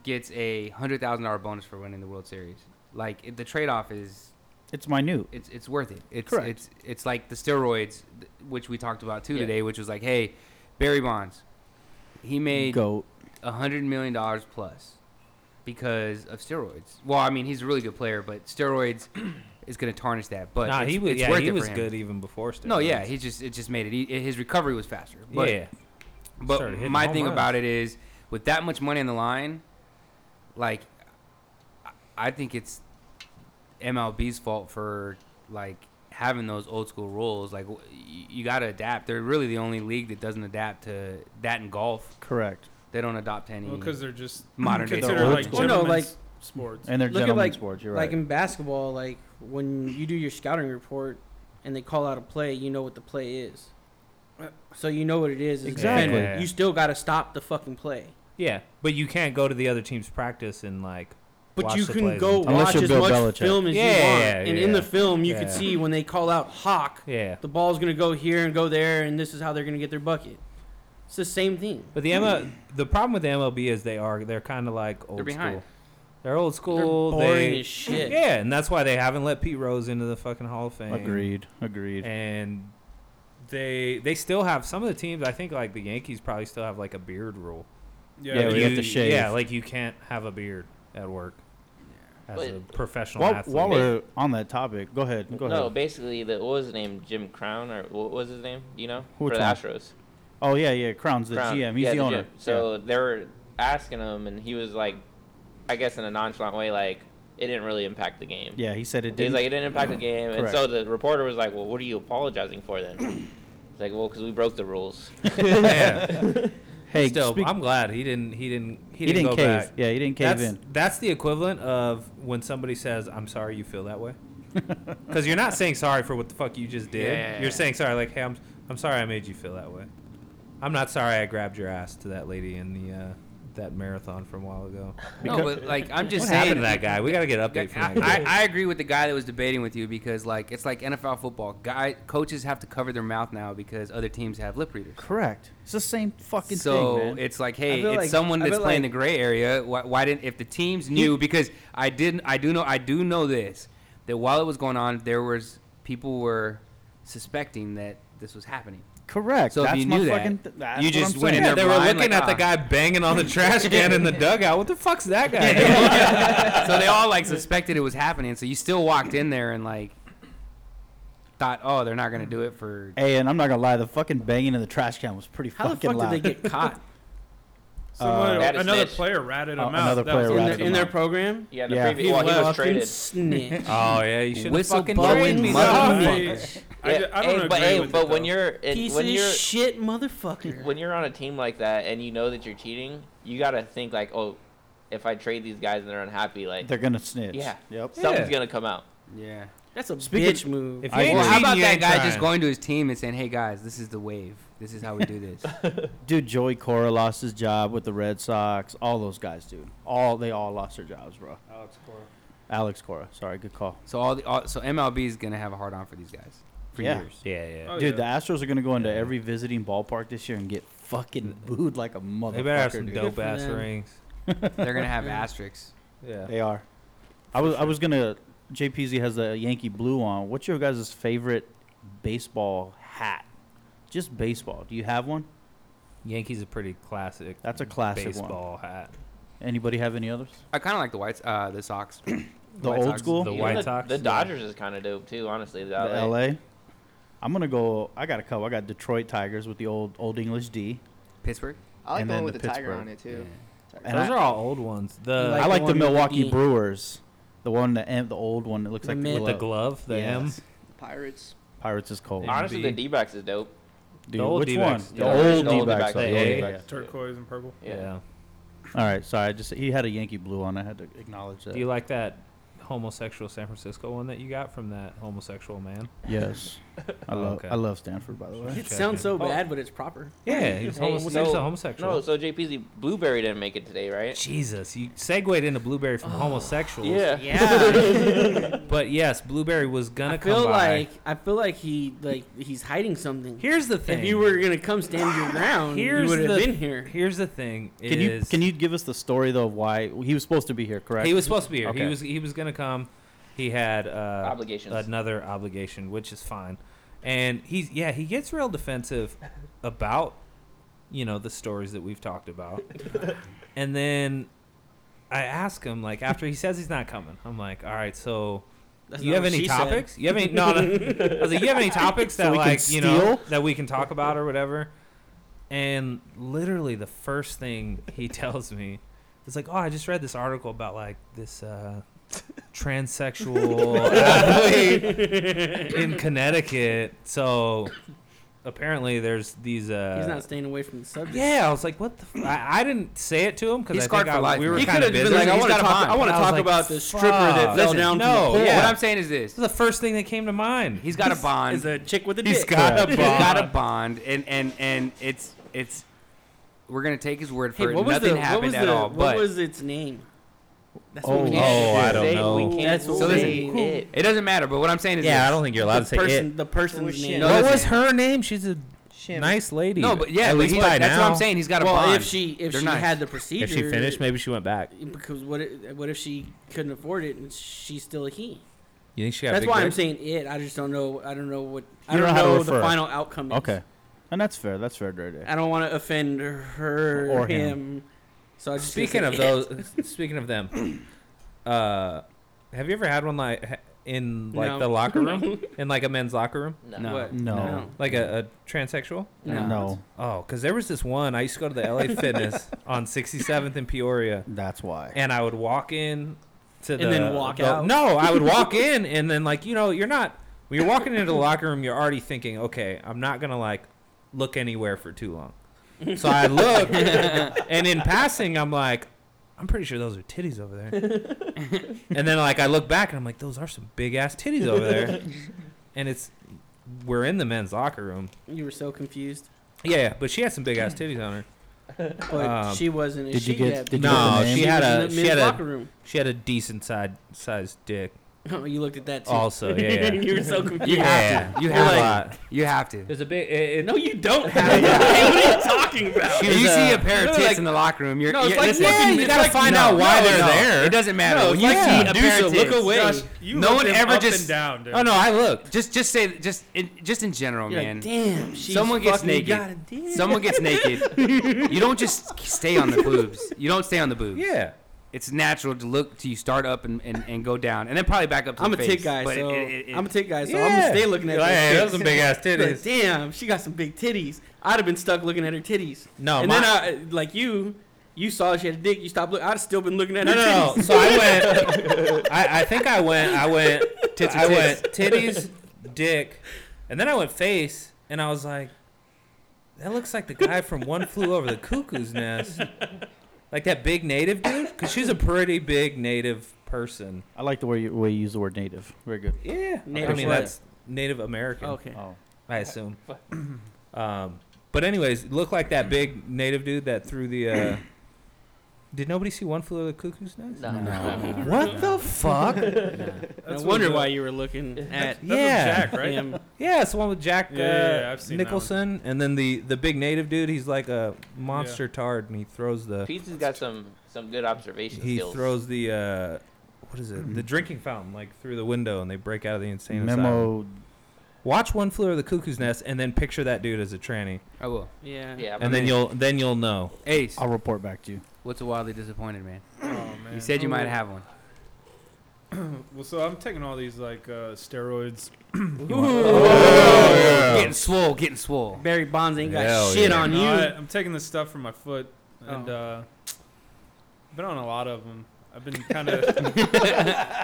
[SPEAKER 1] gets a hundred thousand dollar bonus for winning the World Series. Like it, the trade off is
[SPEAKER 6] It's minute.
[SPEAKER 1] it's it's worth it. It's
[SPEAKER 6] Correct.
[SPEAKER 1] it's it's like the steroids, th- which we talked about too
[SPEAKER 2] Yeah.
[SPEAKER 1] today, which was like, hey, Barry Bonds, he made
[SPEAKER 6] Goat.
[SPEAKER 1] a hundred million dollars plus because of steroids. Well, I mean, he's a really good player, but steroids is going to tarnish that. But
[SPEAKER 5] Nah,
[SPEAKER 1] it's,
[SPEAKER 5] he was
[SPEAKER 1] it's
[SPEAKER 5] yeah,
[SPEAKER 1] worth
[SPEAKER 5] he
[SPEAKER 1] it
[SPEAKER 5] was
[SPEAKER 1] for him.
[SPEAKER 5] good even before steroids.
[SPEAKER 1] No, yeah, he just it just made it. e his recovery was faster. But,
[SPEAKER 5] yeah. Started
[SPEAKER 1] but
[SPEAKER 5] hitting
[SPEAKER 1] my
[SPEAKER 5] home
[SPEAKER 1] thing
[SPEAKER 5] runs.
[SPEAKER 1] about it is, with that much money on the line, like, I- I think it's MLB's fault for like having those old school rules. Like, w- y- you got to adapt. They're really the only league that doesn't adapt to that in golf.
[SPEAKER 6] Correct.
[SPEAKER 1] They don't adopt any.
[SPEAKER 7] because they're just
[SPEAKER 1] Modern day
[SPEAKER 7] considered
[SPEAKER 6] old
[SPEAKER 7] like
[SPEAKER 6] school.
[SPEAKER 4] Well, no,
[SPEAKER 7] gentlemen's
[SPEAKER 4] like-
[SPEAKER 7] sports.
[SPEAKER 6] And they're
[SPEAKER 4] Look at,
[SPEAKER 6] gentlemen
[SPEAKER 4] like-
[SPEAKER 6] sports. You're
[SPEAKER 4] Like
[SPEAKER 6] right.
[SPEAKER 4] in basketball, like when you do your scouting report and they call out a play, you know what the play is. So you know what it is. is
[SPEAKER 6] Exactly.
[SPEAKER 4] defended. You still got to stop the fucking play.
[SPEAKER 5] Yeah, but you can't go to the other team's practice and like.
[SPEAKER 4] But
[SPEAKER 5] watch
[SPEAKER 4] you
[SPEAKER 5] the
[SPEAKER 4] can
[SPEAKER 5] plays
[SPEAKER 4] go
[SPEAKER 5] and-
[SPEAKER 6] Unless
[SPEAKER 4] watch
[SPEAKER 6] you're
[SPEAKER 4] as
[SPEAKER 6] Bill
[SPEAKER 4] much
[SPEAKER 6] Belichick.
[SPEAKER 4] film as you
[SPEAKER 5] Yeah,
[SPEAKER 4] want.
[SPEAKER 5] yeah,
[SPEAKER 4] and in
[SPEAKER 5] yeah.
[SPEAKER 4] the film, you
[SPEAKER 5] Yeah.
[SPEAKER 4] can see when they call out Hawk,
[SPEAKER 5] Yeah,
[SPEAKER 4] the ball's going to go here and go there, and this is how they're going to get their bucket. It's the same thing.
[SPEAKER 5] but the ML, the problem with the MLB is they are they're kind of like old
[SPEAKER 1] They're behind.
[SPEAKER 5] school. They're old school.
[SPEAKER 4] They're boring
[SPEAKER 5] they-
[SPEAKER 4] as shit.
[SPEAKER 5] Yeah, and that's why they haven't let Pete Rose into the fucking Hall of Fame.
[SPEAKER 6] Agreed. Agreed.
[SPEAKER 5] And they they still have some of the teams. I think like the Yankees probably still have like a beard rule.
[SPEAKER 7] Yeah.
[SPEAKER 6] Yeah, we have to shave.
[SPEAKER 5] Yeah, like you can't have a beard at work as
[SPEAKER 2] But-
[SPEAKER 5] a professional
[SPEAKER 6] While,
[SPEAKER 5] athlete.
[SPEAKER 6] while we're on that topic, go ahead. Go
[SPEAKER 2] no,
[SPEAKER 6] ahead.
[SPEAKER 2] basically, the, what was his name? Jim Crown, or what was his name? Do you know?
[SPEAKER 6] Which
[SPEAKER 2] For the
[SPEAKER 6] one?
[SPEAKER 2] Astros.
[SPEAKER 6] Oh yeah, yeah. Crown's the
[SPEAKER 2] Crown.
[SPEAKER 6] GM. He's
[SPEAKER 2] Yeah,
[SPEAKER 6] the owner.
[SPEAKER 2] GM. So they were asking him, and he was like, I guess in a nonchalant way, like, it didn't really impact the game.
[SPEAKER 6] yeah. yeah, he said it
[SPEAKER 2] He's
[SPEAKER 6] didn't.
[SPEAKER 2] like, it didn't impact the game. And
[SPEAKER 6] Correct.
[SPEAKER 2] so the reporter was like, well, what are you apologizing for then? He's like, well, because we broke the rules.
[SPEAKER 5] Yeah.
[SPEAKER 6] hey,
[SPEAKER 5] still,
[SPEAKER 6] speak-
[SPEAKER 5] I'm glad he didn't. He didn't. He,
[SPEAKER 6] he,
[SPEAKER 5] didn't,
[SPEAKER 6] didn't,
[SPEAKER 5] go
[SPEAKER 6] cave.
[SPEAKER 5] back.
[SPEAKER 6] Yeah, he didn't cave
[SPEAKER 5] That's,
[SPEAKER 6] in.
[SPEAKER 5] that's the equivalent of when somebody says, "I'm sorry you feel that way," because you're not saying sorry for what the fuck you just did.
[SPEAKER 1] Yeah.
[SPEAKER 5] You're saying sorry, like, "Hey, I'm I'm sorry I made you feel that way. I'm not sorry I grabbed your ass to that lady in the uh, that marathon from a while ago."
[SPEAKER 1] No, but like I'm just
[SPEAKER 5] what
[SPEAKER 1] saying
[SPEAKER 5] happened to that guy? We gotta get an update from that guy.
[SPEAKER 1] I, I, I agree with the guy that was debating with you because like it's like NFL football. Guy coaches have to cover their mouth now because other teams have lip readers.
[SPEAKER 6] Correct. It's the same fucking
[SPEAKER 1] so
[SPEAKER 6] thing, man.
[SPEAKER 1] it's like, hey,
[SPEAKER 4] feel
[SPEAKER 1] it's
[SPEAKER 4] like-
[SPEAKER 1] someone
[SPEAKER 4] I
[SPEAKER 1] that's
[SPEAKER 4] feel
[SPEAKER 1] playing
[SPEAKER 4] like-
[SPEAKER 1] the gray area. Why, why didn't if the teams knew? Because I didn't. I do know. I do know this that while it was going on, there was people were suspecting that this was happening.
[SPEAKER 6] Correct.
[SPEAKER 1] So if
[SPEAKER 6] that's
[SPEAKER 1] you
[SPEAKER 6] my
[SPEAKER 1] knew that,
[SPEAKER 6] fucking. Th- that's
[SPEAKER 1] you
[SPEAKER 6] what
[SPEAKER 1] just
[SPEAKER 6] I'm
[SPEAKER 1] went in
[SPEAKER 6] saying.
[SPEAKER 5] yeah,
[SPEAKER 1] their
[SPEAKER 5] they were
[SPEAKER 1] mind,
[SPEAKER 5] looking
[SPEAKER 1] like,
[SPEAKER 5] at the
[SPEAKER 1] ah.
[SPEAKER 5] guy banging on the trash can in the dugout. Oh, What the fuck's that guy? doing?
[SPEAKER 1] so they all like suspected it was happening. So you still walked in there and like thought, oh, they're not gonna do it for.
[SPEAKER 6] Hey, and I'm not gonna lie, the fucking banging in the trash can was pretty
[SPEAKER 4] How the
[SPEAKER 6] fucking
[SPEAKER 4] fuck
[SPEAKER 6] loud.
[SPEAKER 4] did they get caught
[SPEAKER 7] Someone,
[SPEAKER 2] That is
[SPEAKER 7] another
[SPEAKER 2] snitch.
[SPEAKER 7] player ratted him
[SPEAKER 6] Oh,
[SPEAKER 7] out.
[SPEAKER 6] uh, another
[SPEAKER 7] That was
[SPEAKER 6] player
[SPEAKER 4] in,
[SPEAKER 7] like-
[SPEAKER 6] ratted
[SPEAKER 4] their,
[SPEAKER 6] him
[SPEAKER 4] in their
[SPEAKER 6] out.
[SPEAKER 4] program?
[SPEAKER 2] yeah, the
[SPEAKER 6] Yeah.
[SPEAKER 2] previous, well, he was
[SPEAKER 4] fucking
[SPEAKER 2] traded.
[SPEAKER 4] snitch.
[SPEAKER 5] oh yeah, you should have
[SPEAKER 1] Whistle
[SPEAKER 5] fucking
[SPEAKER 1] blowing
[SPEAKER 5] told me
[SPEAKER 1] motherfucker.
[SPEAKER 5] something.
[SPEAKER 7] I, ju- I don't
[SPEAKER 2] Hey,
[SPEAKER 7] agree
[SPEAKER 2] but hey,
[SPEAKER 7] with
[SPEAKER 2] but
[SPEAKER 7] it,
[SPEAKER 2] when
[SPEAKER 7] though.
[SPEAKER 2] you're in,
[SPEAKER 4] Piece
[SPEAKER 2] when
[SPEAKER 4] of
[SPEAKER 2] you're
[SPEAKER 4] shit, motherfucker.
[SPEAKER 2] when you're on a team like that and you know that you're cheating, you gotta think like, oh, if I trade these guys and they're unhappy, like
[SPEAKER 6] They're gonna snitch.
[SPEAKER 2] Yeah.
[SPEAKER 6] Yep.
[SPEAKER 2] something's
[SPEAKER 5] Yeah.
[SPEAKER 2] gonna come out.
[SPEAKER 1] Yeah.
[SPEAKER 4] That's a
[SPEAKER 6] Speaking-
[SPEAKER 4] bitch move.
[SPEAKER 5] If you
[SPEAKER 6] I
[SPEAKER 5] ain't
[SPEAKER 1] Well, how
[SPEAKER 5] cheating,
[SPEAKER 1] about
[SPEAKER 5] you
[SPEAKER 1] that
[SPEAKER 5] ain't
[SPEAKER 1] guy just
[SPEAKER 5] trying.
[SPEAKER 1] going to his team and saying, "Hey guys, this is the wave. This is how we do this."
[SPEAKER 6] Dude, Joey Cora lost his job with the Red Sox. All those guys, dude. All they all lost their jobs, bro.
[SPEAKER 7] Alex Cora.
[SPEAKER 6] Alex Cora. Sorry, good call.
[SPEAKER 1] so all the all, so MLB is gonna have a hard on for these guys for
[SPEAKER 6] Yeah.
[SPEAKER 1] years.
[SPEAKER 5] Yeah, yeah.
[SPEAKER 7] Oh,
[SPEAKER 6] dude,
[SPEAKER 7] yeah.
[SPEAKER 6] the Astros are gonna go into
[SPEAKER 5] Yeah.
[SPEAKER 6] every visiting ballpark this year and get fucking booed like a motherfucker.
[SPEAKER 5] They better have some
[SPEAKER 6] dude.
[SPEAKER 5] dope
[SPEAKER 4] for
[SPEAKER 5] ass
[SPEAKER 4] them.
[SPEAKER 5] rings.
[SPEAKER 1] They're gonna have asterisks.
[SPEAKER 5] Yeah.
[SPEAKER 6] They are. I was I was gonna JPZ has the Yankee blue on. What's your guys' favorite baseball hat? Just baseball. Do you have one?
[SPEAKER 5] Yankees a pretty classic
[SPEAKER 6] That's a classic one.
[SPEAKER 5] baseball hat.
[SPEAKER 6] Anybody have any others?
[SPEAKER 1] I kind of like the whites, uh, the Sox.
[SPEAKER 6] The
[SPEAKER 1] White
[SPEAKER 6] old
[SPEAKER 1] Sox.
[SPEAKER 6] school?
[SPEAKER 5] The
[SPEAKER 2] You know,
[SPEAKER 5] White
[SPEAKER 2] the,
[SPEAKER 5] Sox,
[SPEAKER 2] the
[SPEAKER 5] yeah.
[SPEAKER 2] Dodgers is kind of dope too, honestly. The,
[SPEAKER 6] The
[SPEAKER 2] LA.
[SPEAKER 6] LA. I'm gonna go. I got a couple. I got Detroit Tigers with the old Old English D.
[SPEAKER 1] Pittsburgh.
[SPEAKER 3] I like
[SPEAKER 6] And
[SPEAKER 3] the one
[SPEAKER 6] then
[SPEAKER 3] with
[SPEAKER 6] the
[SPEAKER 3] the, tiger
[SPEAKER 6] Pittsburgh.
[SPEAKER 3] on it too.
[SPEAKER 6] And
[SPEAKER 5] Those
[SPEAKER 6] I,
[SPEAKER 5] are all old ones. The
[SPEAKER 6] I like the,
[SPEAKER 4] one with the
[SPEAKER 6] Milwaukee
[SPEAKER 4] D.
[SPEAKER 6] Brewers. The one, the M, the old one that looks
[SPEAKER 4] The
[SPEAKER 6] like
[SPEAKER 4] mid-
[SPEAKER 5] with the
[SPEAKER 6] glove.
[SPEAKER 5] glove, the M.
[SPEAKER 6] Yes.
[SPEAKER 3] Pirates.
[SPEAKER 6] Pirates is cold.
[SPEAKER 5] Yeah.
[SPEAKER 2] Honestly, the
[SPEAKER 5] MB.
[SPEAKER 2] D backs is dope.
[SPEAKER 6] Dude,
[SPEAKER 5] old
[SPEAKER 6] which
[SPEAKER 5] D-backs.
[SPEAKER 6] one?
[SPEAKER 2] Yeah,
[SPEAKER 6] The
[SPEAKER 2] the
[SPEAKER 6] old
[SPEAKER 2] old
[SPEAKER 6] D-backs.
[SPEAKER 2] D-backs.
[SPEAKER 6] the old
[SPEAKER 5] Yeah, yeah,
[SPEAKER 6] D-backs.
[SPEAKER 5] yeah.
[SPEAKER 7] Turquoise and purple.
[SPEAKER 5] Yeah.
[SPEAKER 2] Yeah.
[SPEAKER 6] All right, sorry. I just he had a Yankee blue on. I had to acknowledge that.
[SPEAKER 5] Do you like that homosexual San Francisco one that you got from that homosexual man?
[SPEAKER 6] yes, I
[SPEAKER 5] Oh,
[SPEAKER 6] love
[SPEAKER 5] okay.
[SPEAKER 6] I love Stanford by the way.
[SPEAKER 4] It sounds so bad, but it's proper.
[SPEAKER 5] Yeah, he was,
[SPEAKER 2] Hey,
[SPEAKER 5] homo- he was
[SPEAKER 2] so-
[SPEAKER 5] a homosexual.
[SPEAKER 2] No, so JPZ Blueberry didn't make it today, right?
[SPEAKER 5] Jesus, you segued into blueberry from homosexuals.
[SPEAKER 2] Yeah.
[SPEAKER 5] But yes, blueberry was gonna
[SPEAKER 4] I feel
[SPEAKER 5] come by.
[SPEAKER 4] like I feel like he like he's hiding something.
[SPEAKER 5] Here's the thing.
[SPEAKER 4] if you were gonna come stand your ground,
[SPEAKER 5] Here's
[SPEAKER 4] you would
[SPEAKER 5] the-
[SPEAKER 4] have been here.
[SPEAKER 5] Here's the thing.
[SPEAKER 6] Can you
[SPEAKER 5] is-
[SPEAKER 6] can you give us the story though of why he was supposed to be here? Correct.
[SPEAKER 5] He was supposed to be here. He
[SPEAKER 6] Okay.
[SPEAKER 5] was he was gonna come. He had uh,
[SPEAKER 2] Obligations.
[SPEAKER 5] another obligation, which is fine. And he's yeah, he gets real defensive about you know the stories that we've talked about. and then I ask him like after he says he's not coming, I'm like, all right, so
[SPEAKER 4] That's
[SPEAKER 5] you
[SPEAKER 4] not
[SPEAKER 5] have
[SPEAKER 4] what
[SPEAKER 5] any
[SPEAKER 4] she said.
[SPEAKER 5] topics? You have any? No, no. I was like, you have any topics
[SPEAKER 6] So
[SPEAKER 5] that
[SPEAKER 6] we can
[SPEAKER 5] like you know
[SPEAKER 6] steal?
[SPEAKER 5] that we can talk about or whatever? And literally the first thing he tells me is like, oh, I just read this article about like this uh, transsexual athlete in Connecticut. So apparently there's these. Uh,
[SPEAKER 4] He's not staying away from the subject.
[SPEAKER 5] yeah, I was like, what the? F-? I, I didn't say it to him because
[SPEAKER 1] He's
[SPEAKER 5] I
[SPEAKER 1] scarred
[SPEAKER 5] think
[SPEAKER 1] for
[SPEAKER 5] I,
[SPEAKER 1] life,
[SPEAKER 5] we
[SPEAKER 1] man.
[SPEAKER 5] were
[SPEAKER 1] He
[SPEAKER 5] kind of
[SPEAKER 4] could've been
[SPEAKER 5] busy.
[SPEAKER 4] like, I
[SPEAKER 1] He's
[SPEAKER 4] wanna
[SPEAKER 1] got a
[SPEAKER 4] talk-
[SPEAKER 1] bond.
[SPEAKER 4] I wanna
[SPEAKER 5] And was
[SPEAKER 4] talk
[SPEAKER 5] like,
[SPEAKER 4] about the stripper that
[SPEAKER 5] fuck.
[SPEAKER 4] fell down from the
[SPEAKER 5] No,
[SPEAKER 4] pole.
[SPEAKER 5] yeah.
[SPEAKER 1] What I'm saying is this:
[SPEAKER 5] This is the first thing that came to mind.
[SPEAKER 1] he's got a bond.
[SPEAKER 4] Oh, Is a chick with a
[SPEAKER 5] He's
[SPEAKER 4] dick.
[SPEAKER 5] got a
[SPEAKER 1] He's
[SPEAKER 5] bond.
[SPEAKER 1] got a bond, and and and it's it's. We're gonna take his word for
[SPEAKER 4] Hey,
[SPEAKER 1] it.
[SPEAKER 4] what was
[SPEAKER 1] Nothing
[SPEAKER 4] the, what
[SPEAKER 1] happened
[SPEAKER 4] was the,
[SPEAKER 1] at all.
[SPEAKER 4] What
[SPEAKER 1] but
[SPEAKER 4] was its name? That's
[SPEAKER 6] Oh,
[SPEAKER 4] we
[SPEAKER 6] oh,
[SPEAKER 4] can't-
[SPEAKER 5] I don't
[SPEAKER 2] Say-
[SPEAKER 5] know.
[SPEAKER 2] We can't
[SPEAKER 4] That's
[SPEAKER 2] say
[SPEAKER 1] so
[SPEAKER 4] lame.
[SPEAKER 2] it.
[SPEAKER 1] it doesn't matter. But what I'm saying is,
[SPEAKER 5] Yeah,
[SPEAKER 1] this.
[SPEAKER 5] I don't think you're allowed to
[SPEAKER 4] the
[SPEAKER 5] say
[SPEAKER 4] person,
[SPEAKER 5] it.
[SPEAKER 4] the person's
[SPEAKER 3] shit.
[SPEAKER 4] name.
[SPEAKER 1] No,
[SPEAKER 5] What
[SPEAKER 1] that's-
[SPEAKER 5] was her name? She's a
[SPEAKER 3] Shim.
[SPEAKER 5] nice lady.
[SPEAKER 1] No, but yeah,
[SPEAKER 5] at
[SPEAKER 1] but
[SPEAKER 5] least
[SPEAKER 1] he,
[SPEAKER 5] by
[SPEAKER 1] like, that's
[SPEAKER 5] now.
[SPEAKER 1] what I'm saying. He's got a
[SPEAKER 4] well,
[SPEAKER 1] bond.
[SPEAKER 4] if she if
[SPEAKER 1] They're
[SPEAKER 4] she
[SPEAKER 1] nice.
[SPEAKER 4] had the procedure,
[SPEAKER 5] If she finished, maybe she went back.
[SPEAKER 4] because what i- what if she couldn't afford it and she's still a he?
[SPEAKER 5] You think she got
[SPEAKER 4] That's
[SPEAKER 5] big
[SPEAKER 4] why
[SPEAKER 5] dick?
[SPEAKER 4] I'm saying it. I just don't know. I don't know what. I
[SPEAKER 6] You
[SPEAKER 4] don't
[SPEAKER 6] don't know how to
[SPEAKER 4] know the
[SPEAKER 6] refer.
[SPEAKER 4] final outcome. is.
[SPEAKER 6] Okay. And that's fair. That's fair, Dirty.
[SPEAKER 4] I don't want to offend her
[SPEAKER 6] Or
[SPEAKER 4] or
[SPEAKER 6] him.
[SPEAKER 4] him. So I just gonna
[SPEAKER 5] Speaking
[SPEAKER 4] say
[SPEAKER 5] of
[SPEAKER 4] it.
[SPEAKER 5] those, speaking of them, uh, have you ever had one like ha- in like
[SPEAKER 4] No.
[SPEAKER 5] the locker room,
[SPEAKER 4] No.
[SPEAKER 5] in like a men's locker room,
[SPEAKER 2] No.
[SPEAKER 1] No.
[SPEAKER 4] What?
[SPEAKER 6] No.
[SPEAKER 5] like a, a transsexual?
[SPEAKER 4] No.
[SPEAKER 6] No,
[SPEAKER 5] Oh, because there was this one. I used to go to the LA Fitness on 67th in Peoria,
[SPEAKER 6] that's why.
[SPEAKER 5] and I would walk in to
[SPEAKER 4] And
[SPEAKER 5] the
[SPEAKER 4] then walk
[SPEAKER 5] the-
[SPEAKER 4] out?
[SPEAKER 5] No, I would walk in, and then like you know, you're not. When you're walking into the locker room, you're already thinking, okay, I'm not gonna like look anywhere for too long. So I look, and in passing, I'm like, I'm pretty sure those are titties over there. and then like I look back, and I'm like, those are some big ass titties over there. And it's we're in the men's locker room.
[SPEAKER 4] You were so confused,
[SPEAKER 5] Yeah, yeah, but she had some big ass titties on her.
[SPEAKER 4] but
[SPEAKER 5] Um,
[SPEAKER 4] she wasn't. and
[SPEAKER 6] did you
[SPEAKER 4] she
[SPEAKER 6] get-
[SPEAKER 4] had-
[SPEAKER 6] did
[SPEAKER 5] you get No, the name? she had
[SPEAKER 4] was
[SPEAKER 5] a-
[SPEAKER 4] in the
[SPEAKER 5] she
[SPEAKER 4] men's
[SPEAKER 5] had a-
[SPEAKER 4] locker room.
[SPEAKER 5] She had a decent side sized dick.
[SPEAKER 4] Oh, you looked at that too.
[SPEAKER 5] Also, yeah, yeah.
[SPEAKER 4] you were so confused.
[SPEAKER 1] You have
[SPEAKER 5] Yeah.
[SPEAKER 1] to. You
[SPEAKER 5] You're
[SPEAKER 1] have
[SPEAKER 5] like-
[SPEAKER 1] to. You have to.
[SPEAKER 5] There's a big. It, it,
[SPEAKER 4] No, you don't have. it. what are you talking about?
[SPEAKER 5] she
[SPEAKER 1] If
[SPEAKER 5] was,
[SPEAKER 1] you
[SPEAKER 5] uh,
[SPEAKER 1] see a pair of
[SPEAKER 4] no,
[SPEAKER 1] tits
[SPEAKER 4] like-
[SPEAKER 1] in the locker room, you're
[SPEAKER 4] No, it's
[SPEAKER 1] you're-
[SPEAKER 4] like
[SPEAKER 1] listen,
[SPEAKER 4] fucking-
[SPEAKER 5] yeah, you
[SPEAKER 4] it's
[SPEAKER 5] gotta
[SPEAKER 4] like-
[SPEAKER 5] find out why
[SPEAKER 1] no,
[SPEAKER 5] they're
[SPEAKER 1] no,
[SPEAKER 5] there.
[SPEAKER 1] It doesn't matter.
[SPEAKER 4] No,
[SPEAKER 1] when
[SPEAKER 4] you
[SPEAKER 1] you
[SPEAKER 4] see
[SPEAKER 1] see
[SPEAKER 4] a
[SPEAKER 1] a
[SPEAKER 4] Medusa,
[SPEAKER 1] pair of
[SPEAKER 4] look
[SPEAKER 1] tits,
[SPEAKER 4] away.
[SPEAKER 7] Josh, you
[SPEAKER 1] No
[SPEAKER 7] looked
[SPEAKER 1] one
[SPEAKER 7] him
[SPEAKER 1] ever
[SPEAKER 7] up
[SPEAKER 1] just-
[SPEAKER 7] and down, dude.
[SPEAKER 5] oh no, I looked.
[SPEAKER 1] Just, just say, just, in, just in general,
[SPEAKER 4] You're
[SPEAKER 1] man.
[SPEAKER 4] like, damn. She's
[SPEAKER 1] Someone gets
[SPEAKER 4] fucking
[SPEAKER 1] naked.
[SPEAKER 4] Got a dick.
[SPEAKER 1] Someone gets naked. you don't just stay on the boobs. You don't stay on the boobs.
[SPEAKER 5] Yeah,
[SPEAKER 1] It's natural to look till you start up and, and, and go down, and then probably back up. To
[SPEAKER 4] I'm
[SPEAKER 1] the
[SPEAKER 4] a tit
[SPEAKER 1] face.
[SPEAKER 4] guy,
[SPEAKER 1] But
[SPEAKER 4] so
[SPEAKER 1] it- it- it-
[SPEAKER 4] I'm a tit guy, so
[SPEAKER 5] yeah.
[SPEAKER 4] I'm gonna stay looking at
[SPEAKER 5] Like,
[SPEAKER 4] those
[SPEAKER 5] hey,
[SPEAKER 4] titties.
[SPEAKER 5] those some big ass
[SPEAKER 4] Like,
[SPEAKER 5] titties.
[SPEAKER 4] damn, she got some big titties. I'd have been stuck looking at her titties.
[SPEAKER 5] No,
[SPEAKER 4] and
[SPEAKER 5] Oh, my-
[SPEAKER 4] then I, like you, you saw she had a dick. You stopped looking. I'd have still been looking at
[SPEAKER 5] no,
[SPEAKER 4] her
[SPEAKER 5] no,
[SPEAKER 4] titties.
[SPEAKER 5] no. So I went. I, I think I went. I went.
[SPEAKER 1] Tits or
[SPEAKER 5] I went titties, dick, and then I went face, and I was like, that looks like the guy from One Flew Over the Cuckoo's Nest, like that big native dude, because she's a pretty big native person.
[SPEAKER 6] I like the way you, way you use the word native. Very good.
[SPEAKER 5] Yeah,
[SPEAKER 4] Native
[SPEAKER 5] I mean
[SPEAKER 4] what?
[SPEAKER 5] that's Native American.
[SPEAKER 4] Okay.
[SPEAKER 6] Oh,
[SPEAKER 5] I assume. um, but anyways, look like that big native dude that threw the. Uh, did nobody see one flew over the cuckoo's nest?
[SPEAKER 2] No.
[SPEAKER 6] No.
[SPEAKER 5] What the fuck?
[SPEAKER 4] I
[SPEAKER 7] That's
[SPEAKER 4] wonder
[SPEAKER 7] what-
[SPEAKER 4] why you were looking at
[SPEAKER 7] That's with
[SPEAKER 5] Yeah.
[SPEAKER 7] Jack, right?
[SPEAKER 4] him.
[SPEAKER 5] yeah, it's the one with Jack uh,
[SPEAKER 7] Yeah, yeah, yeah, I've seen that one.
[SPEAKER 5] Nicholson, and then the the big native dude. He's like a monster tard, and he throws the
[SPEAKER 2] Pete's got some some good observation
[SPEAKER 5] he
[SPEAKER 2] skills.
[SPEAKER 5] throws the uh, what is it? The drinking fountain like through the window, and they break out of the insane asylum.
[SPEAKER 6] memo.
[SPEAKER 5] Watch one flew over the cuckoo's nest, and then picture that dude as a tranny,
[SPEAKER 1] I will.
[SPEAKER 4] Yeah.
[SPEAKER 2] yeah,
[SPEAKER 5] and then you'll then you'll know.
[SPEAKER 1] Ace,
[SPEAKER 6] I'll report back to you.
[SPEAKER 1] what's a wildly disappointed man?
[SPEAKER 7] Oh man.
[SPEAKER 1] You said you might have one.
[SPEAKER 7] Well, so I'm taking all these like uh, steroids.
[SPEAKER 1] Getting swole, getting swole.
[SPEAKER 4] Barry Bonds ain't got
[SPEAKER 5] Hell
[SPEAKER 4] shit
[SPEAKER 5] yeah.
[SPEAKER 4] on
[SPEAKER 7] No,
[SPEAKER 4] you.
[SPEAKER 7] I, I'm taking this stuff for my foot, and
[SPEAKER 4] Oh.
[SPEAKER 7] uh, been on a lot of them. I've been kind of,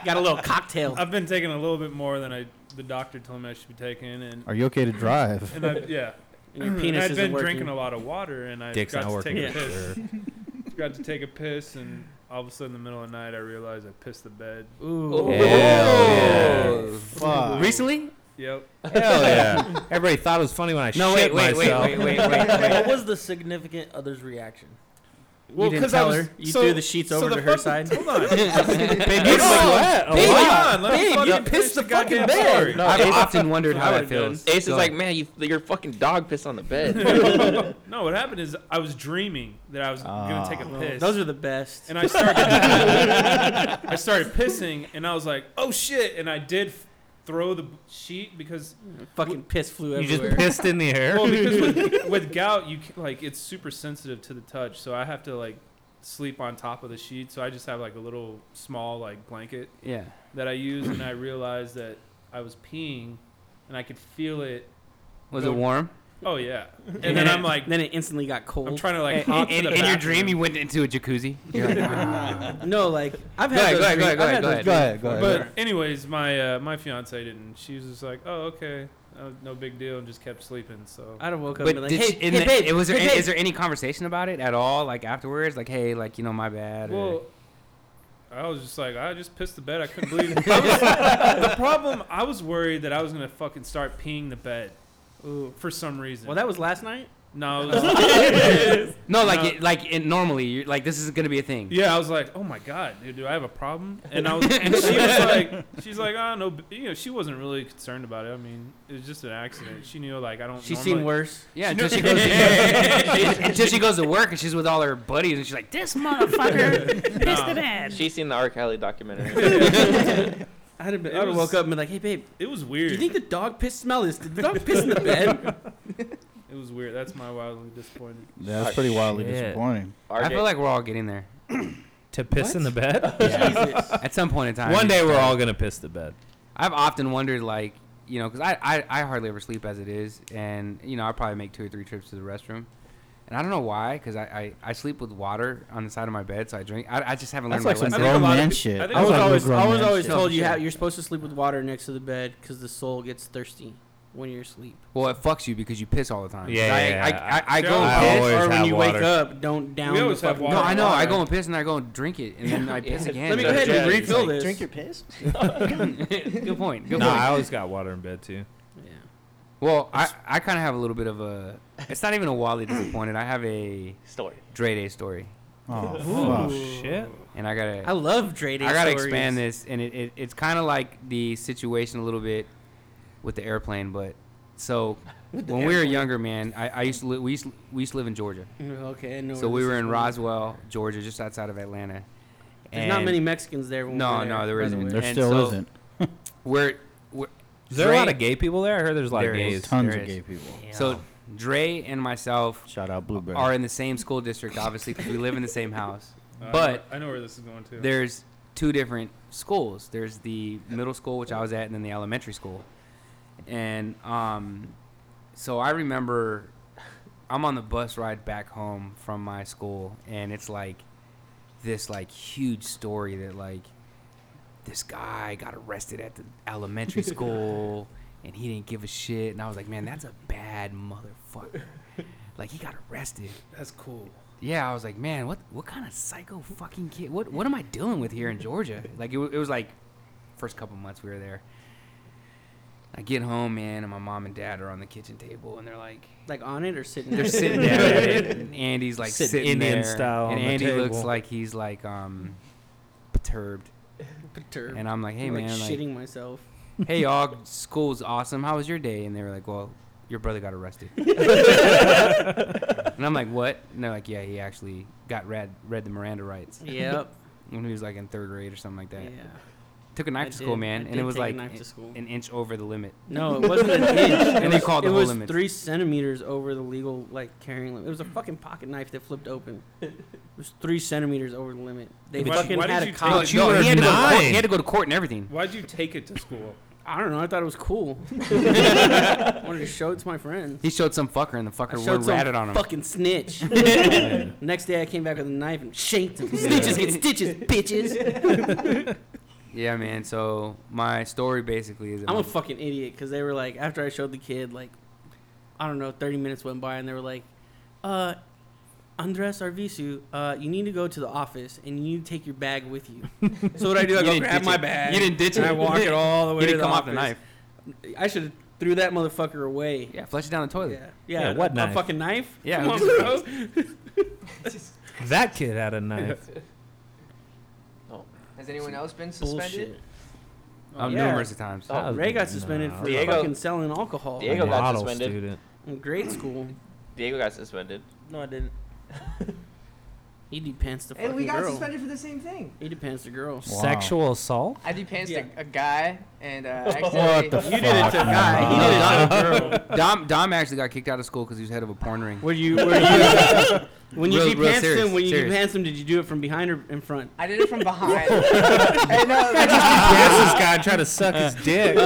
[SPEAKER 4] got a little cocktail.
[SPEAKER 7] I've been taking a little bit more than I the doctor told me I should be taking, and
[SPEAKER 6] Are you okay to drive?
[SPEAKER 7] and I, yeah,
[SPEAKER 4] and your
[SPEAKER 7] and
[SPEAKER 4] penis
[SPEAKER 7] I've
[SPEAKER 4] isn't
[SPEAKER 7] been
[SPEAKER 4] working.
[SPEAKER 7] drinking a lot of water, and I
[SPEAKER 5] Dick's
[SPEAKER 7] got
[SPEAKER 5] not
[SPEAKER 7] to
[SPEAKER 5] working.
[SPEAKER 7] take
[SPEAKER 4] Yeah.
[SPEAKER 7] a piss. got to take a piss, and all of a sudden, in the middle of the night, I realized I pissed the bed.
[SPEAKER 4] Ooh.
[SPEAKER 5] Hell yeah.
[SPEAKER 6] Fuck.
[SPEAKER 1] Recently?
[SPEAKER 7] Yep.
[SPEAKER 5] Hell yeah. Everybody thought it was funny when I
[SPEAKER 1] No, wait,
[SPEAKER 5] shit
[SPEAKER 1] wait, wait,
[SPEAKER 5] myself.
[SPEAKER 1] wait, wait, wait, wait.
[SPEAKER 8] what was the significant other's reaction?
[SPEAKER 4] Well,
[SPEAKER 7] You didn't
[SPEAKER 4] because I
[SPEAKER 7] tell
[SPEAKER 4] was,
[SPEAKER 7] her.
[SPEAKER 4] you
[SPEAKER 7] So-
[SPEAKER 4] threw the sheets
[SPEAKER 7] so
[SPEAKER 4] over
[SPEAKER 7] the
[SPEAKER 4] to her
[SPEAKER 7] fucking-
[SPEAKER 4] side.
[SPEAKER 7] Hold on.
[SPEAKER 5] Babe,
[SPEAKER 4] you
[SPEAKER 5] what?
[SPEAKER 7] Hold on. Let me
[SPEAKER 8] Babe, you
[SPEAKER 7] fucking
[SPEAKER 8] pissed the fucking
[SPEAKER 7] goddamn
[SPEAKER 8] bed.
[SPEAKER 7] story.
[SPEAKER 1] No, I've often wondered how
[SPEAKER 4] I
[SPEAKER 1] that feels.
[SPEAKER 2] Ace is
[SPEAKER 1] Go
[SPEAKER 2] like,
[SPEAKER 1] ahead.
[SPEAKER 2] man, you, your fucking dog pissed on the bed.
[SPEAKER 7] No, what happened is I was dreaming that I was gonna take a
[SPEAKER 5] Ah.
[SPEAKER 4] Oh,
[SPEAKER 7] piss.
[SPEAKER 4] Those are the best.
[SPEAKER 7] and I started I started pissing and I was like, "Oh shit." And I did f- throw the b- sheet because
[SPEAKER 4] fucking piss flew
[SPEAKER 5] You just
[SPEAKER 4] everywhere.
[SPEAKER 5] pissed in the air?
[SPEAKER 7] well, because with, with gout, you ca- like it's super sensitive to the touch, so I have to like sleep on top of the sheet, so I just have like a little small like blanket
[SPEAKER 1] Yeah.
[SPEAKER 7] that I use and I realized that I was peeing and I could feel it.
[SPEAKER 1] Was it warm?
[SPEAKER 7] Oh yeah. And then I'm like
[SPEAKER 4] then it instantly got cold.
[SPEAKER 7] I'm trying to like
[SPEAKER 1] In,
[SPEAKER 7] hop to
[SPEAKER 1] in-
[SPEAKER 7] the
[SPEAKER 1] in your
[SPEAKER 7] bathroom.
[SPEAKER 1] dream, you went into a jacuzzi. You're like, ah.
[SPEAKER 4] no, like I've
[SPEAKER 1] Go
[SPEAKER 4] had
[SPEAKER 1] ahead,
[SPEAKER 4] those
[SPEAKER 1] go ahead, go
[SPEAKER 4] dreams-
[SPEAKER 1] ahead, go
[SPEAKER 4] I've
[SPEAKER 1] ahead,
[SPEAKER 4] had
[SPEAKER 1] go
[SPEAKER 4] those
[SPEAKER 1] ahead.
[SPEAKER 6] Go ahead. Go ahead.
[SPEAKER 7] But anyways, my uh, my fiance didn't. She was just like, "Oh, okay, uh, no big deal," and just kept sleeping. So
[SPEAKER 4] I'd have woke up
[SPEAKER 1] But
[SPEAKER 4] and
[SPEAKER 1] did
[SPEAKER 4] been like,
[SPEAKER 1] she-
[SPEAKER 4] hey,
[SPEAKER 1] in
[SPEAKER 4] hey,
[SPEAKER 1] the-
[SPEAKER 4] babe,
[SPEAKER 1] it- was there
[SPEAKER 4] hey,
[SPEAKER 1] any,
[SPEAKER 4] babe.
[SPEAKER 1] is there any conversation about it at all? Like afterwards, like hey, like you know my bad. or-
[SPEAKER 7] well, I was just like, I just pissed the bed. I couldn't believe it. I was- the problem. I was worried that I was gonna fucking start peeing the bed
[SPEAKER 4] Ooh.
[SPEAKER 7] for some reason.
[SPEAKER 4] Well, that was last night.
[SPEAKER 7] no. it was-
[SPEAKER 1] no, like
[SPEAKER 7] no.
[SPEAKER 1] It, like it, normally, you're, like this is gonna be a thing.
[SPEAKER 7] yeah, I was like, oh my god, dude, do I have a problem? And I was, and she was like, she's like, ah, no, b-" you know, she wasn't really concerned about it. I mean, it was just an accident. She knew like I don't.
[SPEAKER 4] She's
[SPEAKER 7] normally-
[SPEAKER 4] seen worse.
[SPEAKER 1] Yeah, until she goes to, until she goes to work and she's with all her buddies and she's like, this motherfucker.
[SPEAKER 7] Nah.
[SPEAKER 2] She's seen the R. Kelly documentary.
[SPEAKER 4] I'd have been.
[SPEAKER 7] It
[SPEAKER 4] I'd have
[SPEAKER 7] was-
[SPEAKER 4] woke up and been like, "Hey, babe,
[SPEAKER 7] It was
[SPEAKER 4] do
[SPEAKER 7] weird.
[SPEAKER 4] you think the dog piss smell is? Did the dog piss in the bed?
[SPEAKER 7] it was weird. That's my wildly disappointed.
[SPEAKER 6] Yeah, that's pretty wildly
[SPEAKER 9] Shit.
[SPEAKER 6] disappointing.
[SPEAKER 1] I
[SPEAKER 2] RJ,
[SPEAKER 1] feel like we're all getting there
[SPEAKER 9] To piss in the bed?
[SPEAKER 1] at some point in time.
[SPEAKER 5] One day we're all gonna piss the bed.
[SPEAKER 1] I've often wondered, like, you know, because I, I, I hardly ever sleep as it is, and you know, I probably make two or three trips to the restroom, and I don't know why, because I, I, I sleep with water on the side of my bed, so I drink. I, I just haven't learned
[SPEAKER 4] That's
[SPEAKER 1] my
[SPEAKER 4] like some
[SPEAKER 1] lesson.
[SPEAKER 7] I think a
[SPEAKER 6] Grown
[SPEAKER 7] lot of
[SPEAKER 6] man
[SPEAKER 7] peop- I
[SPEAKER 6] shit.
[SPEAKER 7] think
[SPEAKER 6] I
[SPEAKER 7] a
[SPEAKER 6] was
[SPEAKER 7] lot of
[SPEAKER 6] always,
[SPEAKER 7] people-
[SPEAKER 6] grown
[SPEAKER 9] I was
[SPEAKER 6] man
[SPEAKER 9] always
[SPEAKER 6] shit.
[SPEAKER 9] told you have, you're supposed to sleep with water next to the bed because the soul gets thirsty when you're asleep.
[SPEAKER 1] Well, it fucks you because you piss all the time.
[SPEAKER 5] Yeah,
[SPEAKER 1] I,
[SPEAKER 5] yeah, yeah.
[SPEAKER 1] I, I, I go. and piss-
[SPEAKER 7] Yeah.
[SPEAKER 5] I always
[SPEAKER 9] or when
[SPEAKER 5] have
[SPEAKER 9] you
[SPEAKER 5] water.
[SPEAKER 9] wake up, don't down.
[SPEAKER 7] We
[SPEAKER 9] the
[SPEAKER 7] always have
[SPEAKER 9] fucking-
[SPEAKER 7] water.
[SPEAKER 1] no, I know. I go and piss and I go and drink it, and then I piss
[SPEAKER 2] Yeah.
[SPEAKER 1] again.
[SPEAKER 4] Let me go ahead
[SPEAKER 2] Yeah,
[SPEAKER 4] and refill
[SPEAKER 2] like,
[SPEAKER 4] this.
[SPEAKER 8] Drink your piss?
[SPEAKER 1] good point. Good
[SPEAKER 5] Nah,
[SPEAKER 1] point.
[SPEAKER 5] I always got water in bed too.
[SPEAKER 9] Yeah.
[SPEAKER 1] Well, I, I kind of have a little bit of a. It's not even a wildly disappointed. I have a
[SPEAKER 2] story.
[SPEAKER 1] Dre Day story,
[SPEAKER 6] Oh, fuck.
[SPEAKER 5] shit.
[SPEAKER 1] and I gotta.
[SPEAKER 9] I love Dre Day
[SPEAKER 1] I gotta
[SPEAKER 9] stories.
[SPEAKER 1] expand this, and it, it, it's kind of like the situation a little bit with the airplane. But so when we were younger, man, I, I used to li- we used to, we used to live in Georgia,
[SPEAKER 9] Mm, Okay, I know
[SPEAKER 1] so
[SPEAKER 9] where
[SPEAKER 1] we
[SPEAKER 9] this
[SPEAKER 1] were
[SPEAKER 9] is
[SPEAKER 1] in
[SPEAKER 9] going.
[SPEAKER 1] Roswell, Georgia, just outside of Atlanta.
[SPEAKER 9] There's not many Mexicans there. When we
[SPEAKER 1] No,
[SPEAKER 9] were there,
[SPEAKER 1] no, there
[SPEAKER 9] by the
[SPEAKER 1] isn't.
[SPEAKER 9] way.
[SPEAKER 6] There
[SPEAKER 1] And
[SPEAKER 6] still
[SPEAKER 1] so-
[SPEAKER 6] isn't.
[SPEAKER 1] We're, we're
[SPEAKER 5] Is there a lot
[SPEAKER 1] Dre-
[SPEAKER 5] of gay people there? I heard there's a lot
[SPEAKER 1] There
[SPEAKER 5] of
[SPEAKER 1] is.
[SPEAKER 5] gays.
[SPEAKER 6] Tons
[SPEAKER 1] there
[SPEAKER 6] of
[SPEAKER 1] is.
[SPEAKER 6] gay people.
[SPEAKER 1] so Dre and myself
[SPEAKER 6] Shout out Blueberry.
[SPEAKER 1] are in the same school district, obviously, because we live in the same house.
[SPEAKER 7] I
[SPEAKER 1] But-
[SPEAKER 7] know- I know where this is going to.
[SPEAKER 1] there's two different schools. There's the middle school, which I was at, and then the elementary school. And um, so I remember I'm on the bus ride back home from my school, and it's like this like huge story that like this guy got arrested at the elementary school and he didn't give a shit and I was like man that's a bad motherfucker like he got arrested
[SPEAKER 7] That's cool.
[SPEAKER 1] yeah, I was like, man, what what kind of psycho fucking kid? What what am I dealing with here in Georgia? Like it, wa- it was like first couple months we were there. I get home, man, and my mom and dad are on the kitchen table, and they're like,
[SPEAKER 9] Like on it or sitting.
[SPEAKER 1] they're
[SPEAKER 9] there?
[SPEAKER 1] sitting there, and Andy's like
[SPEAKER 5] Sitting
[SPEAKER 1] sitting
[SPEAKER 5] Indian
[SPEAKER 1] there,
[SPEAKER 5] style
[SPEAKER 1] and
[SPEAKER 5] on the
[SPEAKER 1] Andy looks
[SPEAKER 5] table.
[SPEAKER 1] like he's like um perturbed,
[SPEAKER 9] Perturbed.
[SPEAKER 1] and I'm like, hey
[SPEAKER 9] I'm, like
[SPEAKER 1] man, like,
[SPEAKER 9] shitting myself.
[SPEAKER 1] hey y'all, school's awesome. How was your day? And they were like, well, your brother got arrested. and I'm like, what? And they're like, yeah, he actually got read read the Miranda rights.
[SPEAKER 9] Yep.
[SPEAKER 1] when he was like in third grade or something like that.
[SPEAKER 9] yeah.
[SPEAKER 1] Took a knife
[SPEAKER 9] I
[SPEAKER 1] to school,
[SPEAKER 9] did-
[SPEAKER 1] man,
[SPEAKER 9] I
[SPEAKER 1] and
[SPEAKER 9] did
[SPEAKER 1] it was
[SPEAKER 9] take a
[SPEAKER 1] like
[SPEAKER 9] knife
[SPEAKER 1] an,
[SPEAKER 9] to school.
[SPEAKER 1] an inch over the limit.
[SPEAKER 9] No, it wasn't an inch.
[SPEAKER 1] And
[SPEAKER 9] It
[SPEAKER 1] they
[SPEAKER 9] was-
[SPEAKER 1] called the
[SPEAKER 9] it
[SPEAKER 1] whole
[SPEAKER 9] was
[SPEAKER 1] limits.
[SPEAKER 9] three centimeters over the legal like carrying limit. It was a fucking pocket knife that flipped open. It was three centimeters over the limit. They
[SPEAKER 7] Why-
[SPEAKER 9] fucking
[SPEAKER 7] why did
[SPEAKER 9] had a
[SPEAKER 7] you take
[SPEAKER 9] cop.
[SPEAKER 7] it?
[SPEAKER 5] you were
[SPEAKER 1] he, had to go to court,
[SPEAKER 5] nine.
[SPEAKER 1] he had to go to court and everything.
[SPEAKER 7] Why'd you take it to school?
[SPEAKER 9] I don't know. I thought it was cool. I wanted to show it to my friends.
[SPEAKER 1] He showed some fucker, and the
[SPEAKER 9] Mm-hmm. I
[SPEAKER 1] fucker
[SPEAKER 9] showed
[SPEAKER 1] word
[SPEAKER 9] some
[SPEAKER 1] ratted on him.
[SPEAKER 9] fucking snitch. Next day, I came back with a knife and shanked him. Snitches get stitches, bitches.
[SPEAKER 1] Yeah, man. So my story basically is
[SPEAKER 9] I'm a
[SPEAKER 1] about-
[SPEAKER 9] fucking idiot because they were like, after I showed the kid, like, I don't know, 30 minutes went by, and they were like, uh, Andres Arvisu, uh, you need to go to the office and you need to take your bag with you. so what I do, I
[SPEAKER 1] You
[SPEAKER 9] go
[SPEAKER 1] didn't
[SPEAKER 9] grab
[SPEAKER 1] ditch
[SPEAKER 9] my
[SPEAKER 1] it.
[SPEAKER 9] bag.
[SPEAKER 1] You didn't ditch
[SPEAKER 9] and I
[SPEAKER 1] it.
[SPEAKER 9] walk it all the way.
[SPEAKER 1] he didn't
[SPEAKER 9] to
[SPEAKER 1] come
[SPEAKER 9] the
[SPEAKER 1] off the
[SPEAKER 9] office.
[SPEAKER 1] knife.
[SPEAKER 9] I should have threw that motherfucker away.
[SPEAKER 1] Yeah, flush it down the toilet.
[SPEAKER 9] Yeah. Yeah.
[SPEAKER 5] Yeah, what
[SPEAKER 9] a,
[SPEAKER 5] knife?
[SPEAKER 9] A fucking knife?
[SPEAKER 1] Yeah,
[SPEAKER 9] Come on,
[SPEAKER 1] who
[SPEAKER 9] bro.
[SPEAKER 5] That kid had a knife.
[SPEAKER 3] Has anyone else been suspended?
[SPEAKER 9] Bullshit.
[SPEAKER 1] Um,
[SPEAKER 9] Yeah.
[SPEAKER 1] numerous of times.
[SPEAKER 2] Oh.
[SPEAKER 9] Ray got suspended for
[SPEAKER 2] Diego-
[SPEAKER 9] fucking selling alcohol
[SPEAKER 2] Diego got
[SPEAKER 5] model
[SPEAKER 2] suspended.
[SPEAKER 5] student.
[SPEAKER 9] in grade school.
[SPEAKER 2] Diego got suspended.
[SPEAKER 8] No, I didn't.
[SPEAKER 9] He depends the fucking
[SPEAKER 3] And we got
[SPEAKER 9] girl.
[SPEAKER 3] suspended for the same thing.
[SPEAKER 9] He depends the girl.
[SPEAKER 6] Wow.
[SPEAKER 5] Sexual assault?
[SPEAKER 3] I depanced
[SPEAKER 9] Yeah.
[SPEAKER 3] a, a guy and uh,
[SPEAKER 6] What
[SPEAKER 3] accidentally.
[SPEAKER 6] the
[SPEAKER 7] You did it to a guy. He did it to a girl.
[SPEAKER 1] Dom Dom actually got kicked out of school because he was head of a porn ring.
[SPEAKER 9] Were you were you
[SPEAKER 4] uh,
[SPEAKER 9] when you
[SPEAKER 1] Real-
[SPEAKER 9] deep
[SPEAKER 1] real
[SPEAKER 9] pantsed
[SPEAKER 1] serious,
[SPEAKER 9] him? When you deep
[SPEAKER 1] serious.
[SPEAKER 9] pantsed him, did you do it from behind or in front?
[SPEAKER 3] I did it from behind. uh, Hey, no, no.
[SPEAKER 5] Yes, this guy tried to suck his dick.
[SPEAKER 3] So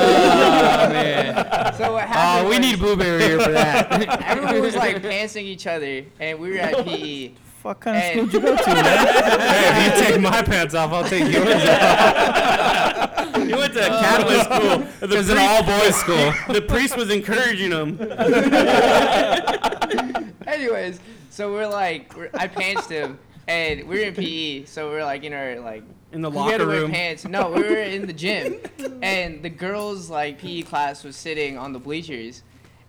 [SPEAKER 3] what happened?
[SPEAKER 1] Oh, we
[SPEAKER 3] was
[SPEAKER 1] need blueberry here for that.
[SPEAKER 3] Everyone was like pantsing each other, and we were at E. PE.
[SPEAKER 6] Fuck kind of
[SPEAKER 3] Hey.
[SPEAKER 6] school did you go to, man?
[SPEAKER 5] hey, if you take my pants off, I'll take yours off.
[SPEAKER 4] You went to a
[SPEAKER 5] Uh,
[SPEAKER 4] Catholic school. The
[SPEAKER 5] It's an all boys school.
[SPEAKER 4] The priest was encouraging him.
[SPEAKER 3] Anyways, so we're like, we're, I pantsed him, and we were in PE, so we are like in our like
[SPEAKER 4] In the
[SPEAKER 3] we had
[SPEAKER 4] locker
[SPEAKER 3] to wear
[SPEAKER 4] room.
[SPEAKER 3] pants. No, we were in the gym, and the girls like PE class was sitting on the bleachers,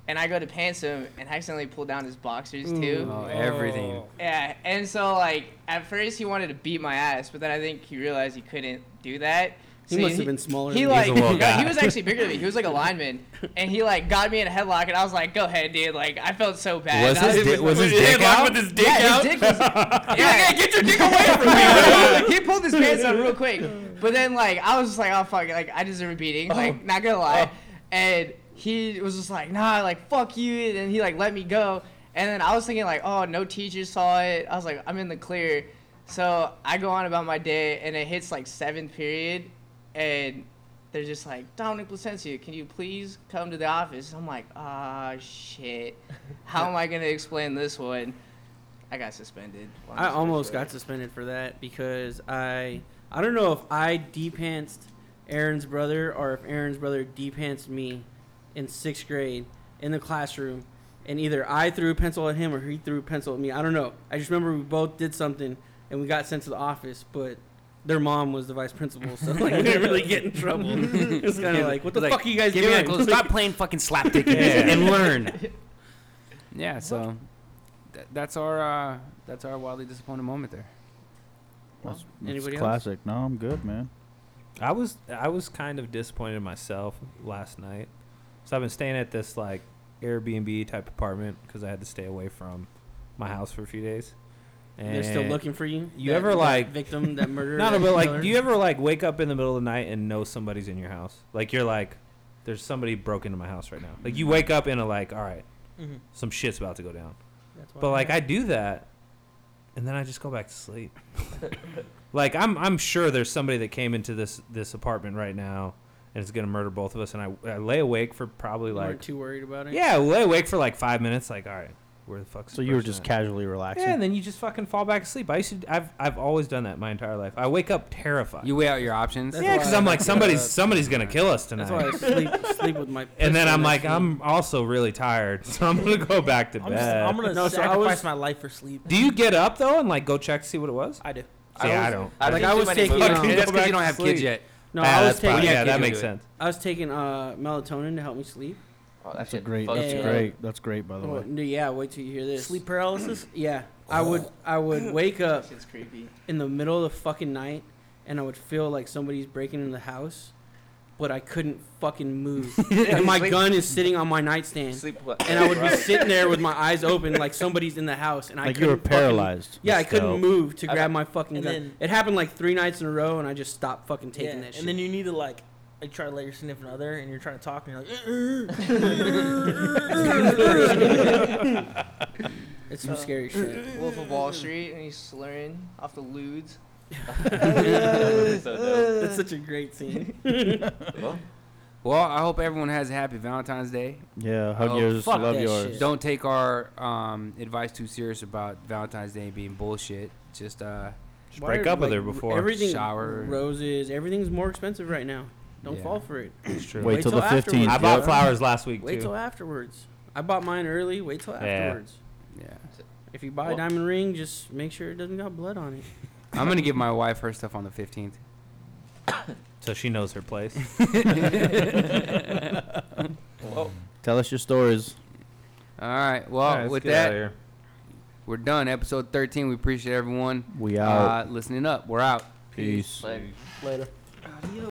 [SPEAKER 3] and I go to pants him, and I accidentally pulled down his boxers too.
[SPEAKER 7] Mm.
[SPEAKER 1] Oh, everything.
[SPEAKER 7] Oh.
[SPEAKER 3] Yeah, and so like at first he wanted to beat my ass, but then I think he realized he couldn't do that.
[SPEAKER 4] He
[SPEAKER 3] See,
[SPEAKER 4] must have been smaller.
[SPEAKER 3] He
[SPEAKER 4] than me.
[SPEAKER 3] like
[SPEAKER 5] a little guy.
[SPEAKER 3] he was actually bigger than me. He was like a lineman, and he like got me in a headlock, and I was like, "Go ahead, dude!" Like I felt so bad.
[SPEAKER 5] Was
[SPEAKER 3] And I
[SPEAKER 5] his dick- was his
[SPEAKER 3] Yeah,
[SPEAKER 5] dick out?
[SPEAKER 3] his dick yeah, His dick was, yeah, get your dick away from me! he pulled his pants up real quick, but then like I was just like, "Oh fuck!" Like I deserve a beating.
[SPEAKER 4] Oh.
[SPEAKER 3] Like not gonna lie, and he was just like, "Nah, like fuck you," and then he like let me go, and then I was thinking like, "Oh, no teacher saw it." I was like, "I'm in the clear." So I go on about my day, and it hits like seventh period, and they're just like Dominic Placencia, can you please come to the office? I'm like, ah, shit. How am I gonna explain this one? I got suspended. Long
[SPEAKER 4] I
[SPEAKER 3] story
[SPEAKER 4] almost
[SPEAKER 3] short.
[SPEAKER 4] got suspended for that because I I don't know if I depanced Aaron's brother or if Aaron's brother depanced me in sixth grade in the classroom, and either I threw a pencil at him or he threw a pencil at me. I don't know. I just remember we both did something and we got sent to the office, but. Their mom was the vice principal, so like, we didn't really get in trouble. It's kind of like, what the
[SPEAKER 1] Like,
[SPEAKER 4] fuck are you guys
[SPEAKER 1] Give
[SPEAKER 4] doing?
[SPEAKER 1] me that close. Stop playing fucking slapdick and learn. Yeah, so th- that's our uh, that's our wildly disappointed moment there.
[SPEAKER 6] That's, that's
[SPEAKER 4] Anybody else?
[SPEAKER 6] classic. No, I'm good, man.
[SPEAKER 5] I was I was kind of disappointed in myself last night. So I've been staying at this like Airbnb type apartment because I had to stay away from my house for a few days. And
[SPEAKER 4] They're still looking for you.
[SPEAKER 5] You
[SPEAKER 4] That-
[SPEAKER 5] ever,
[SPEAKER 4] that
[SPEAKER 5] like-
[SPEAKER 4] victim that murderer?
[SPEAKER 5] No, no,
[SPEAKER 4] that
[SPEAKER 5] but like,
[SPEAKER 4] killer?
[SPEAKER 5] do you ever like wake up in the middle of the night and know somebody's in your house? Like you're like, there's somebody broke into my house right now.
[SPEAKER 4] Mm-hmm.
[SPEAKER 5] Like you wake up in a like, all right,
[SPEAKER 4] Mhm.
[SPEAKER 5] some shit's about to go down.
[SPEAKER 4] That's why
[SPEAKER 5] But
[SPEAKER 4] I'm
[SPEAKER 5] like
[SPEAKER 4] here.
[SPEAKER 5] I do that, and then I just go back to sleep. like I'm I'm sure there's somebody that came into this this apartment right now and is gonna murder both of us. And I, I lay awake for probably
[SPEAKER 4] You weren't
[SPEAKER 5] like
[SPEAKER 4] too worried about it.
[SPEAKER 5] yeah, I lay awake for like five minutes. Like all right, where the fuck?
[SPEAKER 6] So you were just casually relaxing.
[SPEAKER 5] yeah, and then you just fucking fall back asleep. I used to, I've I've always done that my entire life. I wake up terrified.
[SPEAKER 1] You weigh out your options.
[SPEAKER 4] That's
[SPEAKER 5] Yeah,
[SPEAKER 4] why
[SPEAKER 5] because
[SPEAKER 4] I
[SPEAKER 5] I'm
[SPEAKER 4] don't
[SPEAKER 5] like
[SPEAKER 4] do
[SPEAKER 5] somebody's
[SPEAKER 4] that.
[SPEAKER 5] somebody's gonna kill us
[SPEAKER 4] That's why I
[SPEAKER 5] tonight.
[SPEAKER 4] sleep, sleep with my.
[SPEAKER 5] And then
[SPEAKER 4] pistol
[SPEAKER 5] I'm
[SPEAKER 4] next
[SPEAKER 5] like,
[SPEAKER 4] to me.
[SPEAKER 5] I'm also really tired, so I'm gonna go back to
[SPEAKER 10] I'm, just, I'm
[SPEAKER 5] bed.
[SPEAKER 10] gonna
[SPEAKER 4] No, so I
[SPEAKER 10] sacrifice
[SPEAKER 4] was-
[SPEAKER 10] my life for sleep.
[SPEAKER 5] Do you get up though and like go check to see what it was?
[SPEAKER 10] I do.
[SPEAKER 5] See,
[SPEAKER 2] I
[SPEAKER 5] I,
[SPEAKER 2] was-
[SPEAKER 5] don't.
[SPEAKER 2] I
[SPEAKER 4] Like,
[SPEAKER 2] do
[SPEAKER 4] I
[SPEAKER 2] too
[SPEAKER 4] was
[SPEAKER 2] many
[SPEAKER 4] taking,
[SPEAKER 2] movies.
[SPEAKER 4] um,
[SPEAKER 1] that's because you don't have kids yet.
[SPEAKER 4] No,
[SPEAKER 5] Ah,
[SPEAKER 4] I was
[SPEAKER 5] that's probably-
[SPEAKER 4] taking.
[SPEAKER 5] yeah,
[SPEAKER 1] kids
[SPEAKER 5] that
[SPEAKER 1] do
[SPEAKER 5] makes
[SPEAKER 1] it.
[SPEAKER 5] sense.
[SPEAKER 4] I was taking uh, melatonin to help me sleep.
[SPEAKER 2] Oh, that
[SPEAKER 6] that's a
[SPEAKER 2] shit
[SPEAKER 6] great.
[SPEAKER 2] fucks
[SPEAKER 6] That's
[SPEAKER 2] you
[SPEAKER 4] Yeah.
[SPEAKER 2] up.
[SPEAKER 6] great. That's great. By the
[SPEAKER 4] Oh,
[SPEAKER 6] way,
[SPEAKER 4] no, yeah, wait till you hear this.
[SPEAKER 10] Sleep paralysis.
[SPEAKER 4] Yeah, I would. I would wake up
[SPEAKER 3] This shit's creepy.
[SPEAKER 4] in the middle of the fucking night, and I would feel like somebody's breaking in the house, but I couldn't fucking move. and my
[SPEAKER 2] Sleep-
[SPEAKER 4] gun is sitting on my nightstand,
[SPEAKER 2] Sleep.
[SPEAKER 4] and I would be sitting there with my eyes open, like somebody's in the house, and I
[SPEAKER 6] like you were
[SPEAKER 4] couldn't fucking-
[SPEAKER 6] paralyzed.
[SPEAKER 4] Yeah, I
[SPEAKER 5] That's
[SPEAKER 4] couldn't
[SPEAKER 5] dope.
[SPEAKER 4] move to
[SPEAKER 10] I-
[SPEAKER 4] grab my fucking
[SPEAKER 10] and
[SPEAKER 4] gun.
[SPEAKER 10] then-
[SPEAKER 4] it happened like three nights in a row, and I just stopped fucking taking that shit.
[SPEAKER 10] And then you need to like, like try to let your significant other, and you're trying to talk, and you're like,
[SPEAKER 4] it's some scary shit.
[SPEAKER 3] Wolf of Wall Street, and he's slurring off the ludes.
[SPEAKER 2] so
[SPEAKER 4] That's such a great scene.
[SPEAKER 2] dope. Well,
[SPEAKER 1] Well, I hope everyone has a happy Valentine's Day.
[SPEAKER 6] Yeah, hug
[SPEAKER 1] Oh,
[SPEAKER 6] yours,
[SPEAKER 4] fuck
[SPEAKER 6] love
[SPEAKER 4] that
[SPEAKER 6] yours.
[SPEAKER 4] shit.
[SPEAKER 1] Don't take our um, advice too serious about Valentine's Day being bullshit. Just uh,
[SPEAKER 5] Just break up with her before.
[SPEAKER 4] Everything,
[SPEAKER 1] Shower.
[SPEAKER 4] roses, everything's more expensive right now. Don't
[SPEAKER 1] Yeah.
[SPEAKER 4] fall for it.
[SPEAKER 5] It's true.
[SPEAKER 6] Wait till the
[SPEAKER 4] afterwards.
[SPEAKER 6] 15th,
[SPEAKER 5] I bought flowers last week
[SPEAKER 4] Wait till
[SPEAKER 5] too.
[SPEAKER 4] afterwards. I bought mine early. Wait till
[SPEAKER 5] Yeah.
[SPEAKER 4] afterwards.
[SPEAKER 1] yeah.
[SPEAKER 4] If you buy a
[SPEAKER 2] Well-
[SPEAKER 4] diamond ring, just make sure it doesn't got blood on it.
[SPEAKER 1] I'm gonna give my wife her stuff on the 15th.
[SPEAKER 5] So she knows her place.
[SPEAKER 2] well,
[SPEAKER 6] Tell us your stories.
[SPEAKER 1] All right. Well,
[SPEAKER 5] Alright, let's
[SPEAKER 1] with
[SPEAKER 5] get outta
[SPEAKER 1] that,
[SPEAKER 5] here.
[SPEAKER 1] we're done. Episode 13. We appreciate everyone
[SPEAKER 6] We out.
[SPEAKER 1] uh, listening up. We're out.
[SPEAKER 6] Ah, Peace.
[SPEAKER 2] like,
[SPEAKER 10] later.